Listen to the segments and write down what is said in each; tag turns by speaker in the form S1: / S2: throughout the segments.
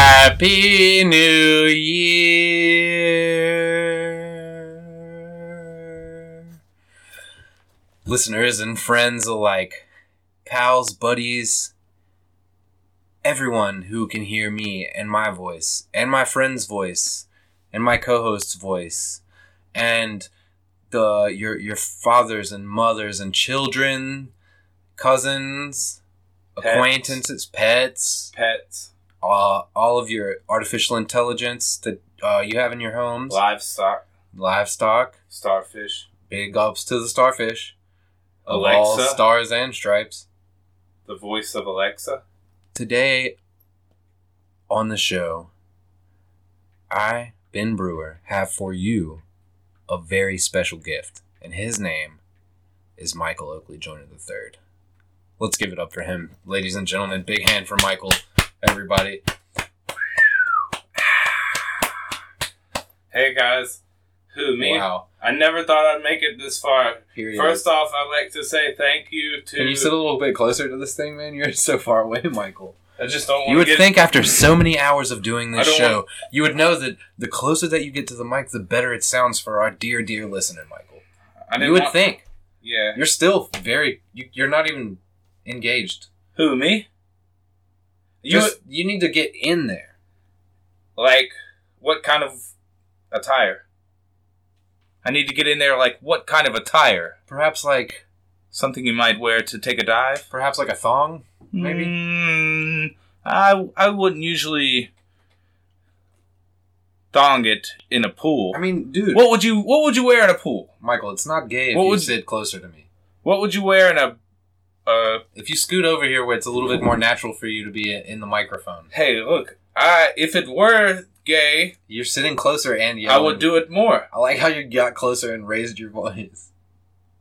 S1: Happy New Year! Listeners and friends alike, pals, buddies, everyone who can hear me and my voice, and my friend's voice, and my co host's voice, and the your your fathers and mothers and children, cousins,
S2: Pets.
S1: acquaintances, pets
S2: pets,
S1: uh, all of your artificial intelligence that uh, you have in your homes,
S2: livestock,
S1: livestock.
S2: starfish,
S1: Big ups to the starfish. Of all
S2: Alexa.
S1: stars and stripes.
S2: the voice of Alexa.
S1: Today on the show, I, Ben Brewer, have for you a very special gift, and his name is Michael Oakley Joyner III. Let's give it up for him, ladies and gentlemen. Big hand for Michael, everybody.
S2: Hey guys, who me?
S1: Wow.
S2: I never thought I'd make it this far.
S1: Here he is.
S2: First off, I'd like to say thank you to.
S1: Can you sit a little bit closer to this thing, man? You're so far away, Michael.
S2: I just don't want
S1: You would
S2: get,
S1: think after so many hours of doing this
S2: I don't
S1: show, you would know that the closer that you get to the mic, the better it sounds for our dear, dear listener, Michael.
S2: I didn't
S1: You would
S2: want-
S1: think.
S2: Yeah.
S1: You're still very. You, you're not even engaged.
S2: Who me?
S1: You
S2: You
S1: Just, you need to get in there.
S2: like what kind of attire? I need to get in there. Like what kind of attire?
S1: Perhaps like
S2: Something you might wear to take a dive.
S1: perhaps like a thong. Maybe.
S2: Mm, I I wouldn't usually thong it in a pool.
S1: I mean, dude,
S2: what would you What would you wear in a pool?
S1: Michael, it's not gay if
S2: What
S1: you
S2: would-
S1: sit closer to me.
S2: What would you wear in a uh?
S1: If you scoot over here, where it's a little bit more natural for you to be in the microphone,
S2: Hey, look, I if it were gay,
S1: you're sitting closer and
S2: I
S1: yelling.
S2: would do it more.
S1: I like how you got closer and raised your voice.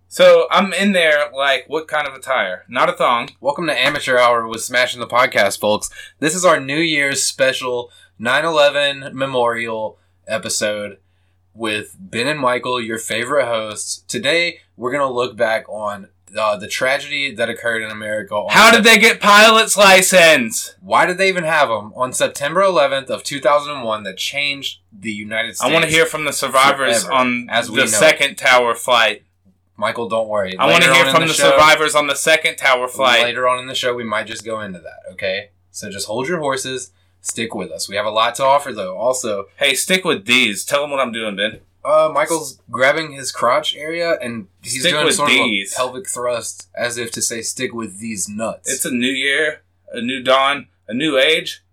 S2: So I'm in there like what kind of attire? Not a thong.
S1: Welcome to Amateur Hour with Smashing the Podcast, folks. This is our New Year's special 9 11 memorial episode with Ben and Michael, your favorite hosts. Today, we're going to look back on uh, the tragedy that occurred in America. On
S2: How did they get pilot's license?
S1: Why did they even have them on September 11th of 2001 that changed the United States?
S2: I want to hear from the survivors
S1: Forever,
S2: on
S1: as we
S2: the
S1: know
S2: second tower flight.
S1: Michael, don't worry.
S2: I want to
S1: Later
S2: hear
S1: on in
S2: from the,
S1: show-
S2: survivors on the second tower flight.
S1: Later on in the show, we might just go into that, okay? So just hold your horses, stick with us. We have a lot to offer, though. Also,
S2: Hey, stick with these. Tell them what I'm doing, Ben.
S1: uh, Michael's grabbing his crotch area and he's
S2: Stick
S1: doing
S2: with
S1: sort
S2: these.
S1: of a pelvic thrust as if to say, stick with these nuts.
S2: It's a new year, a new dawn, a new age,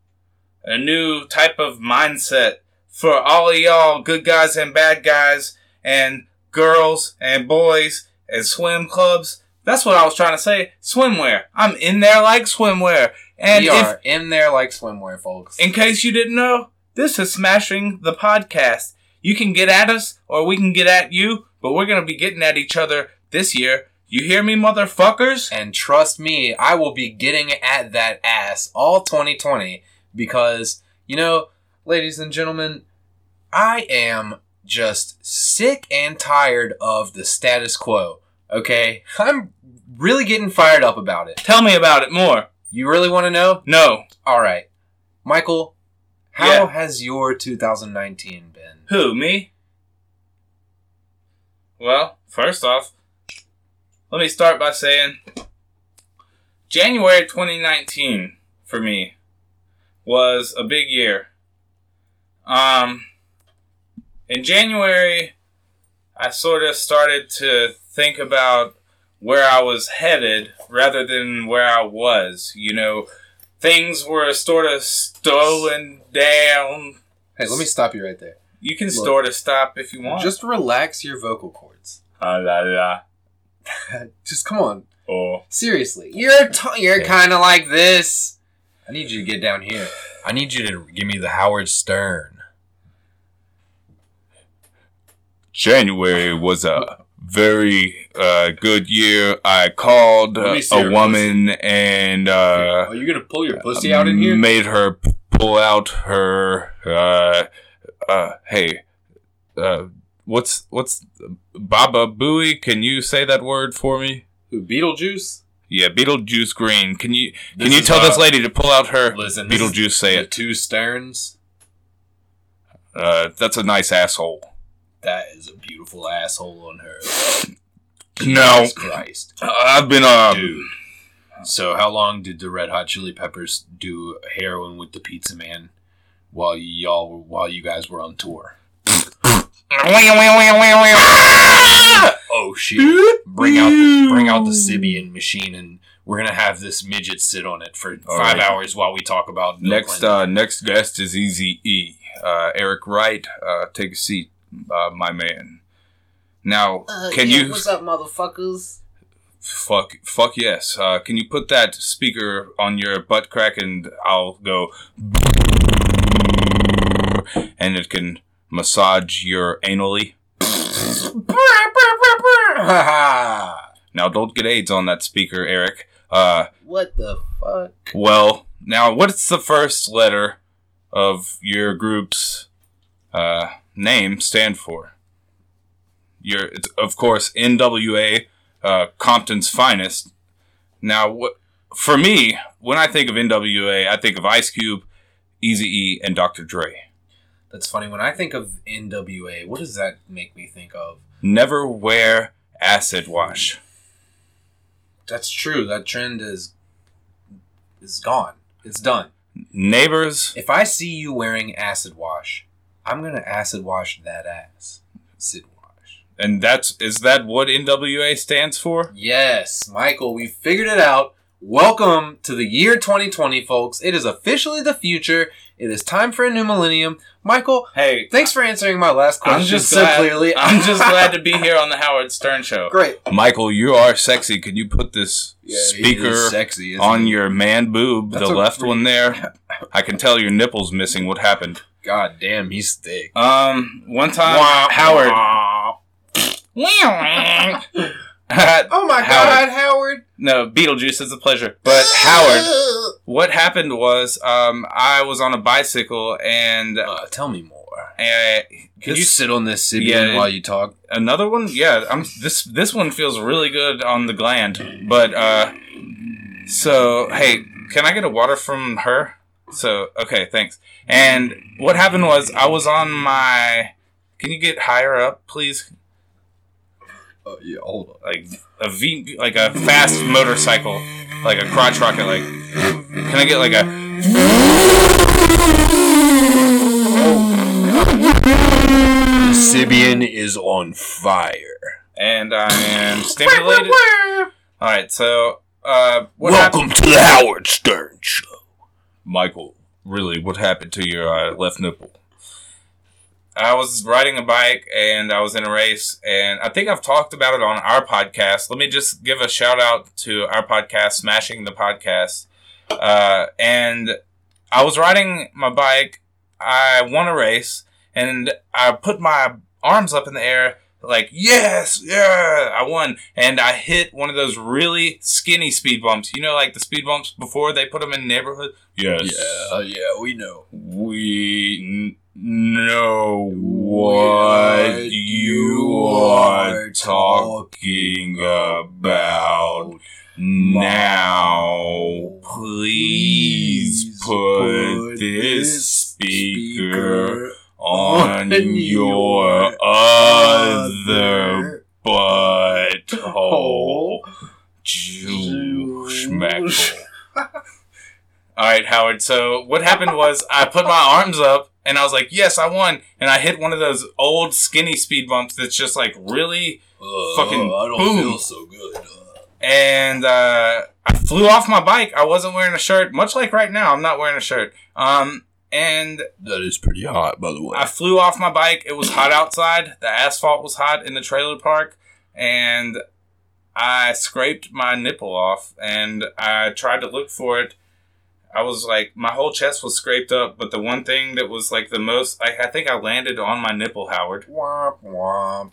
S2: a new type of mindset for all of y'all, good guys and bad guys, and girls and boys and swim clubs. That's what I was trying to say. Swimwear. I'm in there like swimwear. And
S1: we
S2: if,
S1: are in there like swimwear, folks.
S2: in case you didn't know, this is Smashing the Podcast. You can get at us or we can get at you, but we're going to be getting at each other this year. You hear me, motherfuckers?
S1: And trust me, I will be getting at that ass all 2020 because, you know, ladies and gentlemen, I am just sick and tired of the status quo, okay? I'm really getting fired up about it.
S2: Tell me about it more.
S1: You really want to know?
S2: No.
S1: All right. Michael, how
S2: Yeah.
S1: has your 2019 been?
S2: Who, me? Well, first off, let me start by saying January 2019 for me was a big year. Um, in January, I sort of started to think about where I was headed rather than where I was. You know, things were sort of stolen down
S1: Hey, let me stop you right there.
S2: you can
S1: Look.
S2: store to stop if you want.
S1: Just relax your vocal cords.
S2: Ah, la la.
S1: Just come on.
S2: Oh.
S1: Seriously, you're t- you're kind of like this. I need you to get down here. I need you to give me the Howard Stern.
S3: January was a very uh, good year. I called
S1: Let me
S3: uh,
S1: see
S3: a
S1: your
S3: woman and uh,
S1: Are you gonna pull your
S3: made her p- pull out her. Uh, uh, hey, uh, what's what's Baba Booey? Can you say that word for me?
S1: Who, Beetlejuice?
S2: Yeah, Beetlejuice Green. Can you can
S1: This
S2: you
S1: is
S2: tell
S4: uh,
S2: this
S1: about-
S2: lady to pull out her
S1: Listen, this is
S2: Beetlejuice? Say
S1: the
S2: it.
S1: two sterns.
S2: Uh, that's a nice asshole.
S1: That is a beautiful asshole on her.
S2: No,
S1: Jesus Christ.
S2: I've been uh.
S1: Dude. So how long did the Red Hot Chili Peppers do heroin with the Pizza Man while y'all were, while you guys were on tour? Oh shit! Bring out the, bring out the Sibian machine, and we're gonna have this midget sit on it for
S2: All
S1: five
S2: right.
S1: hours while we talk about Bill
S2: Next,
S1: Clinton.
S2: uh, next guest is Easy E. Uh, Eric Wright, uh, take a seat, uh, my man. Now, can you
S4: Uh, up, motherfuckers?
S2: fuck fuck yes? Uh, can you put that speaker on your butt crack and I'll go, and it can massage your anally. Now, don't get AIDS on that speaker, Eric. Uh,
S4: What the fuck?
S2: well, now what's the first letter of your group's uh, name stand for? Your, it's, of course, NWA, uh, Compton's finest. Now, what for me when I think of NWA, I think of Ice Cube, Easy E, and Dr. Dre.
S1: That's funny. When I think of NWA, what does that make me think of?
S2: Never wear acid wash.
S1: That's true. That trend is is gone. It's done.
S2: Neighbors,
S1: If I see you wearing acid wash, I'm gonna acid wash that ass. Sid wash.
S2: and that's is that what NWA stands for?
S1: Yes, Michael, we figured it out. Welcome to the year 2020, folks. It is officially the future. It is time for a new millennium. Michael,
S5: Hey,
S1: thanks for answering my last question
S5: I'm just
S1: so
S5: glad,
S1: clearly.
S5: I'm just glad to be here on the Howard Stern show.
S1: Great.
S2: Michael, you are sexy. Can you put this speaker
S1: sexy,
S2: on your man boob,
S1: That's a
S2: the left
S1: free-
S2: one there? I can tell your nipple's missing. What happened?
S1: God damn, he's thick.
S5: Um, one time,
S1: Wah,
S5: Howard.
S1: wah. Oh my
S2: Howard.
S1: God, Howard.
S5: no, Beetlejuice is a pleasure. But Howard, what happened was, um, I was on a bicycle and uh,
S1: Uh, tell me more.
S5: can
S1: Can
S5: you
S1: you sit on this Sibian
S5: Yeah,
S1: while you talk?
S2: Another one? Yeah, I'm this this one feels really good on the gland. But uh so hey, can I get a water from her? So okay, thanks. And what happened was I was on my can you get higher up, please?
S1: Oh yeah, hold on.
S2: like a V, like a fast motorcycle, like a crotch rocket. Like, can I get like a?
S1: Sibian is on fire.
S2: And I am stimulated. All right, so uh, what happened,
S1: to the Howard Stern Show.
S2: Michael? Really, what happened to your uh, left nipple? I was riding a bike and I was in a race, and I think I've talked about it on our podcast. Let me just give a shout out to our podcast, Smashing the Podcast. Uh, and I was riding my bike. I won a race, and I put my arms up in the air, like, yes, yeah, I won. And I hit one of those really skinny speed bumps. You know, like the speed bumps before they put them in neighborhood? Yes.
S4: uh,
S1: Yeah, yeah, we know.
S2: We n- know what you are talking about now. Please put this speaker on your other butthole. Juice Mackle. All right, Howard. So what happened was I put my arms up and I was like, "Yes, I won!" And I hit one of those old skinny speed bumps that's just like really,
S4: Uh,
S2: Fucking
S1: I don't
S2: boom.
S1: feel so good. Uh,
S2: and uh, I flew off my bike. I wasn't wearing a shirt, much like right now. I'm not wearing a shirt. Um, and
S1: that is pretty hot, by the way.
S2: I flew off my bike. It was hot outside. The asphalt was hot in the trailer park, and I scraped my nipple off. And I tried to look for it. I was like, my whole chest was scraped up, but the one thing that was like the most, I, I think I landed on my nipple, Howard.
S1: womp womp.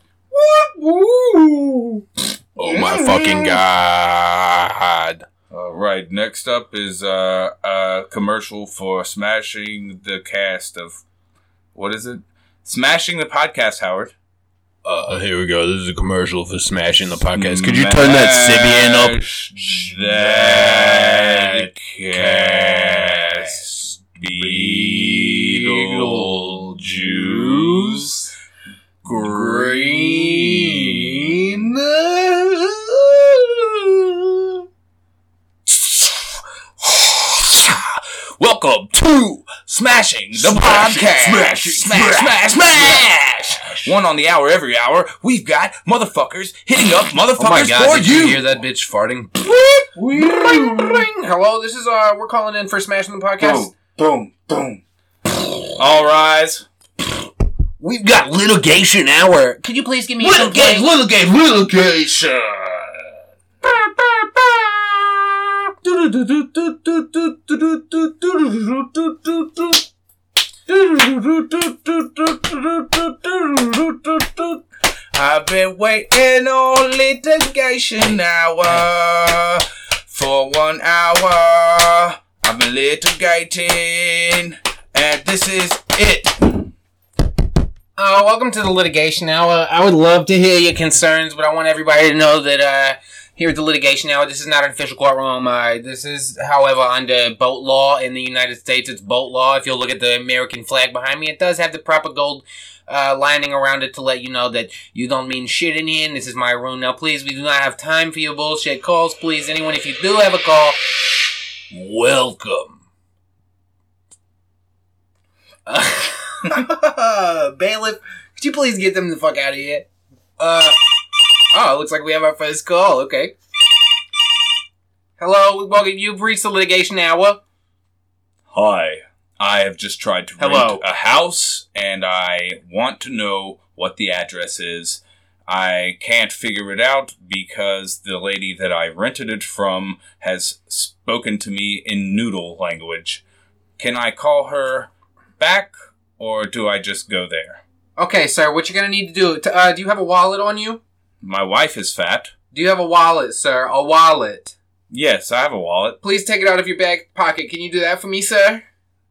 S2: Oh my
S4: Mm.
S2: fucking god! All right, next up is uh, a commercial for smashing the cast of what is it? Smashing the podcast, Howard.
S6: Uh, here we go. This is a commercial for smashing the podcast. Could you turn that Sibian up?
S2: Smash That cast Beetlejuice Green. Welcome
S6: Oh
S2: to Smashing the Podcast.
S7: smashing,
S2: smash, smash, smash, One on the hour every hour. We've got motherfuckers hitting up motherfuckers
S6: Oh my god,
S2: for
S6: did
S2: you.
S6: you hear that bitch farting?
S8: Bring, bring. Hello, this is uh, we're calling in for smashing the podcast.
S7: Boom, boom, boom. All rise.
S6: We've got litigation hour.
S8: Could you please give me some game?
S6: little game, litigation.
S7: I've been waiting on litigation hour for one hour. I'm litigating, and this is it.
S8: Uh, welcome to the litigation hour. I would love to hear your concerns, but I want everybody to know that uh, here at the litigation hour, this is not an official courtroom. Uh, this is, however, under boat law in the United States. It's boat law. If you'll look at the American flag behind me, it does have the proper gold uh, lining around it to let you know that you don't mean shit in here. And this is my room. Now, please, we do not have time for your bullshit calls. Please, anyone, if you do have a call,
S6: Welcome.
S8: Uh, Bailiff, could you please get them the fuck out of here? Uh, oh, it looks like we have our first call. Okay. Hello, we welcome you. You've reached the litigation hour.
S2: Hi, I have just tried to
S8: Hello.
S2: rent a house and I want to know what the address is. I can't figure it out because the lady that I rented it from has spoken to me in noodle language. Can I call her back or do I just go there?
S8: Okay, sir, what you're gonna need to do? To, uh, do you have a wallet on you?
S2: My wife is fat.
S8: Do you have a wallet, sir? A wallet.
S2: Yes, I have a wallet.
S8: Please take it out of your back pocket. Can you do that for me, sir?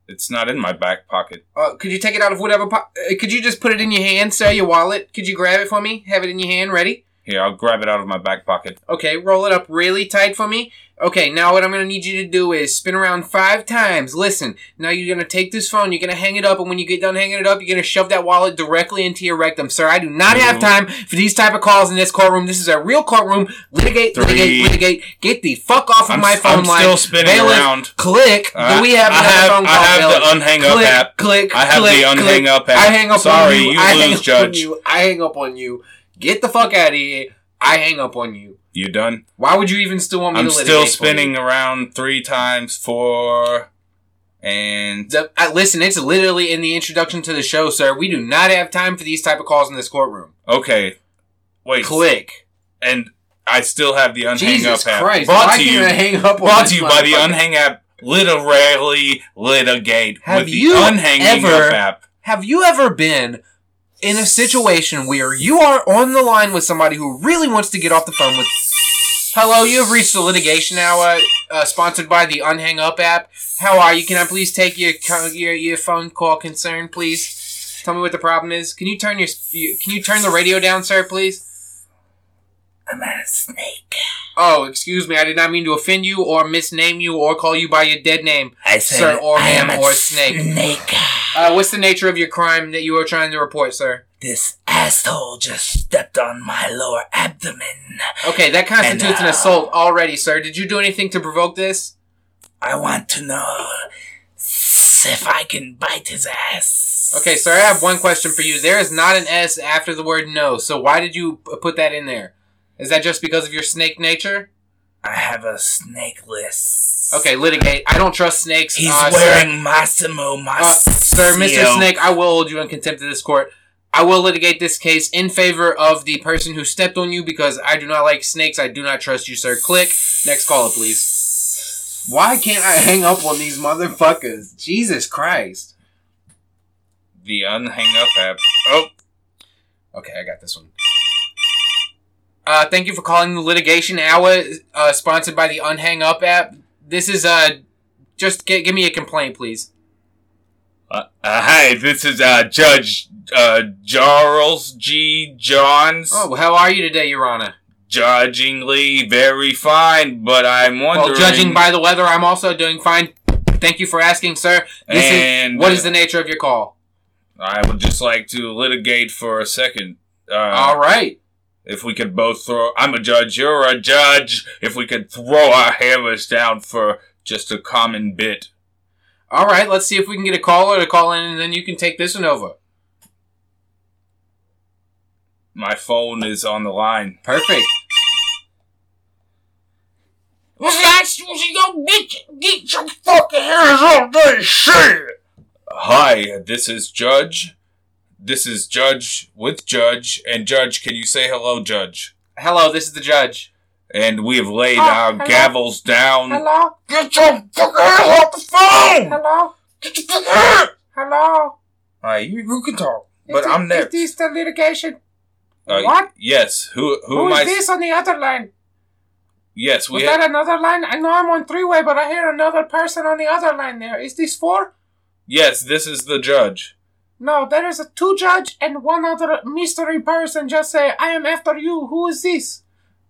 S2: It's not in my back pocket.
S8: Uh, could you take it out of whatever? Po- uh, could you just put it in your hand, sir? Your wallet. Could you grab it for me? Have it in your hand, ready?
S2: Here, I'll grab it out of my back pocket.
S8: Okay, roll it up really tight for me. Okay, now what I'm gonna need you to do is spin around five times. Listen, now you're gonna take this phone, you're gonna hang it up, and when you get done hanging it up, you're gonna shove that wallet directly into your rectum, sir. I do not have
S2: Two.
S8: time for these type of calls in this courtroom. This is a real courtroom. Litigate,
S2: Three.
S8: litigate, litigate. Get the fuck off of
S2: I'm,
S8: my
S2: s-
S8: phone
S2: I'm
S8: line.
S2: still spinning
S8: Bailiff,
S2: around.
S8: Click.
S2: I-
S8: do we have
S2: I
S8: another
S2: have,
S8: phone
S2: I
S8: call,
S2: have
S8: Bailiff?
S2: the unhang up
S8: click,
S2: app.
S8: Click.
S2: I have
S8: click,
S2: the unhang
S8: click.
S2: up app.
S8: I hang up
S2: Sorry,
S8: on you.
S2: you
S8: I hang
S2: lose,
S8: up on
S2: Judge.
S8: you. I hang up on you. Get the fuck out of here. I hang up on you.
S2: You done?
S8: Why would you even still want me
S2: I'm
S8: to litigate
S2: still
S8: for
S2: spinning
S8: you?
S2: around three times, four, and
S8: The- uh, listen, it's literally in the introduction to the show, sir. We do not have time for these type of calls in this courtroom.
S2: okay. Wait,
S8: Click.
S2: and I still have the unhang
S8: Jesus
S2: up app.
S8: Christ.
S2: brought
S8: why
S2: to
S8: can't
S2: you,
S8: I hang up on
S2: brought
S8: this
S2: to you by the
S8: motherfucker?
S2: unhang app. Literally litigate
S8: Have
S2: with
S8: you
S2: the unhanging
S8: ever-
S2: up app.
S8: Have you ever been in a situation where you are on the line with somebody who really wants to get off the phone with? Hello, you have reached the litigation hour, uh, sponsored by the Unhang Up app. How are you? Can I please take your co- your your phone call concern, please? Tell me what the problem is. Can you turn your sp- you- Can you turn the radio down, sir, please?
S7: I'm a snake.
S8: Oh, excuse me. I did not mean to offend you or misname you or call you by your dead name,
S7: I
S8: sir, or ma'am, or snake.
S7: snake.
S8: Uh, what's the nature of your crime that you are trying to report, sir?
S7: This asshole just stepped on my lower abdomen.
S8: Okay, that constitutes
S7: And,
S8: an
S7: uh,
S8: assault already, sir. Did you do anything to provoke this?
S7: I want to know if I can bite his ass.
S8: Okay, sir, I have one question for you. There is not an S after the word no, so why did you p- put that in there? Is that just because of your snake nature?
S7: I have a snake list.
S8: e- Okay, litigate. I don't trust snakes.
S7: He's
S8: uh,
S7: wearing Massimo
S8: Sir, uh, sir,
S7: Massimo.
S8: Mr. Snake, I will hold you in contempt of this court. I will litigate this case in favor of the person who stepped on you because I do not like snakes. I do not trust you, sir. Click. Next caller, please. Why can't I hang up on these motherfuckers? Jesus Christ.
S2: The unhang up app. Oh,
S8: Okay, I got this one. Uh, thank you for calling the litigation hour, uh, sponsored by the Unhang Up app. This is uh, just g- give me a complaint, please.
S2: Uh, uh, hi, this is uh, Judge uh, Charles G. Johns.
S8: Oh, how are you today, Your Honor?
S2: Judgingly very fine, but I'm wondering.
S8: Well, judging by the weather, I'm also doing fine. Thank you for asking, sir. This
S2: and
S8: is what is the nature of your call?
S2: I would just like to litigate for a second. Uh,
S8: All right.
S2: If we could both throw, I'm a judge, you're a judge. If we could throw our hammers down for just a common bit.
S8: All right, let's see if we can get a caller to call in and then you can take this one over.
S2: My phone is on the line.
S8: Perfect.
S2: Hi, this is Judge. This is Judge with Judge. And Judge, can you say hello, Judge?
S8: Hello, this is the judge.
S2: And we have laid
S7: Oh,
S2: our
S7: hello.
S2: gavels down.
S7: Hello?
S2: Get your fucking ass off the phone!
S7: Hello?
S2: Get your fucking ass!
S7: Hello?
S2: Alright, you, you can talk,
S7: Is
S2: but
S7: thi-
S2: I'm next.
S7: Is this the litigation?
S8: Oh,
S2: Uh,
S7: what?
S2: Yes, who who,
S7: Who
S2: am I?
S7: is this on the other line?
S2: Yes,
S7: Was
S2: we have,
S7: that another line? I know I'm on three way, but I hear another person on the other line there. Is this four?
S2: yes, this is the judge.
S7: No, there is a two judge and one other mystery person just say, I am after you. Who is this?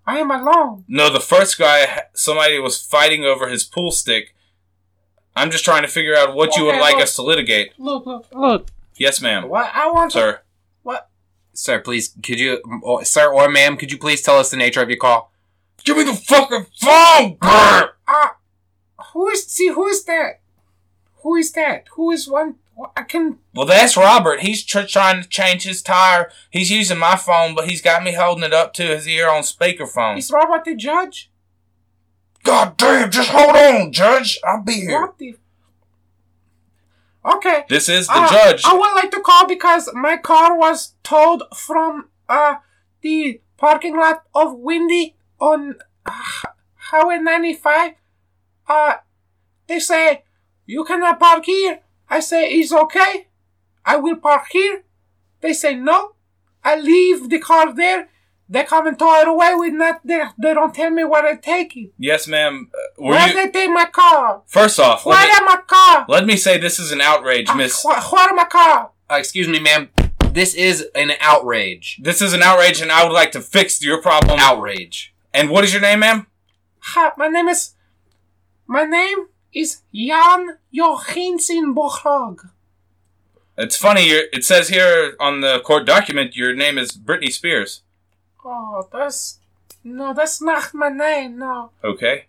S7: I am alone.
S2: No, the first guy, ha- somebody was fighting over his pool stick. I'm just trying to figure out what you would
S7: Okay,
S2: like
S7: look.
S2: us to litigate.
S7: Look, look, look.
S2: Yes, ma'am,
S7: What I want to
S2: sir.
S8: Sir, please, could you, or, sir or ma'am, could you please tell us the nature of your call?
S2: Give me the fucking phone, brr!
S7: Ah, who is see who is that? Who is that? Who is one? I can.
S2: Well, that's Robert. He's tr- trying to change his tire. He's using my phone, but he's got me holding it up to his ear on speakerphone.
S7: Is Robert the judge?
S2: God damn! Just hold on, Judge. I'll be here.
S7: What the? Okay.
S2: This is the
S7: Ah,
S2: judge.
S7: I would like to call because my car was towed from uh the parking lot of Windy on uh, Highway 95. Uh, they say you cannot park here. I say it's okay. I will park here. They say no. I leave the car there. They come and tow it away with not they, they don't tell me where they're taking.
S2: yes, ma'am. Uh, Were
S7: Where
S2: you-
S7: they take my car?
S2: First off,
S7: Where
S2: let me,
S7: am my car?
S2: let me say this is an outrage,
S7: Ah,
S2: Miss.
S7: Where, where my car?
S8: Uh, excuse me, ma'am. This is an outrage.
S2: This is an outrage, and I would like to fix your problem.
S8: Outrage.
S2: And what is your name, ma'am?
S7: Hi, my name is. My name is Jan Johansen Bochrog.
S2: It's funny. You're, it says here on the court document your name is Britney Spears.
S7: Oh, that's. No, that's not my name, no.
S2: Okay,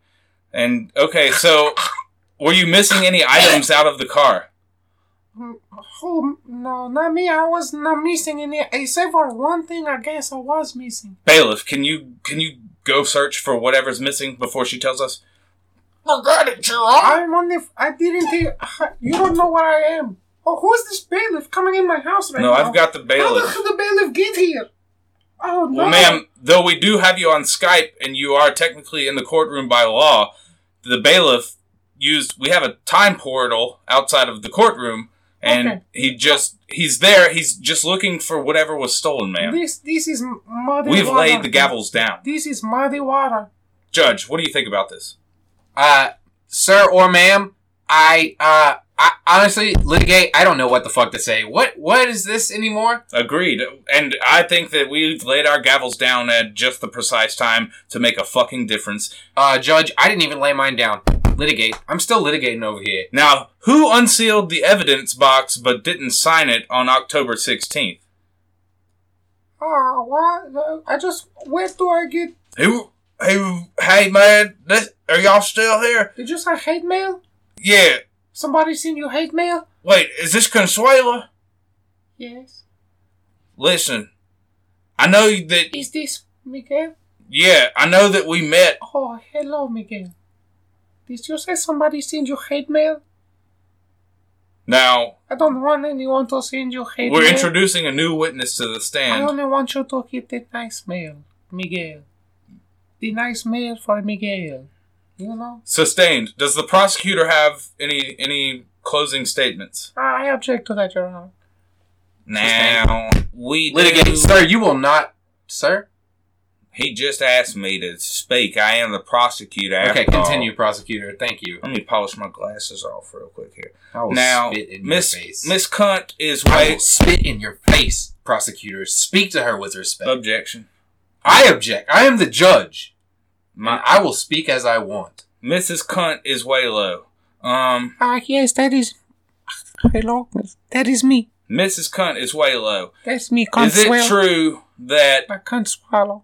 S2: and okay. So, were you missing any items out of the car?
S7: Mm, Who? No, not me. I was not missing any. Except for one thing, I guess I was missing.
S2: Bailiff, can you can you go search for whatever's missing before she tells us?
S7: I'm on the. I didn't think. You don't know where I am. Oh, who's this bailiff coming in my house right
S2: No,
S7: now?
S2: I've got the
S7: How
S2: bailiff.
S7: did the bailiff get here? Oh, no.
S2: Well, ma'am, though we do have you on Skype and you are technically in the courtroom by law, the bailiff used we have a time portal outside of the courtroom and
S7: Okay.
S2: he just he's there, he's just looking for whatever was stolen, ma'am.
S7: This, this is m- muddy
S2: We've
S7: water.
S2: laid the gavels down.
S7: This is muddy water.
S2: Judge, what do you think about this?
S8: Uh, sir or ma'am, I, uh, I honestly, litigate, I don't know what the fuck to say. What, what is this anymore?
S2: Agreed. And I think that we've laid our gavels down at just the precise time to make a fucking difference.
S8: Uh, judge, I didn't even lay mine down. Litigate. I'm still litigating over here.
S2: Now, who unsealed the evidence box but didn't sign it on October 16th?
S7: Oh, what? I just. Where do I get?
S2: Hey, hey, hey, man, this, are y'all still here?
S7: Did you say hate mail?
S2: Yeah.
S7: Somebody send you hate mail?
S2: Wait, is this Consuela?
S7: Yes.
S2: Listen, I know that.
S7: Is this Miguel?
S2: Yeah, I know that we met.
S7: Oh, hello, Miguel. Did you say somebody send you hate mail?
S2: Now
S7: I don't want anyone to send you hate
S2: we're
S7: mail.
S2: introducing a new witness to the
S7: I
S2: stand.
S7: only want you to get the nice mail, Miguel. The nice mail for Miguel. You know?
S2: Sustained. Does the prosecutor have any any closing statements?
S7: I I object to that, Your Honor.
S2: Now we do-
S8: Litigate. Sir, you will not, sir?
S2: He just asked me to speak. I am the prosecutor.
S1: Okay,
S2: after all.
S1: continue, prosecutor. Thank you.
S2: Let me polish my glasses off real quick here.
S1: I will
S2: Now,
S1: spit in
S2: Miss
S1: your face.
S2: Miss Cunt is
S1: I will
S2: wait.
S1: spit in your face, prosecutor. Speak to her with respect.
S2: Objection.
S1: I object. I am the judge.
S2: My
S1: I will speak as I want.
S2: Mrs. Cunt is way low. Um,
S7: Ah, yes, that is. Hello, that is me.
S2: Mrs. Cunt is way low.
S7: That's me, Consuelo.
S2: Is it true that
S7: I can't swallow.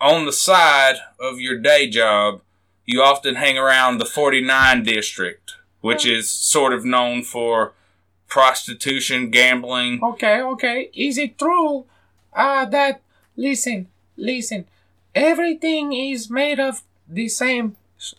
S2: on the side of your day job, you often hang around the 49 district,
S7: Oh.
S2: which is sort of known for prostitution, gambling?
S7: Okay, okay. Is it true? Ah, that. Listen, listen. Everything is made of the same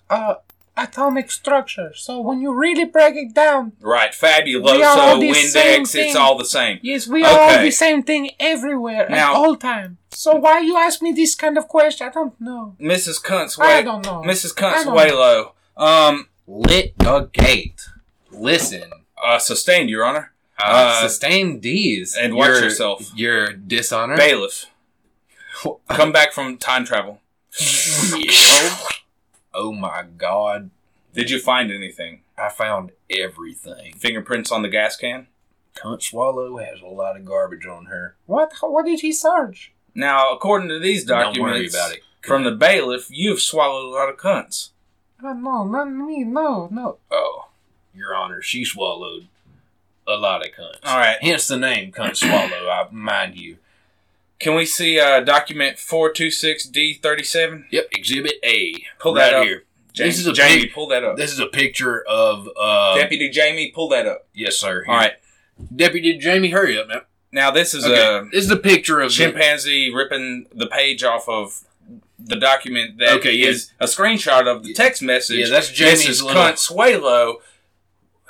S7: uh, atomic structure. So when you really break it down,
S2: Right,
S7: We are
S2: Fabuloso,
S7: all the same
S2: Windex, it's
S7: thing.
S2: all the same.
S7: yes, we are all
S2: Okay.
S7: the same thing everywhere
S2: Now-
S7: at all time. So why you ask me this kind of question? I don't know.
S2: Mrs. Cunt's
S7: I
S2: way,
S7: don't know.
S2: Mrs.
S7: I
S2: Cunt's
S7: don't
S2: way low. Um,
S1: Lit the gate. Listen.
S2: uh, sustained, Your Honor.
S1: Uh,
S2: Uh,
S1: sustain D's.
S2: and watch
S1: Your-
S2: yourself.
S1: Your dishonor.
S2: Bailiff. Come back from time travel.
S1: oh, oh my god.
S2: Did you find anything?
S1: I found everything.
S2: Fingerprints on the gas can?
S1: Cunt Swallow has a lot of garbage on her.
S7: What? What did he search?
S2: Now, according to these documents
S1: Don't worry about it.
S2: from the bailiff, you've swallowed a lot of cunts.
S7: Oh, no, not me. No, no.
S1: Oh, Your Honor, she swallowed a lot of cunts.
S2: All right.
S1: Hence the name Cunt Swallow, I mind you.
S2: Can we see uh, document 426D37?
S1: Yep, Exhibit A.
S2: Pull
S1: right
S2: that up.
S1: here.
S2: Jamie,
S1: This is a
S2: Jamie
S1: big-
S2: pull that up.
S1: This is a picture of uh
S2: Deputy Jamie, pull that up.
S1: Yes, sir.
S2: All right.
S1: Deputy Jamie, hurry up, man.
S2: Now, this is
S1: Okay.
S2: a
S1: this is a picture of the-
S2: chimpanzee ripping the page off of the document that is
S1: Okay, yeah.
S2: a screenshot of the text message.
S1: Yeah, that's Jamie's
S2: Mrs.
S1: little-
S2: Cunt Swalo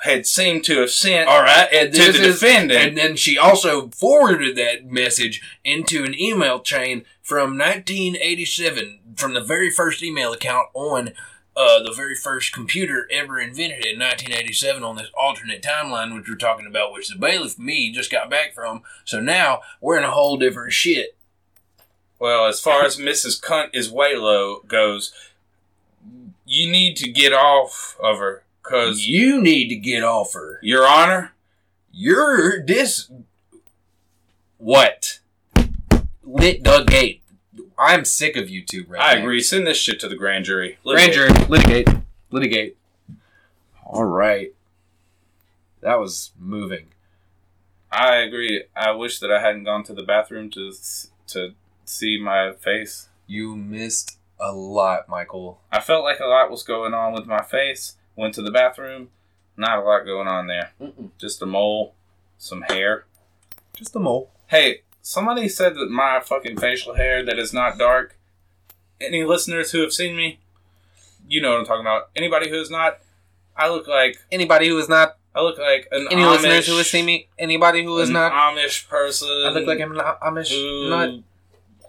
S2: had seemed to have sent
S1: All right, and
S2: to
S1: this
S2: the
S1: is,
S2: defendant.
S1: and then she also forwarded that message into an email chain from 1987, from the very first email account on uh, the very first computer ever invented in 1987 on this alternate timeline, which we're talking about, which the bailiff me just got back from. So now we're in a whole different shit.
S2: Well, as far as Mrs. Cunt is way low goes, you need to get off of her because
S1: You need to get off her.
S2: Your Honor,
S1: You're this. What? Lit the gate. I'm sick of you two, right?
S2: I agree. Send this shit to the grand jury.
S1: Grand jury, litigate, litigate. All right, that was moving.
S2: I agree. I wish that I hadn't gone to the bathroom to s- to see my face.
S1: You missed a lot, Michael.
S2: I felt like a lot was going on with my face. Went to the bathroom. Not a lot going on there. Just a mole, some hair.
S1: Just a mole.
S2: Hey, somebody said that my fucking facial hair that is not dark. Any listeners who have seen me, you know what I'm talking about. Anybody who is not, I look like
S4: Anybody who is not
S2: I look like an
S4: any
S2: Amish, Mm.
S4: listeners who has seen me, anybody who is
S2: an
S4: not
S2: Amish person.
S4: I look like I'm not Amish.
S2: who
S4: Not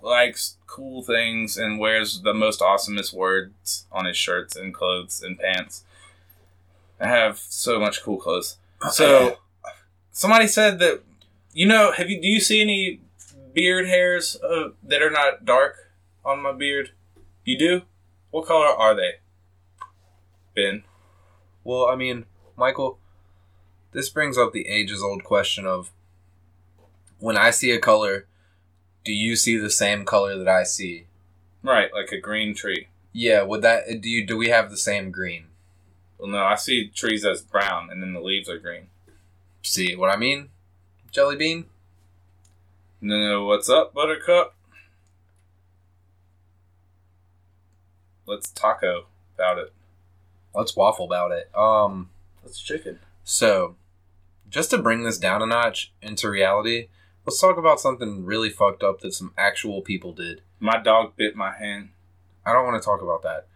S2: likes cool things and wears the most awesomest words on his shirts and clothes and pants. I have so much cool clothes. So somebody said that you know, have you do you see any beard hairs uh, that are not dark on my beard? You do? What color are they? Ben.
S1: Well, I mean, Michael, this brings up the ages-old question of when I see a color, do you see the same color that I see?
S2: Right, like a green tree.
S1: Yeah, would that do you do we have the same green?
S2: Well, no, I see trees as brown and then the leaves are green.
S1: See what I mean? Jelly bean?
S2: No, no, what's up, Buttercup? Let's taco about it.
S1: Let's waffle about it. Um
S2: Let's chicken.
S1: So, just to bring this down a notch into reality, let's talk about something really fucked up that some actual people did.
S2: My dog bit my hand.
S1: I don't want to talk about that.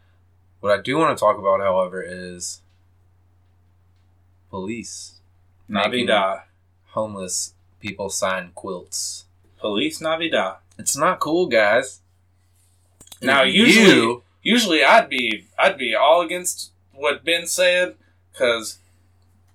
S1: What I do want to talk about, however, is police. Making
S2: Navidad.
S1: Homeless people sign quilts.
S2: Police Navidad.
S1: It's not cool, guys.
S2: Now,
S1: If
S2: usually-
S1: you-
S2: Usually, I'd be I'd be all against what Ben said, cause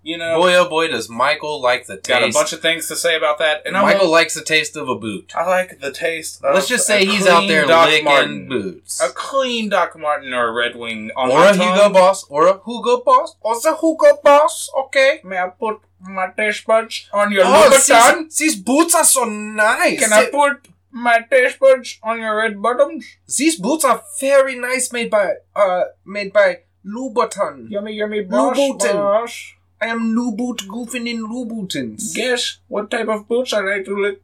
S2: You know,
S5: Boy, oh boy, does Michael like the taste.
S2: uh, got a bunch of things to say about that. And I
S5: Michael
S2: won't-
S5: likes the taste of a boot.
S2: I like the taste. Of
S5: Let's just say
S2: uh, a
S5: he's
S2: clean
S5: out there
S2: Doc
S5: licking
S2: Martin.
S5: boots.
S2: A clean Doc Martin or a Red Wing on
S5: Or
S2: my
S5: a
S2: tongue.
S5: Hugo Boss. Or a Hugo Boss. Or a Hugo Boss, okay?
S2: May I put my taste buds on your
S5: Oh,
S2: Louboutin?
S5: these, these boots are so nice.
S2: Can I put my Mm. taste buds on your red bottoms?
S5: These boots are very nice, made by uh, made by Louboutin.
S2: Yummy, yummy, boss,
S5: Louboutin.
S2: boss.
S5: I am Luboot goofing in Louboutins.
S2: Guess what type of boots I like to lick?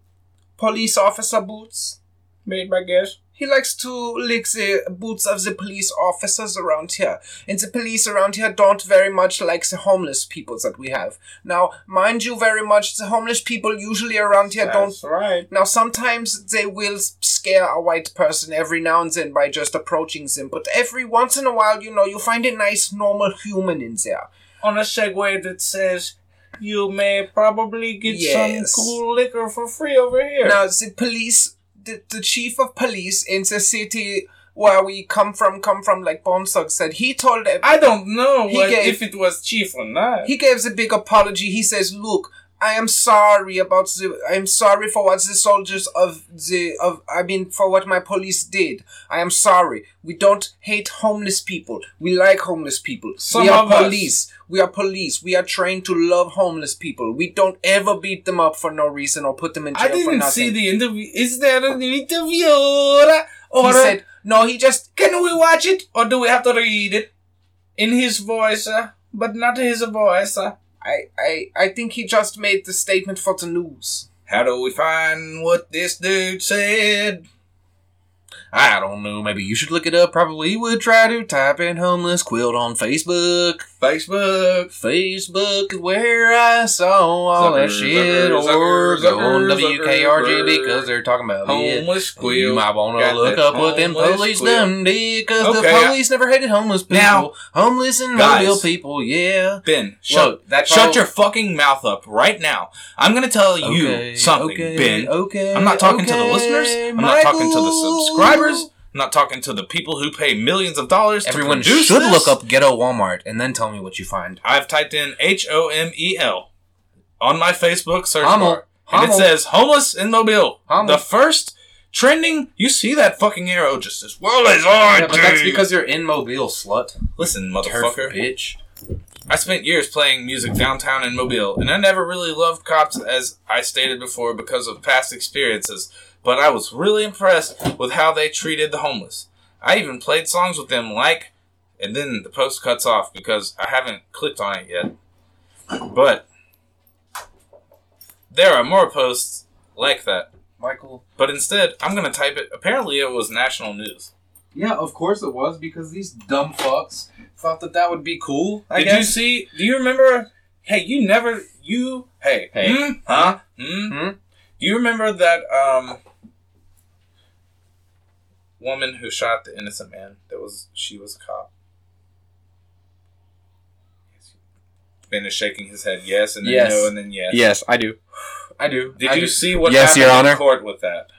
S5: police officer boots.
S2: Made by guess.
S5: He likes to lick the boots of the police officers around here. And the police around here don't very much like the homeless people that we have. Now, mind you very much, the homeless people usually around here don't
S2: That's right.
S5: Now, sometimes they will s- scare a white person every now and then by just approaching them, but every once in a while, you know, you find a nice, normal human in there.
S2: On a segue that says, you may probably get
S5: Yes.
S2: some cool liquor for free over here.
S5: Now, the police, the, the chief of police in the city where we come from, come from, like Bonsock said, he told ev-
S2: I don't know
S5: He
S2: what,
S5: gave-
S2: if it was chief or not.
S5: he gave a big apology. He says, "Look, I am sorry about the. I am sorry for what the soldiers of the of. I mean, for what my police did. I am sorry. We don't hate homeless people. We like homeless people.
S2: Some
S5: we are
S2: of us.
S5: police. We are police. We are trained to love homeless people. We don't ever beat them up for no reason or put them in jail
S2: I
S5: for
S2: didn't
S5: nothing."
S2: see the interview. Is there an interview? Or
S5: he said, "No, he just
S2: Can we watch it or do we have to read it in his voice, uh, but not his voice? Uh?
S5: I, I, I think he just made the statement for the news.
S2: How do we find what this dude said?
S5: I don't know. Maybe you should look it up. Probably you would try to type in homeless quilt on Facebook.
S2: Facebook.
S5: Facebook is where I saw all that
S2: Zucker,
S5: shit.
S2: Zucker,
S5: or
S2: Zucker,
S5: go on
S2: Zucker,
S5: WKRG
S2: Zucker.
S5: because they're talking about it.
S2: Homeless quill.
S5: You might want to
S2: Got
S5: look
S2: that
S5: up what them
S2: homeless
S5: police
S2: quill.
S5: done did because
S2: Okay,
S5: the police never hated homeless people.
S2: Now-
S5: homeless and
S2: Guys.
S5: mobile people, yeah.
S2: Ben,
S5: Look,
S2: shut,
S5: that
S2: shut
S5: follow-
S2: your fucking mouth up right now. I'm going to tell you
S5: Okay,
S2: something,
S5: okay,
S2: Ben.
S5: Okay.
S2: I'm not talking to the
S5: okay,
S2: listeners. I'm not talking to the subscribers. I'm not talking to the people who pay millions of dollars
S5: Everyone
S2: to produce
S5: should
S2: this.
S5: look up Ghetto Walmart and then tell me what you find.
S2: I've typed in H O M E L on my Facebook search
S5: Hummel.
S2: bar, and it
S5: Hummel.
S2: says homeless in Mobile.
S5: Hummel.
S2: The first trending. You see that fucking arrow just as well as I
S5: Yeah, but that's
S2: do.
S5: because you're in Mobile, slut.
S2: listen,
S5: Turf
S2: motherfucker.
S5: bitch.
S2: I spent years playing music downtown in Mobile, and I never really loved cops, as I stated before, because of past experiences. But I was really impressed with how they treated the homeless. I even played songs with them, like, and then the post cuts off because I haven't clicked on it yet. But there are more posts like that.
S5: Michael.
S2: But instead, I'm gonna type it. Apparently, it was national news.
S5: Yeah, of course it was because these dumb fucks thought that that would be cool. I
S2: Did you
S5: guess.
S2: see? Do you remember? Hey, you never. You. Hey.
S5: Hey.
S2: Hmm? Huh? Hmm?
S5: Hmm?
S2: Do you remember that um, woman who shot the innocent man? That was she was a cop. Ben is shaking his head. Yes, and then
S5: Yes.
S2: no, and then yes.
S1: Yes, I do. I do.
S2: Did
S1: I
S2: you
S1: do.
S2: see what
S1: Yes,
S2: happened
S1: Your
S2: in
S1: Honor.
S2: court with that?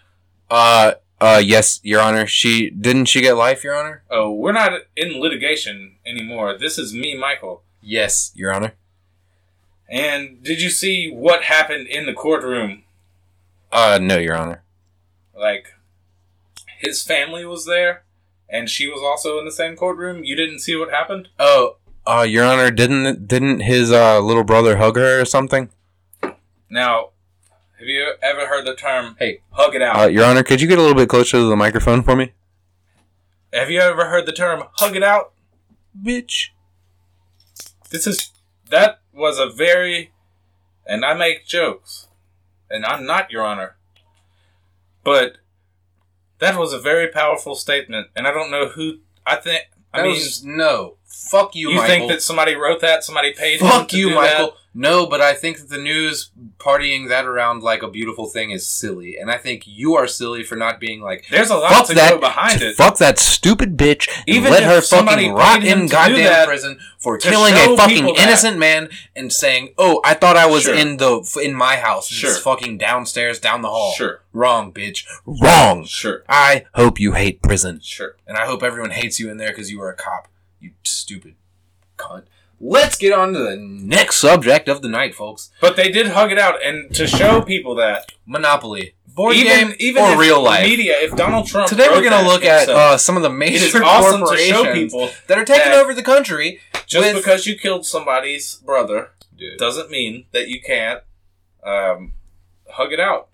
S1: Uh, uh, yes, Your Honor. She didn't she get life, Your Honor?
S2: Oh, we're not in litigation anymore. This is me, Michael.
S1: Yes, Your Honor.
S2: And did you see what happened in the courtroom
S1: Uh, no, Your Honor.
S2: like his family was there and she was also in the same courtroom you didn't see what happened
S1: Oh, uh, Your Honor, didn't didn't his uh little brother hug her or something?
S2: now have you ever heard the term
S5: Hey.
S2: hug it out
S1: Uh, Your Honor, could you get a little bit closer to the microphone for me?
S2: have you ever heard the term hug it out
S1: Bitch.
S2: this is that was a very and i make jokes and i'm not your honor but that was a very powerful statement and i don't know who i think i
S5: That
S2: mean
S5: was- no. Fuck you,
S2: you
S5: Michael.
S2: think that somebody wrote that somebody paid him
S5: Fuck
S2: to
S5: you,
S2: do that?
S5: Michael. No, but I think that the news partying that around like a beautiful thing is silly, and I think you are silly for not being like.
S2: there's a lot
S1: Fuck
S2: to
S1: that.
S2: go behind it
S1: Fuck that stupid bitch. and
S2: Even
S1: let
S2: if
S1: her
S2: somebody
S1: fucking rot
S2: paid him
S1: in
S2: to do that
S1: goddamn prison for
S2: to
S1: killing
S2: show
S1: a fucking
S2: people that.
S1: innocent man and saying, "Oh, I thought I was
S2: Sure.
S1: in the in my house.
S2: Sure.
S1: It's fucking downstairs, down the hall.
S2: Sure,
S1: Wrong, bitch. Wrong.
S2: sure,
S1: I hope you hate prison,
S2: sure.
S1: and I hope everyone hates you in there because you were a cop. You stupid cunt. Let's get on to the next subject of the night, folks.
S2: But they did hug it out, and to show people that
S1: Monopoly. Board
S2: even
S1: game
S2: even
S1: or
S2: if
S1: real
S2: the
S1: life.
S2: media, if Donald Trump
S1: Today we're
S2: wrote
S1: going
S2: that
S1: to look at
S2: himself,
S1: uh, some of the
S2: it is
S1: major
S2: awesome to
S1: corporations
S2: show people
S1: that are taking
S2: that-
S1: over the country.
S2: just
S1: with-
S2: because you killed somebody's brother
S1: Dude.
S2: doesn't mean that you can't um, hug it out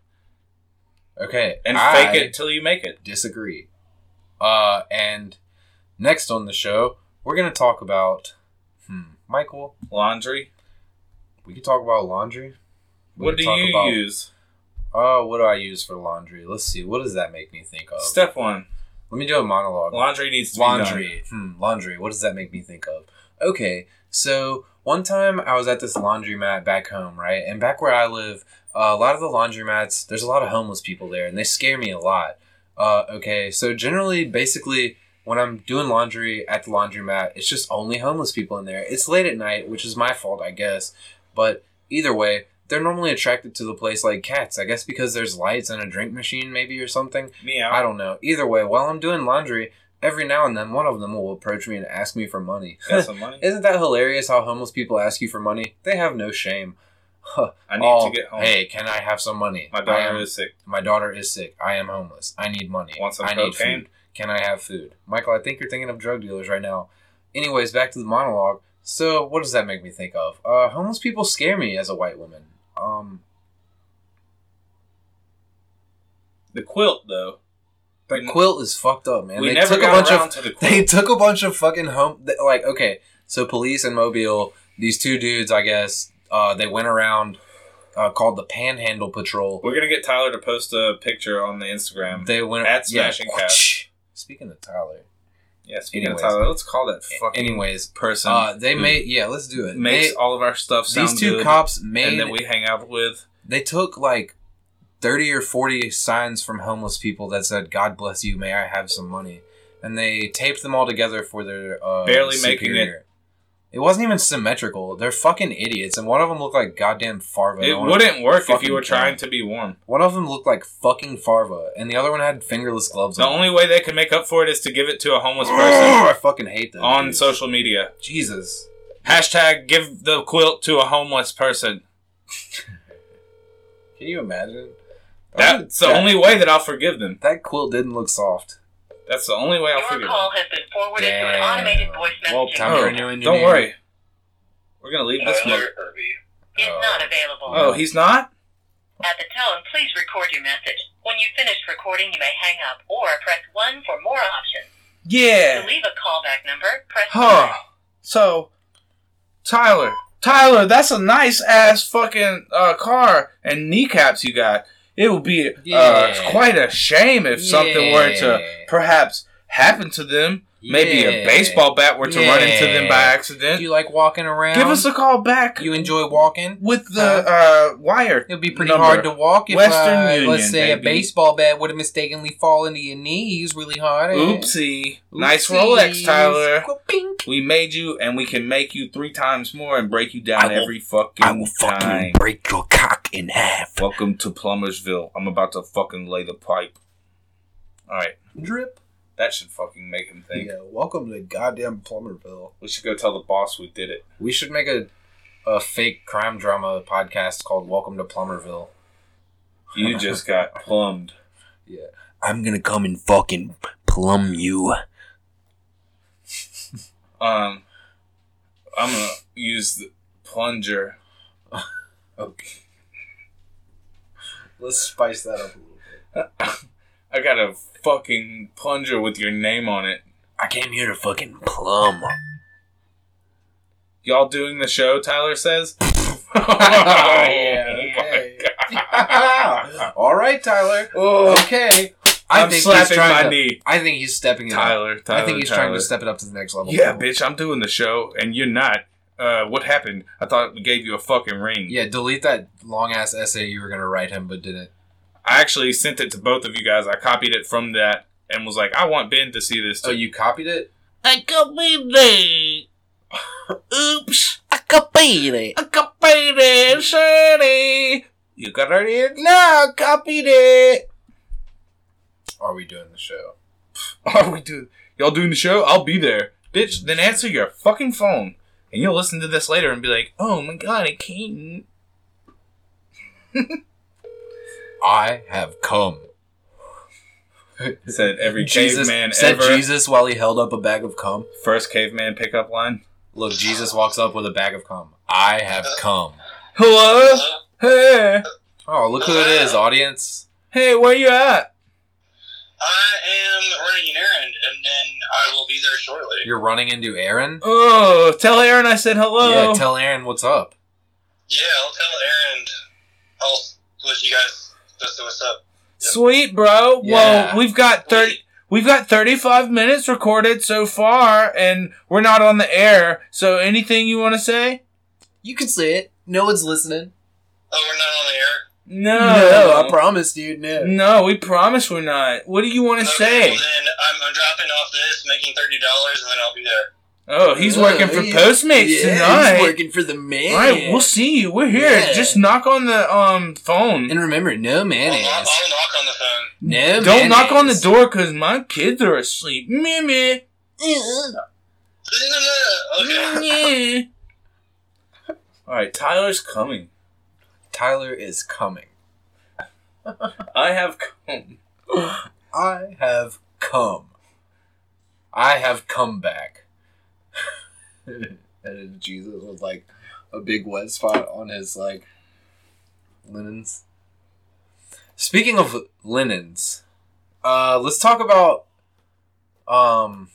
S1: Okay,
S2: and
S1: I
S2: fake it till you make it.
S1: Disagree. Uh, and next on the show, we're going to talk about hmm, Michael.
S2: Laundry.
S1: We could talk about laundry. We
S2: What
S1: could
S2: do
S1: talk
S2: you
S1: about-
S2: use?
S1: Oh, what do I use for laundry? Let's see. What does that make me think of?
S2: Step one:
S1: Let me do a monologue.
S2: laundry needs to be
S1: laundry. Hmm, laundry. What does that make me think of? Okay, so one time I was at this laundromat back home, right? And back where I live, uh, a lot of the laundromats, there's a lot of homeless people there, and they scare me a lot. Uh, okay, so generally, basically, when I'm doing laundry at the laundromat, it's just only homeless people in there. It's late at night, which is my fault, I guess. But either way, they're normally attracted to the place like cats, I guess because there's lights and a drink machine, maybe, or something.
S2: done. Meow.
S1: I don't know. Either way, while I'm doing laundry, every now and then one of them will approach me and ask me for money.
S2: Got some money.
S1: Isn't that hilarious how homeless people ask you for money? They have no shame.
S2: I need
S1: Oh,
S2: to get home.
S1: Hey, can I have some money?
S2: My
S1: I am-
S2: daughter is sick.
S1: my daughter is sick. I am homeless. I need money.
S2: Want some
S1: I
S2: cocaine?
S1: food. Can I have food? Michael, I think you're thinking of drug dealers right now. Anyways, back to the monologue. So, what does that make me think of? Uh, homeless people scare me as a white woman. Um,
S2: The quilt, though.
S1: the
S2: We-
S1: quilt is fucked up, man.
S2: we
S1: they
S2: never
S1: took a
S2: got
S1: bunch of
S2: around to the quilt.
S1: they took a bunch of fucking home th- like okay so police in mobile these two dudes i guess uh, they went around uh, called the panhandle patrol
S2: We're gonna get Tyler to post a picture on the Instagram.
S1: they went
S2: At Smashing Cats.
S1: speaking of tyler
S2: yeah, speaking
S1: Anyways.
S2: of Tyler, let's call that fucking
S1: anyways
S2: person
S1: uh, they
S2: who
S1: made yeah let's do it
S2: makes
S1: They-
S2: all of our stuff sound
S1: these two
S2: good
S1: cops
S2: and
S1: made
S2: that we hang out with.
S1: they took like 30 or 40 signs from homeless people that said god bless you may i have some money and they taped them all together for their uh,
S2: Barely making it-
S1: it it wasn't even symmetrical they're fucking idiots and one of them looked like goddamn farva
S2: It
S1: And one of-
S2: wouldn't work if
S1: fucking
S2: you were trying
S1: can't.
S2: to be warm.
S1: one of them looked like fucking farva and the other one had fingerless gloves
S2: The
S1: on
S2: only way they can make up for it is to give it to a homeless person
S1: i fucking hate them
S2: on
S1: dude.
S2: social media.
S1: jesus
S2: Hashtag give the quilt to a homeless person.
S1: can you imagine Oh,
S2: That's the
S1: that,
S2: only way that I'll forgive them.
S1: that quilt didn't look soft
S2: That's the only way I'll
S9: Your
S2: forgive
S9: call
S2: them.
S9: has been forwarded to an automated voice message.
S1: well time
S2: Oh,
S1: for a
S9: service.
S1: new engineer
S2: Don't worry. We're gonna leave this mug.
S9: Tyler Irby is not available.
S2: Oh, he's not?
S9: At the tone, please record your message. When you finish recording, you may hang up or press 1 for more options. To
S2: Yeah.
S9: leave a callback number, press
S2: Huh. So, Tyler, Tyler, that's a nice ass fucking uh, car and kneecaps you got. It would be uh,
S1: Yeah.
S2: quite a shame if something were to
S1: Yeah.
S2: perhaps happen to them. Maybe a
S1: Yeah.
S2: baseball bat were to run into them by
S1: Yeah.
S2: accident.
S1: Do you like walking around
S2: Give us a call back
S1: you enjoy walking
S2: with the uh, wire.
S1: It'd be pretty
S2: number.
S1: hard to walk if
S2: Western
S1: uh,
S2: Union,
S1: let's say
S2: baby.
S1: a baseball bat would have mistakenly fallen to your knees really hard. eh?
S2: Oopsie. Nice
S1: Oopsies.
S2: Rolex, Tyler.
S1: Quapping.
S2: We made you, and we can make you three times more and break you down every fucking time.
S6: break your cock in half.
S2: Welcome to Plumbersville. I'm about to fucking lay the pipe. All right,
S1: Drip.
S2: that should fucking make him think.
S1: Yeah, welcome to goddamn Plumberville.
S2: We should go tell the boss we did it.
S1: We should make a a fake crime drama podcast called Welcome to Plumberville.
S2: You just got plumbed.
S6: I'm gonna come and fucking plumb you.
S2: Um, I'm gonna use the plunger.
S1: Okay. Let's spice that up a little bit.
S2: I got a fucking plunger with your name on it.
S6: I came here to fucking plumb.
S2: Y'all doing the show? Tyler says.
S1: Oh, okay. All right, Tyler.
S2: Oh,
S1: Okay. I
S2: I'm
S1: think he's
S2: slapping
S1: trying
S2: my
S1: to-
S2: knee.
S1: I think he's stepping it up.
S2: Tyler, Tyler,
S1: I think he's
S2: Tyler.
S1: trying to step it up to the next level.
S2: Yeah, bitch, I'm doing the show, and you're not. Uh, what happened? I thought we gave you a fucking ring.
S1: Yeah, delete that long ass essay you were gonna write him but didn't.
S2: I actually sent it to both of you guys. I copied it from that and was like, I want Ben to see this
S1: So
S2: too.
S1: you copied it?
S6: I got me late. Oops. I got it.
S2: I copied it, Shirley. You got it? in?
S6: No, I copied it.
S1: Are we doing the show?
S2: Are we doing? Y'all doing the show? I'll be there, bitch. Then answer your fucking phone.
S10: And you'll listen to this later and be like, oh my god, I can't.
S6: I have come.
S2: Said every
S6: Jesus
S2: caveman
S6: said
S2: ever.
S6: Jesus while he held up a bag of cum.
S2: First caveman pickup line.
S6: Look, Jesus walks up with a bag of cum. I have come.
S2: Hello? Hey!
S6: Oh, look who it is, audience.
S2: Hey, where you at?
S9: I am running an errand, and then I will be there shortly.
S6: You're running into Aaron.
S2: Oh, tell Aaron I said hello.
S6: Yeah, tell Aaron what's up.
S9: Yeah, I'll tell Aaron. I'll let you guys know what's up.
S2: Sweet, bro.
S6: Yeah.
S2: Well, we've got 30 We've got 35 minutes recorded so far, and we're not on the air. So, anything you want to say?
S1: You can say it. No one's listening.
S9: Oh, we're not on the air.
S2: No.
S1: No, I promise, dude. No.
S2: No, we promise we're not. What do you want to
S9: Okay,
S2: say?
S9: Well, then I'm, I'm dropping off this, making thirty dollars, and then I'll be there.
S2: Oh, he's
S1: Oh,
S2: working for
S1: yeah.
S2: Postmates
S1: Yeah, he's
S2: tonight.
S1: working for the man.
S2: All right, we'll see you. We're here.
S1: Yeah.
S2: Just knock on the um phone.
S1: and remember, no man
S9: I'll, knock-
S1: ass.
S9: I'll knock on the phone.
S1: No man
S2: Don't knock on the
S1: ass.
S2: door because my kids are asleep. Mimi.
S9: okay.
S2: All right, Tyler's coming.
S6: Tyler is coming.
S2: I have come.
S6: I have come. I have come back. and then Jesus with like a big wet spot on his like linens. Speaking of linens, uh, let's talk about um,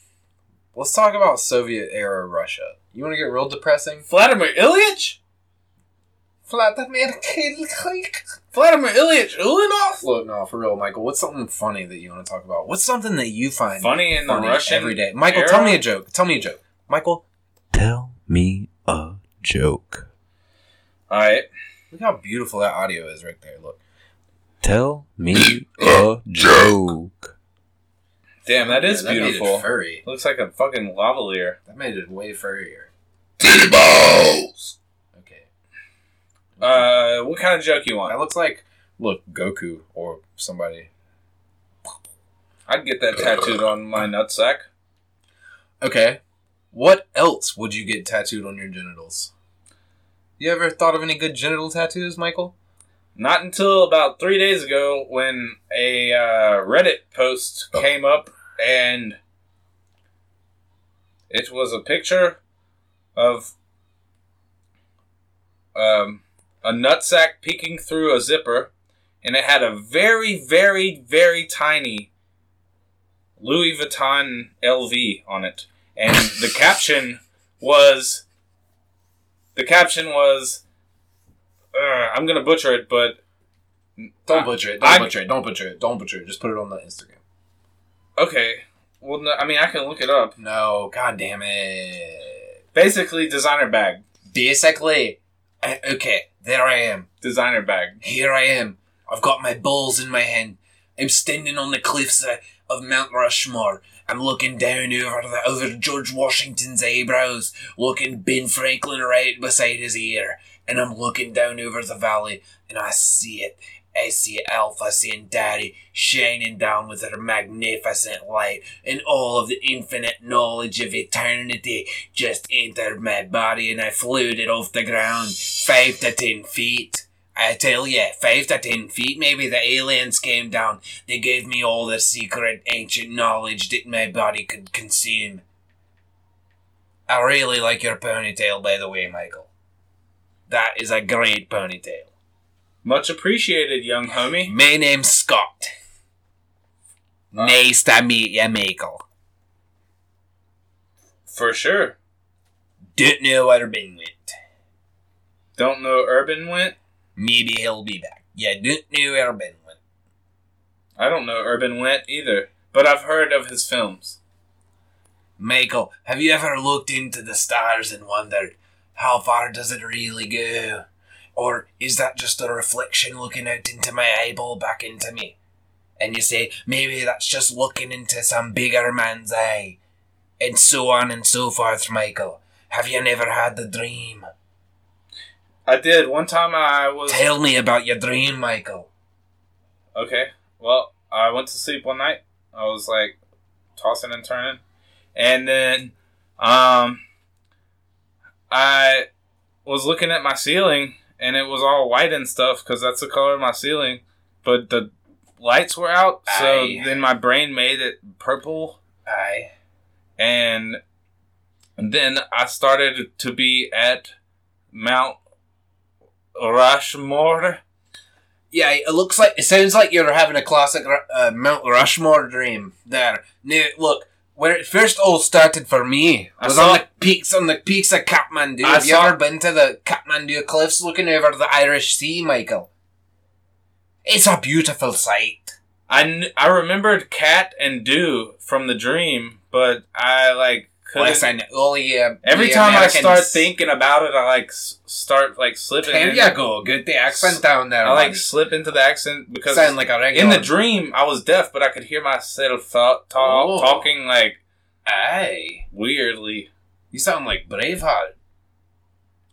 S6: let's talk about Soviet era Russia. You want to get real depressing?
S2: Vladimir Ilyich?
S6: Vladimir
S2: Vladimir Ilyich Ulanov?
S6: Look, no, for real, Michael. What's something funny that you want to talk about? What's something that you find
S2: Funny in the
S6: funny
S2: Russian
S6: every day. Michael, tell
S2: era?
S6: me a joke. Tell me a joke. Michael, tell me a joke.
S2: All right.
S6: Look how beautiful that audio is right there. Look. Tell me a joke.
S2: Damn, that is
S6: Yeah, That made
S2: beautiful.
S6: it furry.
S2: Looks like a fucking lavalier.
S6: That made it way furrier. Okay.
S2: Uh, what kind of joke you
S6: That
S2: want?
S6: looks like look Goku or somebody.
S2: I'd get that tattooed on my nutsack.
S6: Okay. What else would you get tattooed on your genitals? You ever thought of any good genital tattoos, Michael?
S2: Not until about three days ago when a uh, Reddit post came up and it was a picture of um, a nutsack peeking through a zipper and it had a very, very, very tiny Louis Vuitton LV on it. And the caption was. The caption was. Uh, I'm gonna butcher it, but
S6: Don't
S2: I-
S6: butcher it. Don't
S2: I-
S6: butcher it. Don't butcher it. Don't butcher it. Just put it on the Instagram.
S2: okay. Well, no, I mean, I can look it up.
S6: No, god damn it.
S2: Basically, designer bag,
S6: Basically, I- okay, there I am.
S2: designer bag.
S6: Here I am. I've got my balls in my hand. I'm standing on the cliffs uh, of Mount Rushmore. I'm looking down over the, over George Washington's eyebrows, looking Ben Franklin right beside his ear, and I'm looking down over the valley, and I see it. I see Alpha Centauri shining down with her magnificent light, and all of the infinite knowledge of eternity just entered my body, and I flued it off the ground five to ten feet. I tell you, five to ten feet maybe, the aliens came down. They gave me all the secret ancient knowledge that my body could consume. I really like your ponytail, by the way, Michael. That is a great ponytail.
S2: Much appreciated, young homie.
S6: My name's Scott. Nice to meet you, Michael.
S2: For sure.
S6: Don't know where Ben went.
S2: Don't know Urban went.
S6: Maybe he'll be back. Yeah, don't know where Ben went.
S2: I don't know Urban went either, but I've heard of his films.
S6: Michael, have you ever looked into the stars and wondered how far does it really go? Or is that just a reflection looking out into my eyeball back into me? And you say, maybe that's just looking into some bigger man's eye. And so on and so forth, Michael. Have you never had the dream?
S2: I did one time. I was
S6: Tell me about your dream, Michael.
S2: okay. Well, I went to sleep one night. I was like tossing and turning, and then um, I was looking at my ceiling and it was all white and stuff because that's the color of my ceiling. But the lights were out, so
S6: Aye.
S2: then my brain made it purple.
S6: I
S2: And then I started to be at Mount Rushmore.
S6: yeah, it looks like it sounds like you're having a classic Ru- uh, Mount Rushmore dream there. Now, look, where it first all started for me
S2: I
S6: was
S2: saw-
S6: on the peaks on the peaks of Kathmandu.
S2: I
S6: Have you
S2: saw-
S6: ever been to the Kathmandu cliffs, looking over the Irish Sea, Michael? It's a beautiful sight.
S2: I, kn- I remembered Cat and Dew from the dream, but I like couldn't.
S6: Listen, all you
S2: Every
S6: you
S2: time I
S6: Americans-
S2: start thinking about it, I like s- start like slipping.
S6: There
S2: in-
S6: you go. Get the accent down there.
S2: I like
S6: man.
S2: slip into the accent because
S6: sound like a regular.
S2: in the dream I was deaf, but I could hear myself thought, talk,
S6: Oh.
S2: talking like
S6: Aye.
S2: weirdly.
S6: You sound like Braveheart.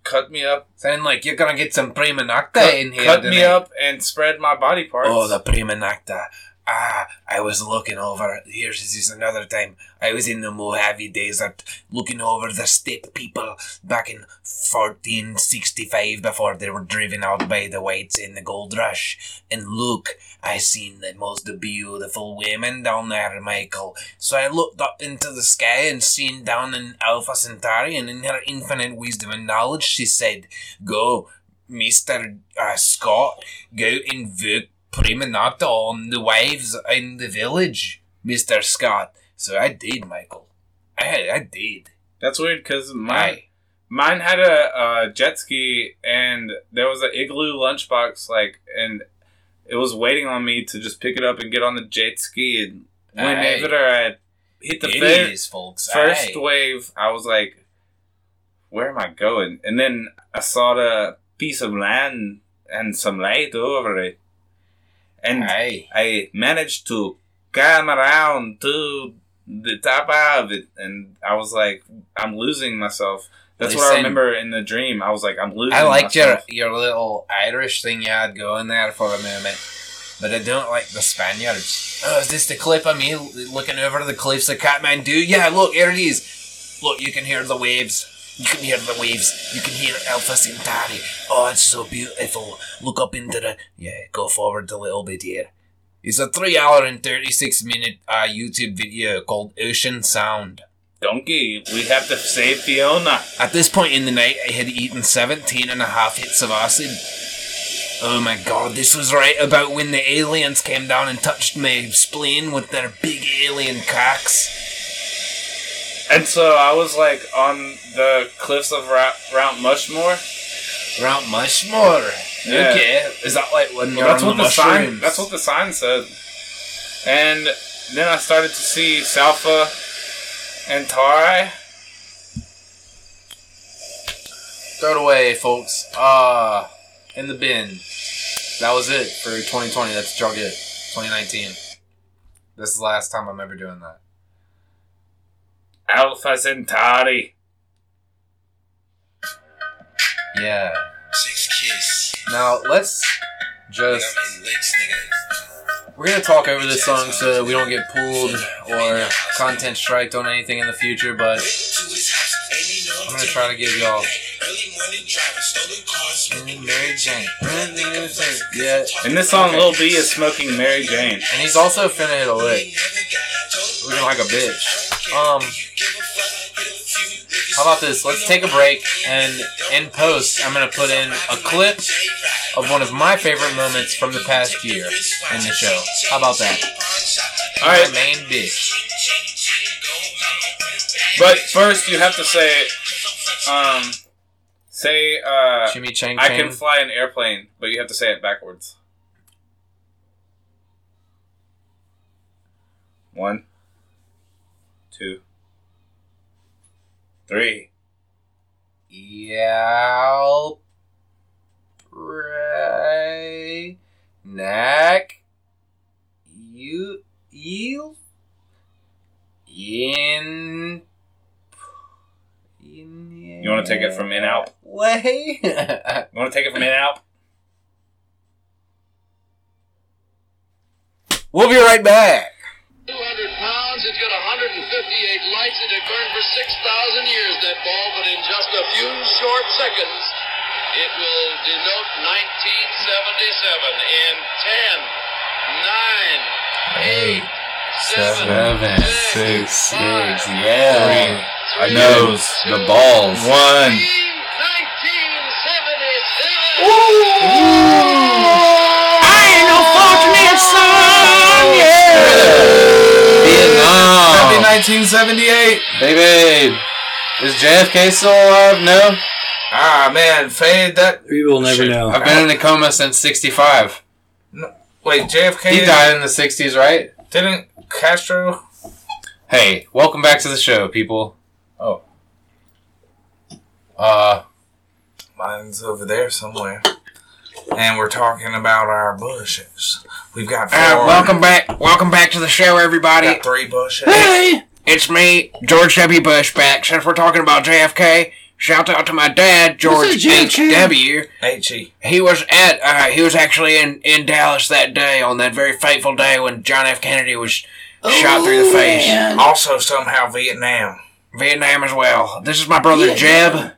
S2: Cut me up,
S6: Sound like you're gonna get some prima nocta
S2: cut,
S6: in here.
S2: cut me
S6: tonight.
S2: up, and spread my body parts.
S6: Oh, the prima nocta. Ah, I was looking over. Here's this is another time. I was in the Mojave Desert looking over the steppe people back in 1465 before they were driven out by the whites in the gold rush. And look, I seen the most beautiful women down there, Michael. So I looked up into the sky and seen down an Alpha Centauri, and in her infinite wisdom and knowledge, she said, Go, Mr. Uh, Scott, go invoke prima nocta on the wives in the village, Mr. Scott. So I did, Michael. I, I did.
S2: That's weird because mine
S6: I,
S2: mine had a, a jet ski, and there was an igloo lunchbox, like, and it was waiting on me to just pick it up and get on the jet ski. And
S6: Aye.
S2: whenever I hit the
S6: it
S2: fair,
S6: is, folks.
S2: first
S6: Aye.
S2: wave, I was like, "Where am I going?" And then I saw the piece of land and some light over it, and
S6: Aye.
S2: I managed to climb around to the top of it, and I was like, "I'm losing myself." That's what I
S6: Listen.
S2: remember in the dream. I was like, "I'm losing."
S6: I liked your,
S2: myself."
S6: your little Irish thing you had going there for a moment, but I don't like the Spaniards. Oh, is this the clip of me l- looking over the cliffs of Kathmandu? Yeah, look, here it is. Look, you can hear the waves. You can hear the waves. You can hear Alpha Centauri. Oh, it's so beautiful. Look up into the. Yeah, go forward a little bit here. It's a 3 hour and 36 minute uh, YouTube video called Ocean Sound.
S2: donkey. We have to save Fiona.
S6: At this point in the night, I had eaten 17 and a half hits of acid. Oh my god, this was right about when the aliens came down and touched my spleen with their big alien cocks.
S2: And so I was like on the cliffs of Ra- Mount Mushmore.
S6: Mount Mushmore.
S2: Yeah.
S6: Okay, is that like when you're
S2: Well, that's
S6: on
S2: what
S6: the
S2: the sign.
S6: mushrooms?
S2: That's what the sign said. And then I started to see Salfa and Tari.
S6: Throw it away, folks. Ah, in the bin. That was it for 2020. That's drug it. 2019. This is the last time I'm ever doing that.
S2: Alpha Centauri.
S6: Yeah.
S1: Six keys.
S6: Now let's just.
S1: I'm in licks, nigga.
S6: We're gonna talk over this song so we don't get pulled or content striked on anything in the future, but
S1: I'm
S6: I'm gonna try to give y'all.
S1: Early morning driving, stolen cars, smoking
S6: Mary Jane. Mm, Yeah.
S2: And this song Lil B is smoking Mary Jane.
S6: And he's also finna hit a lick. Looking like a bitch. Um. How about this? Let's take a break, and in post, I'm gonna put in a clip of one of my favorite moments from the past year in the show. How about that?
S2: All right.
S6: My main bitch.
S2: But first, you have to say, um, say, uh,
S6: Jimmy Chang
S2: I can
S6: Chang.
S2: fly an airplane, but you have to say it backwards. One, two, three.
S6: Yelp. Ray. Neck. You. Eel. In. in
S2: You wanna take it from in out?
S6: Way.
S2: You want to take it from in and out?
S6: we'll be right back.
S9: 200 pounds, he's got 150 98 lights. It had burned for 6,000 years, that ball, but in just a few short seconds, it will denote 1977 in 10, 9,
S1: Eight, seven,
S9: Seven,
S1: six,
S9: six,
S1: six,
S9: five,
S1: yeah.
S9: four,
S1: I knows
S9: three,
S1: the
S9: two,
S1: balls.
S11: One.
S9: 1977.
S1: Vietnam.
S2: Happy 1978.
S1: Baby, is JFK still alive? No,
S2: Ah, man, fade that.
S12: We will never
S2: Shit.
S12: know.
S1: I've been in a coma since '65.
S2: Wait, JFK
S1: He died in the '60s, right?
S2: didn't Castro?
S1: Hey, welcome back to the show, people.
S2: Oh.
S1: Uh,
S2: Mine's over there somewhere. And we're talking about our bushes. We've got four.
S1: Ah,
S4: Uh, welcome back, welcome back to the show, everybody.
S2: Got three bushes.
S4: Hey, it's me, George W. Bush, back. Since we're talking about JFK, shout out to my dad, George H. W.
S2: H-E.
S4: He was at, uh, he was actually in, in Dallas that day on that very fateful day when John F. Kennedy was shot through the face.
S2: Also somehow Vietnam.
S4: Vietnam as well. This is my brother Jeb.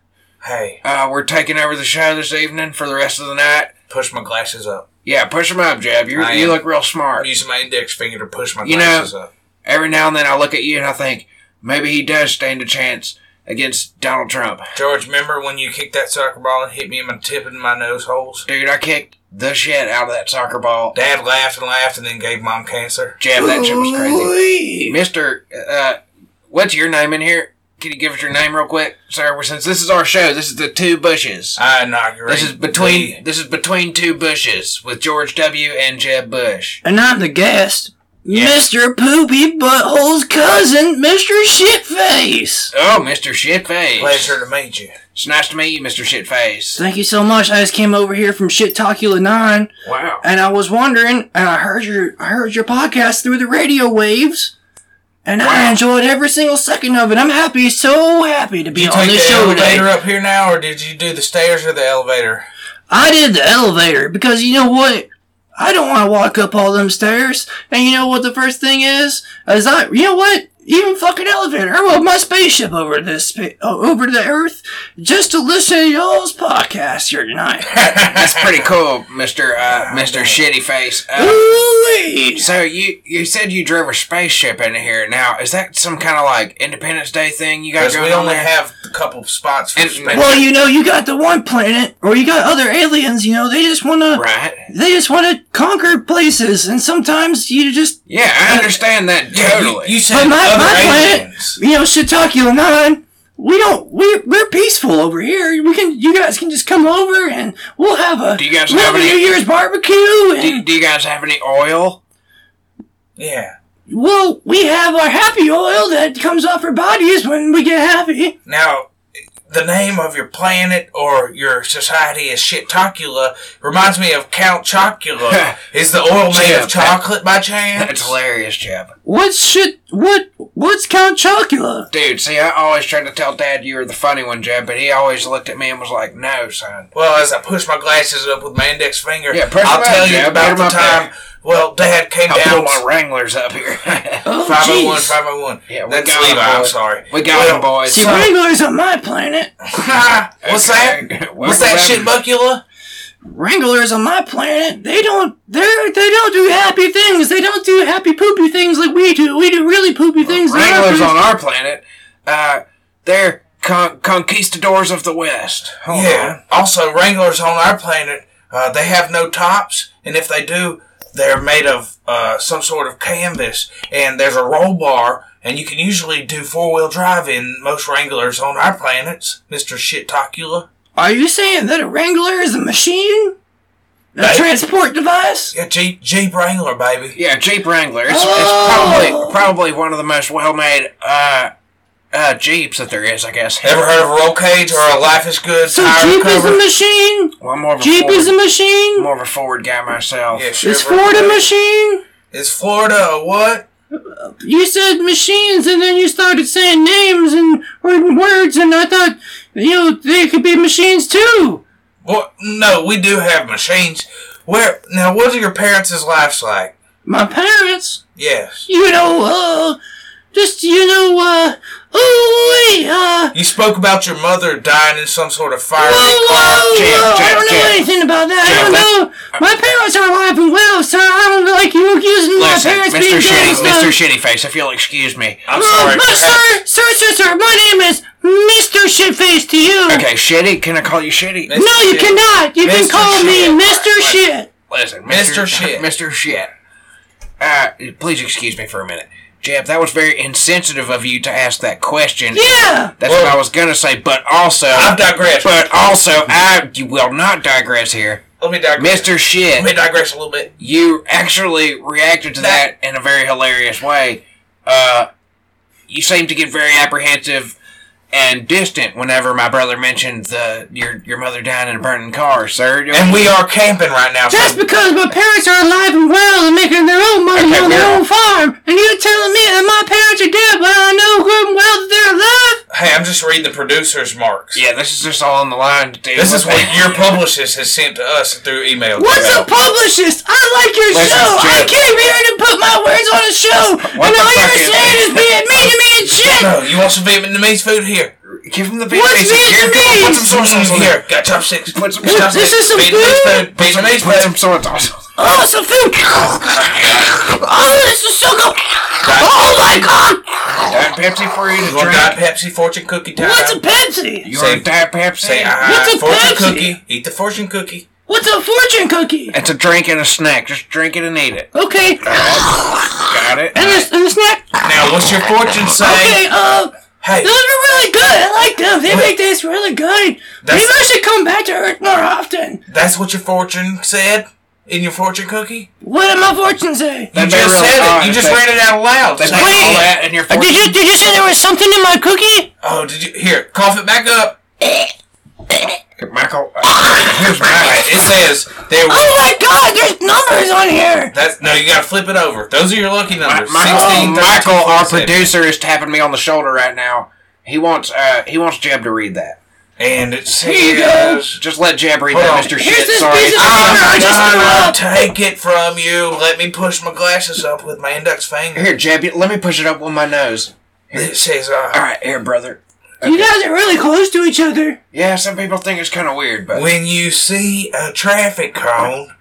S2: Hey,
S4: Uh, we're taking over the show this evening for the rest of the night.
S2: push my glasses up.
S4: Yeah, push him up, Jeb. you
S2: I
S4: you
S2: am.
S4: look real smart.
S2: I'm using my index finger to push my
S4: You know-
S2: glasses up.
S4: Every now and then I look at you and I think, maybe he does stand a chance against Donald Trump.
S2: George, remember when you kicked that soccer ball and hit me in my tip and my nose holes?
S4: Dude, I kicked the shit out of that soccer ball.
S2: Dad laughed and laughed and then gave mom cancer.
S4: Jeb, that shit was crazy. Mister, uh, what's your name in here? Can you give us your name real quick, sir? Well, Since this is our show, this is the two bushes.
S2: I inaugurated.
S4: This is between this is between two bushes with George W. and Jeb Bush.
S12: And I'm the guest, Mr. Poopy Butthole's cousin, Mr. Shitface.
S4: Oh, Mister
S2: the
S4: Shitface.
S2: pleasure to meet you.
S4: It's nice to meet you, Mister Shitface.
S12: Thank you so much. I just came over here from Shittacula 9,
S4: Wow.
S12: and I was wondering, and I heard your, I heard your podcast through the radio waves, and I enjoyed every single second of it. I'm happy, so happy to be
S2: Did you
S12: on
S2: take
S12: this
S2: the
S12: show today.
S2: elevator up here now, or did you do the stairs or the elevator?
S12: I did the elevator because you know what? I don't want to walk up all them stairs. And you know what the first thing is? Is I, you know what? Even fucking elevator. I rode my spaceship over to this, spa- oh, over to the Earth just to listen to y'all's podcast here tonight.
S4: That's pretty cool, Mister uh, Mister Shitty Face. Uh,
S12: Ooh-wee.
S4: so you you said you drove a spaceship into here. Now is that some kind of like Independence Day thing you got
S2: Because
S4: going
S2: we
S4: on
S2: only
S4: there?
S2: have a couple of spots for
S4: And-
S2: space.
S12: Well, you know, you got the one planet, or you got other aliens. You know, they just wanna,
S4: right?
S12: they just wanna conquer places, and sometimes you just
S4: Yeah, I understand that totally.
S2: You
S12: But
S2: said
S12: my,
S2: other
S12: my planet,
S2: aliens.
S12: you know, Shiitake Nine, we don't, we're, we're peaceful over here. We can, you guys can just come over and we'll have a,
S4: Do you guys
S12: we'll
S4: have
S12: a
S4: any-
S12: New Year's barbecue
S4: do,
S12: and,
S4: do you guys have any oil?
S2: Yeah.
S12: well, we have our happy oil that comes off our bodies when we get happy.
S2: Now, the name of your planet or your society is Shitacula. Reminds me of Count Chocula. is the oil made
S4: Yeah,
S2: of chocolate by chance?
S4: That's hilarious, Jeb.
S12: What's shit, what, what's Count Chocula?
S4: Dude, see, I always tried to tell Dad you were the funny one, Jeb, but he always looked at me and was like, "No, son."
S2: Well, as I push my glasses up with my index finger,
S4: Yeah, press
S2: I'll
S4: them
S2: tell
S4: up,
S2: you
S4: Jeb. Put
S2: about
S4: 'em
S2: the
S4: up
S2: time. Well, Dad came
S4: I
S2: down.
S4: pulled my Wranglers up here.
S12: Oh,
S2: 501,
S12: jeez.
S2: 501.
S4: Yeah, we
S2: That's
S4: got 'em,
S2: Levi. I'm
S4: boy.
S2: sorry.
S4: we got
S2: Well,
S4: him, boys.
S12: See, Wranglers on my planet.
S2: What's
S4: Okay.
S2: that?
S4: Welcome
S2: What's that
S4: back.
S2: shit, Buckula?
S12: Wranglers on my planet, they don't they they don't do happy things. They don't do happy poopy things like we do. We do really poopy things. on our
S4: Uh, Wranglers
S12: planet.
S4: on our planet, uh, they're con- conquistadors of the West. Hold
S2: Yeah.
S4: on.
S2: Also, Wranglers on our planet, uh, they have no tops, and if they do, they're made of uh, some sort of canvas, and there's a roll bar, and you can usually do four wheel drive in most Wranglers on our planets, Mister Shitacula.
S12: Are you saying that a Wrangler is a machine? A transport device?
S2: Yeah, Jeep Jeep Wrangler, baby.
S4: Yeah, Jeep Wrangler. It's, it's
S12: Oh.
S4: probably probably one of the most well-made uh, uh, Jeeps that there is, I guess.
S2: Ever heard of a roll cage or a life is good
S12: So
S2: tire
S12: Jeep is
S2: cover?
S12: a machine?
S4: Well, I'm more of a
S12: Jeep
S4: forward,
S12: is a machine?
S4: more of a forward guy myself.
S2: Yeah, sure.
S12: Is Ford a machine?
S2: Is Florida a what?
S12: You said machines and then you started saying names and word- words and I thought, you know, they could be machines too.
S2: Well, no, we do have machines. Where now? What are your parents' lives like?
S12: My parents
S2: Yes.
S12: you know, uh,
S9: Just you know, uh, oh wait, uh,
S2: You spoke about your mother dying in some sort of fiery
S9: whoa, whoa,
S2: car.
S9: whoa, I don't know anything about that. I don't know. My parents are alive and well, sir. I don't like you accusing my
S4: Listen,
S9: parents
S4: Mr.
S9: being dead. and
S4: Shitty, Mr.
S9: stuff.
S4: Shittyface, if you'll excuse me.
S2: I'm
S9: Oh,
S2: sorry.
S9: but
S2: perhaps-
S9: sir, sir, sir, sir, my name is Mr. Shitface to you.
S4: Okay, Shitty, can I call you Shitty?
S9: No, you cannot. You can
S4: Mr.
S9: call me
S4: Shit.
S9: Mr. Shit.
S4: Listen,
S2: Mr. Shit.
S4: Mr. Shit. Uh, please excuse me for a minute. Jeff, that was very insensitive of you to ask that question.
S9: Yeah.
S4: That's what I was gonna say, but also,
S2: I've digressed.
S4: but also, I will not digress here,
S2: Let me digress.
S4: Mister Shit.
S2: Let me digress a little bit.
S4: you actually reacted to that in a very hilarious way. Uh, you seemed to get very apprehensive and distant whenever my brother mentioned the your your mother dying in a burning car, sir.
S2: And we are camping right now. So
S9: That's because my parents are alive and well and making their own money
S4: Okay,
S9: on their
S4: we're-
S9: own farm, and you're telling me that my parents are dead, but I know good and well that they're alive.
S2: hey, I'm just reading the producer's marks.
S4: yeah, this is just all on the line. Dude.
S2: This is what your publicist has sent to us through email.
S9: What's a publicist? I like your
S4: Listen,
S9: show. I
S4: Jim.
S9: came here to put my words on a show,
S4: What
S9: and
S4: the
S9: all
S4: fuck
S9: you're
S4: is-
S9: saying is being mean to me and shit.
S2: No, you want some Vietnamese food here?
S4: give him the
S9: What's
S4: basic- here, give him- Put
S9: Vietnamese?
S4: some soy sauce on
S2: here.
S4: there.
S2: Got chopsticks.
S4: Put some
S9: What,
S4: soy
S9: this is some
S2: Vietnamese
S9: food.
S2: food. Vietnamese
S4: Put some
S2: food.
S4: soy sauce. on-
S9: Oh, some food. Oh, this is so good. Oh my god,
S4: Diet Pepsi for you to
S2: You want Diet
S4: drink.
S2: Pepsi, fortune cookie time?
S9: what's a Pepsi?
S4: You want a Diet Pepsi?
S2: Say aye.
S9: What's a
S2: fortune
S9: Pepsi?
S2: cookie. Eat the fortune cookie.
S9: What's a fortune cookie?
S4: It's a drink and a snack. Just drink it and eat it.
S9: Okay,
S4: Got it?
S9: and the, and the snack.
S2: Now, what's your fortune saying?
S9: Okay, uh,
S2: Hey,
S9: those are really good. I like them. They make this really good. Maybe I
S2: That's-
S9: should come back to Earth more often.
S2: that's what your fortune said in your fortune cookie.
S9: What did my fortune say?
S2: You just said it. You just read it out loud.
S4: They
S2: Say-
S4: put all that in your
S9: Uh, Did you did you say there was something in my cookie?
S2: Oh, did you here? Cough it back up.
S4: Michael. uh,
S2: Here's my. It says there.
S9: Oh my God! There's numbers on here.
S2: That's no. You gotta flip it over. Those are your lucky numbers.
S4: Michael,
S2: 16, 13,
S4: Michael our
S2: 47.
S4: producer, is tapping me on the shoulder right now. He wants uh, he wants Jeb to read that.
S2: And it
S9: you go.
S2: says.
S4: Just let Jeb read
S2: Hold
S4: that,
S2: on.
S4: Mr.
S9: Here's
S4: Shit.
S9: this
S4: Sorry. Ah,
S9: piece of
S2: Ah,
S9: paper I just threw
S2: I'll
S9: up.
S2: take it from you. Let me push my glasses up with my index finger.
S4: Here, Jeb, you- let me push it up with my nose.
S2: It says, uh,
S4: Alright, here, brother.
S9: You guys are really close to each other.
S4: Yeah, some people think it's kind of weird, but.
S2: when you see a traffic cone,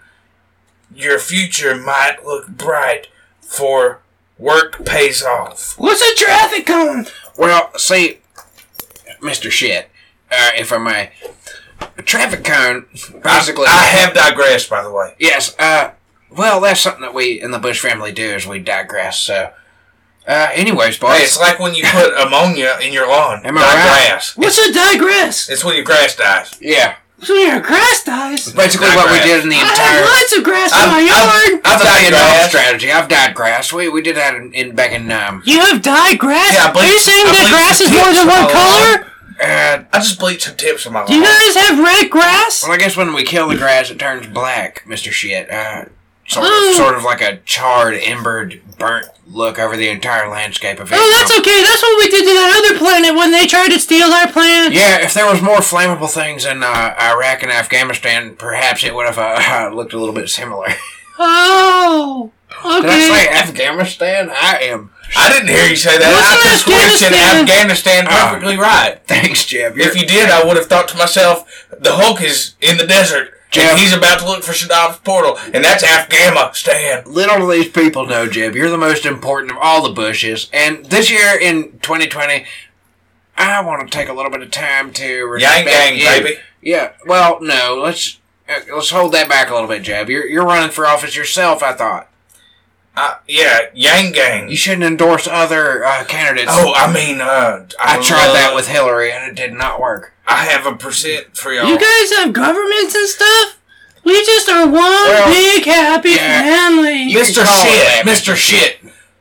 S2: your future might look bright, for work pays off.
S9: What's a traffic cone?
S4: Well, see, Mr. Shit, uh, if I may, a traffic cone, basically.
S2: I have digressed, by the way.
S4: Yes, uh, well, that's something that we in the Bush family do is we digress, so. Uh, anyways, boys.
S2: Hey, it's like when you put ammonia in your lawn.
S4: Am I right?
S2: Digress.
S9: What's a digress?
S2: It's when your grass dies.
S4: yeah.
S9: So your grass dies.
S4: Basically, what we
S2: Digress.
S4: did in the
S9: I
S4: entire.
S9: have lots of grass in
S2: I'm-
S9: my
S2: I'm-
S9: yard.
S4: I've
S2: I've
S4: died
S2: digressed.
S4: strategy. I've died grass. We, we did that in, in back in um.
S9: You have dyed grass?
S2: Yeah, I
S9: Are
S2: bleached-
S9: you saying
S2: I
S9: that grass
S2: bleached the
S9: is more
S2: tips
S9: than one
S2: of
S9: color?
S2: my
S4: Uh,
S2: I just bleached some tips on my lawn.
S9: Do you guys have red
S2: Oh,
S9: grass?
S4: well, I guess when we kill the grass, it turns black, Mister Shit. Uh, sort
S9: Oh.
S4: of, sort of like a charred, embered, burnt look over the entire landscape of it.
S9: Oh, that's okay. That's what we did to that other planet when they tried to steal our planet.
S4: Yeah, if there was more flammable things in uh, Iraq and Afghanistan, perhaps it would have uh, looked a little bit similar.
S9: Oh.
S4: Did I say
S9: Okay.
S4: Afghanistan? I am.
S2: I didn't hear you say that.
S9: What's
S2: I
S9: in
S2: just would have said Afghanistan
S4: Ah.
S2: perfectly right.
S4: Thanks, Jeb. You're-
S2: If you did, I would have thought to myself, the Hulk is in the desert,
S4: Jeff.
S2: and he's about to look for Shaddam's portal, and that's Afghanistan.
S4: little do these people know, Jeb, you're the most important of all the Bushes. And this year in 2020, I want to take a little bit of time to
S2: Yang
S4: respect
S2: gang,
S4: you.
S2: baby.
S4: Yeah. Well, no. Let's uh, let's hold that back a little bit, Jeb. You're you're running for office yourself. I thought
S2: Uh, yeah, Yang gang.
S4: you shouldn't endorse other uh, candidates.
S2: Oh, I mean, uh,
S4: I tried that
S2: love-
S4: with Hillary and it did not work.
S2: I have a percent for y'all.
S9: You guys have governments and stuff? We just are one big happy
S4: yeah.
S9: family.
S4: You
S2: Mr.
S4: can call it that,
S2: Shit, Mr. Shit,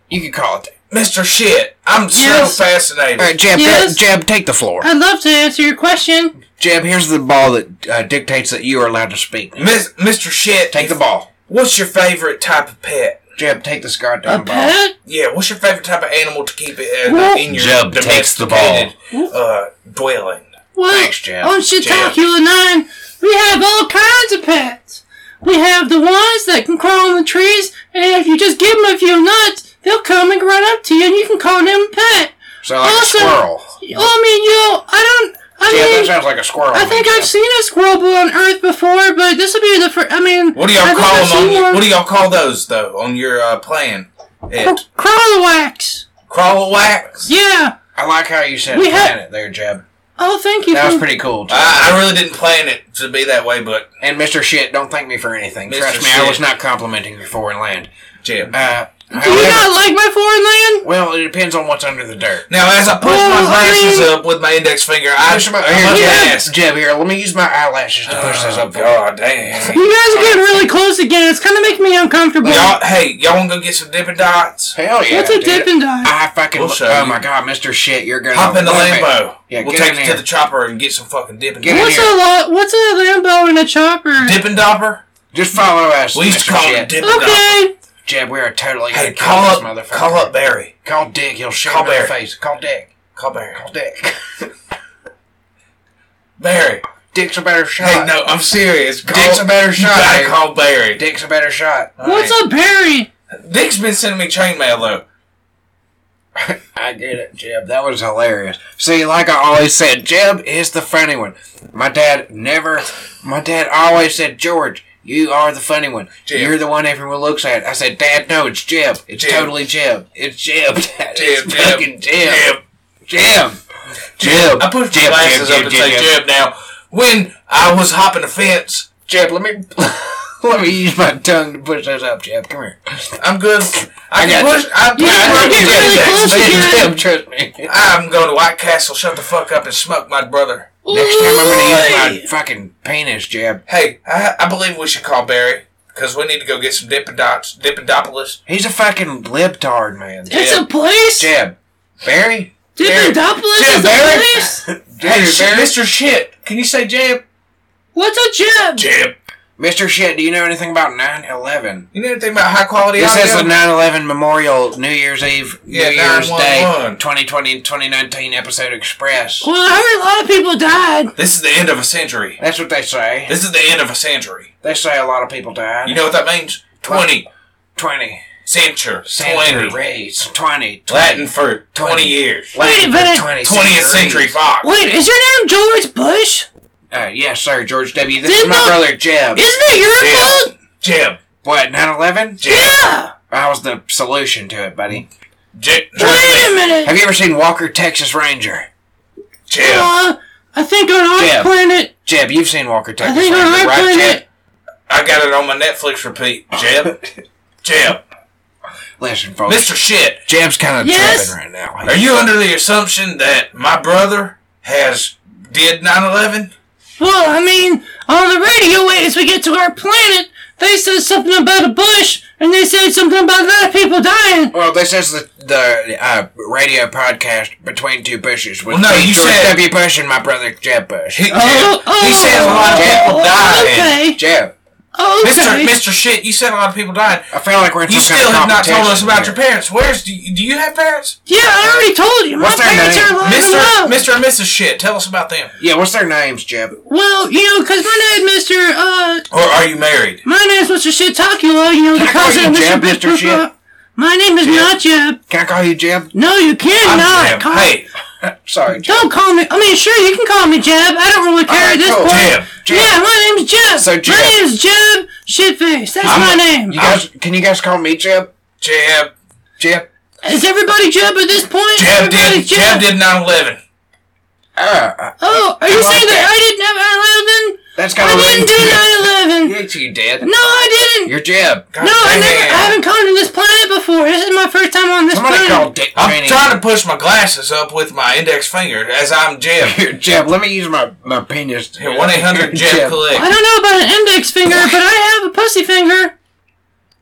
S4: You could call it. that.
S2: Mr. Shit. I'm
S9: Yes.
S2: so fascinated.
S4: All right, Jeb.
S9: Yes.
S4: Jeb, take the floor.
S9: I'd love to answer your question.
S4: Jeb, here's the ball that uh, dictates that you are allowed to speak.
S2: Mis- Mr. Shit,
S4: Take the ball.
S2: What's your favorite type of pet?
S4: Jeb, take this goddamn
S9: A
S4: ball.
S9: pet?
S2: Yeah, what's your favorite type of animal to keep it uh,
S9: Well-
S2: in your
S4: Jeb takes the
S2: domesticated, uh, dwelling?
S9: Well,
S4: Thanks, Jeff.
S9: on Chautauqua 9, we have all kinds of pets. We have the ones that can crawl on the trees, and if you just give them a few nuts, They'll come and run up to you, and you can call them pet.
S4: Sound like
S9: Also-
S4: a squirrel.
S9: Well, I mean, you know, I don't. I
S4: yeah, that
S9: mean,
S4: sounds like a squirrel.
S9: I think I've seen a squirrel boy on Earth before, but this will be the first. I mean,
S2: What
S9: I
S2: do y'all
S9: think
S2: call
S9: I've
S2: them on?
S9: seen one.
S2: What do y'all call those though on your uh, plan? It
S9: Crawl wax.
S2: crawl wax.
S9: Yeah.
S4: I like how you said
S9: We
S4: planet
S9: had-
S4: there, Jeb.
S9: Oh, thank you.
S4: That was
S9: for-
S4: pretty cool. Jeb.
S2: I, I really didn't plan it to be that way, but
S4: and Mr. Shit, don't thank me for anything.
S2: Mr.
S4: Trust me, I was
S2: Shit.
S4: not complimenting your foreign land.
S2: Jeb.
S4: Uh,
S9: do you
S4: however-
S9: not like my foreign land?
S4: well, it depends on what's under the dirt.
S2: Now, as I push
S9: Well,
S2: my
S9: I
S2: glasses
S9: mean-
S2: up with my index finger, I
S4: Push 'em up.
S2: I
S4: Here,
S2: hear
S4: Jeb,
S2: Jazz.
S4: Jeb, here, let me use my eyelashes to push this
S2: Oh,
S4: up. for you.
S2: God damn.
S9: You guys are getting really close again. It's kind of making me uncomfortable.
S2: Y'all, hey, y'all want to go get some Dippin' Dots?
S4: Hell yeah.
S9: What's a
S4: dude.
S9: dip and dive?
S4: I fucking.
S2: We'll show
S4: oh
S2: you.
S4: my god, Mr. Shit, you're gonna.
S2: Hop in the
S4: love it.
S2: Lambo.
S4: Yeah,
S2: we'll
S4: get
S2: take
S4: in
S2: it
S4: there.
S2: to the chopper and get some fucking Dippin'
S4: Get in
S2: Dots.
S9: What's
S4: here.
S9: a lot? What's a Lambo and a chopper?
S2: Dippin' Dopper?
S4: Just follow us.
S2: We used to
S4: Mr.
S2: call
S4: Shit.
S2: it Dippin' Dopper.
S9: okay.
S4: Jeb, we are totally gonna
S2: Hey,
S4: kill
S2: call
S4: this
S2: up,
S4: motherfucker.
S2: call up Barry.
S4: Call Dick. He'll shoot
S2: Call
S4: him in the
S2: Barry.
S4: face. Call Dick.
S2: Call Barry.
S4: Call Dick.
S2: Barry.
S4: Dick's a better shot.
S2: Hey, no, I'm serious. Call,
S4: Dick's a better
S2: you
S4: shot,
S2: gotta
S4: Barry.
S2: call Barry.
S4: Dick's a better shot.
S9: What's up, Barry?
S2: Dick's been sending me chain mail though.
S4: I get it, Jeb. That was hilarious. See, like I always said, Jeb is the funny one. My dad never. My dad always said, George, you are the funny one.
S2: Jeb.
S4: You're the one everyone looks at. I said, Dad, no, it's Jeb. It's
S2: Jeb.
S4: totally Jeb. It's Jeb. Dad.
S2: Jeb,
S4: it's
S2: Jeb,
S4: fucking Jeb. Jeb. Jeb.
S2: I pushed my glasses up to say Jeb now. When I was hopping the fence,
S4: Jeb, let me let me use my tongue to push this up, Jeb. Come here.
S2: I'm good. I,
S4: I
S2: can
S4: got
S2: push. I'm,
S9: Yeah,
S2: I'm,
S9: we're getting really close again.
S4: Jeb, trust me.
S2: I'm going to White Castle. Shut the fuck up and smoke my brother.
S4: Next time I'm gonna use my fucking penis, Jeb.
S2: Hey, I, I believe we should call Barry because we need to go get some Dippin' Dots, Dippindopolis.
S4: He's a fucking libtard, man.
S9: It's a
S2: Jeb.
S9: place.
S4: Jeb. Barry? Barry.
S9: Dippendopolis is
S4: Jeb,
S9: a
S4: Barry.
S9: place.
S2: Hey,
S4: Dude,
S2: shit,
S4: Barry?
S2: Mr. Shit, can you say Jeb?
S9: What's a Jeb?
S2: Jeb.
S4: Mr. Shit, do you know anything about 9 11?
S2: You know anything about high quality
S4: This
S2: audio?
S4: is the 9 11 Memorial New Year's Eve,
S2: Yeah,
S4: New Year's Day
S2: 9/11.
S4: 2020 2019 episode Express.
S9: Well, I heard a lot of people died.
S2: this is the end of a century.
S4: That's what they say.
S2: This is the end of a century.
S4: They say a lot of people died.
S2: You know what that means? 20.
S4: 20.
S2: Century. 20.
S4: Centuries. 20. 20.
S2: Latin for 20
S4: Twenty.
S2: years.
S9: Wait a minute.
S4: 20
S2: 20th century Fox.
S9: Wait, is your name George Bush?
S4: Uh, yes, sir, George W. This
S9: Did
S4: is my
S9: not-
S4: brother, Jeb.
S9: Isn't it your
S2: Yeah.
S9: fault? Ah,
S2: Jeb.
S4: What, 9 11?
S9: Yeah.
S4: I was the solution to it, buddy.
S2: Jeb.
S9: Wait a minute.
S4: Have you ever seen Walker, Texas Ranger?
S2: Jeb.
S9: Uh, I think on our
S4: Jeb.
S9: planet,
S4: Jeb, you've seen Walker,
S9: I
S4: Texas
S9: think on
S4: Ranger,
S9: our
S4: right,
S9: planet,
S4: Jeb?
S2: I got it on my Netflix repeat. Jeb. Jeb.
S4: Listen, folks.
S2: Mr. Shit.
S4: Jeb's kind of
S9: Yes?
S4: tripping right now.
S2: Are you under the assumption that my brother has did 9/11?
S9: well, I mean, on the radio waves we get to our planet, they said something about a bush, and they said something about a lot of people dying.
S4: Well, this is the, the uh, radio podcast between two bushes with
S2: Well, no,
S4: me,
S2: you
S4: George
S2: said-
S4: W. Bush and my brother Jeb Bush.
S2: He,
S9: Oh,
S2: Jeb, he said a lot of
S4: oh,
S2: people died.
S9: Okay.
S4: Jeb,
S9: Oh, okay.
S2: Mr. Mr. Shit, you said a lot of people died.
S4: I feel like we're in
S2: You
S4: some
S2: still have
S4: kind of
S2: not told us
S4: competition
S2: about
S4: here.
S2: your parents. Where's do you, do you have parents?
S9: Yeah, I already told you. My
S4: What's their
S9: parents
S4: name?
S9: are alive and
S2: Mr.
S9: well.
S2: Mr. and Mrs. Shit, tell us about them.
S4: Yeah, what's their names, Jeb?
S9: Well, you know, because my name, Mister. Uh,
S2: Or are you married?
S9: my name's Mister Shitakula. You know, the
S4: I call
S9: cousin
S4: you
S9: of Mister
S4: Jeb, Mr.
S9: Big
S4: Shit?
S9: Poopa. My name is not Jeb.
S4: Can I call you Jeb?
S9: No, you cannot.
S2: Jeb.
S9: Call,
S2: Hey,
S4: Sorry, Jeb.
S9: Don't call me. I mean, sure, you can call me Jeb. I don't really care at
S4: Alright,
S9: this
S4: cool.
S9: point.
S2: Jeb.
S4: Jeb.
S9: Yeah, my name's Jeb.
S4: So Jeb.
S9: My name's Jeb Shitface. That's my name.
S4: You guys, can you guys call me Jeb?
S2: Jeb.
S4: Jeb?
S9: Is everybody Jeb at this point?
S2: Jeb did
S9: Everybody's
S2: Jeb did 9/11.
S4: Uh,
S9: Oh, are you
S4: like
S9: saying that
S4: that.
S9: I didn't have 9/11?
S4: that's kind
S9: I
S4: of
S9: didn't do 9/11.
S4: Yes, Oh, you did.
S9: No, I didn't.
S4: You're Jeb.
S2: God
S9: no, I
S2: damn.
S9: never. I haven't come to this planet before. This is my first time on this
S4: Somebody
S9: planet.
S4: call Dick
S2: I'm
S4: Cheney.
S2: trying to push my glasses up with my index finger as I'm Jeb.
S4: Here, Jeb, let me use my, my penis. to-
S2: One eight hundred Jeb
S4: Jeb.
S9: I
S2: collect.
S9: don't know about an index finger, but I have a pussy finger.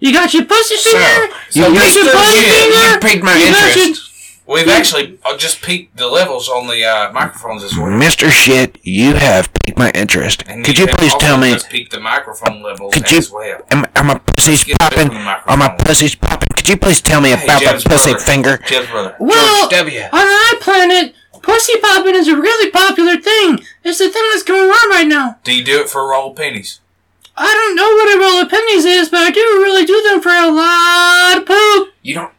S9: You got your pussy finger.
S4: you
S9: you got
S4: piqued-
S9: your pussy
S2: you-
S9: finger.
S4: you piqued my
S9: got your-
S4: interest.
S2: We've actually uh, just peaked the levels on the uh, microphones this morning.
S6: Mr. Shit, you have piqued my interest.
S2: And
S6: Could you
S2: have
S6: please
S2: also
S6: tell me,
S2: Just peaked the microphone levels
S6: Could you-
S2: as well.
S6: am, are my pussies
S2: Get away
S6: popping?
S2: from the
S6: Are my
S2: microphone.
S6: pussies popping? Could you please tell me
S2: Hey,
S6: about
S2: Jeb's
S6: the pussy
S2: brother.
S6: finger?
S2: Jeb's brother.
S9: Well,
S4: George W.
S9: on our planet, pussy popping is a really popular thing. It's the thing that's going on right now.
S2: Do you do it for rolled pennies?
S9: I don't know what a roll of pennies is, but I do really do them for a lot of poop.
S4: You don't.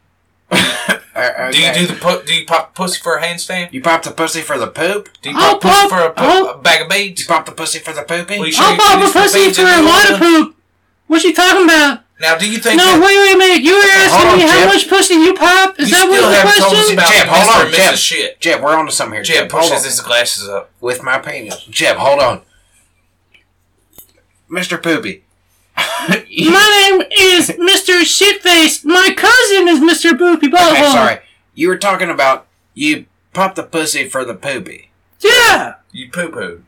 S4: Uh,
S2: Do you
S4: okay.
S2: do the pu- do you pop pussy for a handstand?
S4: You popped the pussy for the poop?
S2: Do you
S9: I'll
S2: pop pussy
S9: pop-
S2: for a, pu-
S9: I'll-
S2: a bag of
S4: You
S2: beads?
S4: popped the pussy for the
S2: Will you
S4: poopy?
S2: show
S9: I'll
S2: your
S9: pop
S2: titties
S9: a
S2: for
S9: pussy
S2: beads
S9: for
S2: in
S9: a
S2: the
S9: lot of
S2: water?
S9: poop. What you talking about?
S2: Now, do you think
S9: No,
S2: that
S9: wait, wait a minute. You were
S4: hold
S9: asking me
S4: on,
S9: how
S4: Jeff.
S9: much pussy you pop. Is
S2: you
S9: that
S2: still haven't
S9: what
S2: told us
S9: the
S2: about
S9: question?
S4: Jeb,
S2: Mr.
S4: hold on,
S2: and Mrs.
S4: Jeb.
S2: Shit?
S4: Jeb, we're onto something here.
S2: Jeb
S4: Jeb, hold on.
S2: pushes his glasses up.
S4: With my penis. Jeb, hold on. Mr. Poopy.
S9: My name is Mr. Shitface. My cousin is Mr. Boopy Butthole.
S4: Okay, sorry. You were talking about you popped the pussy for the poopy.
S9: Yeah,
S2: You poo poo.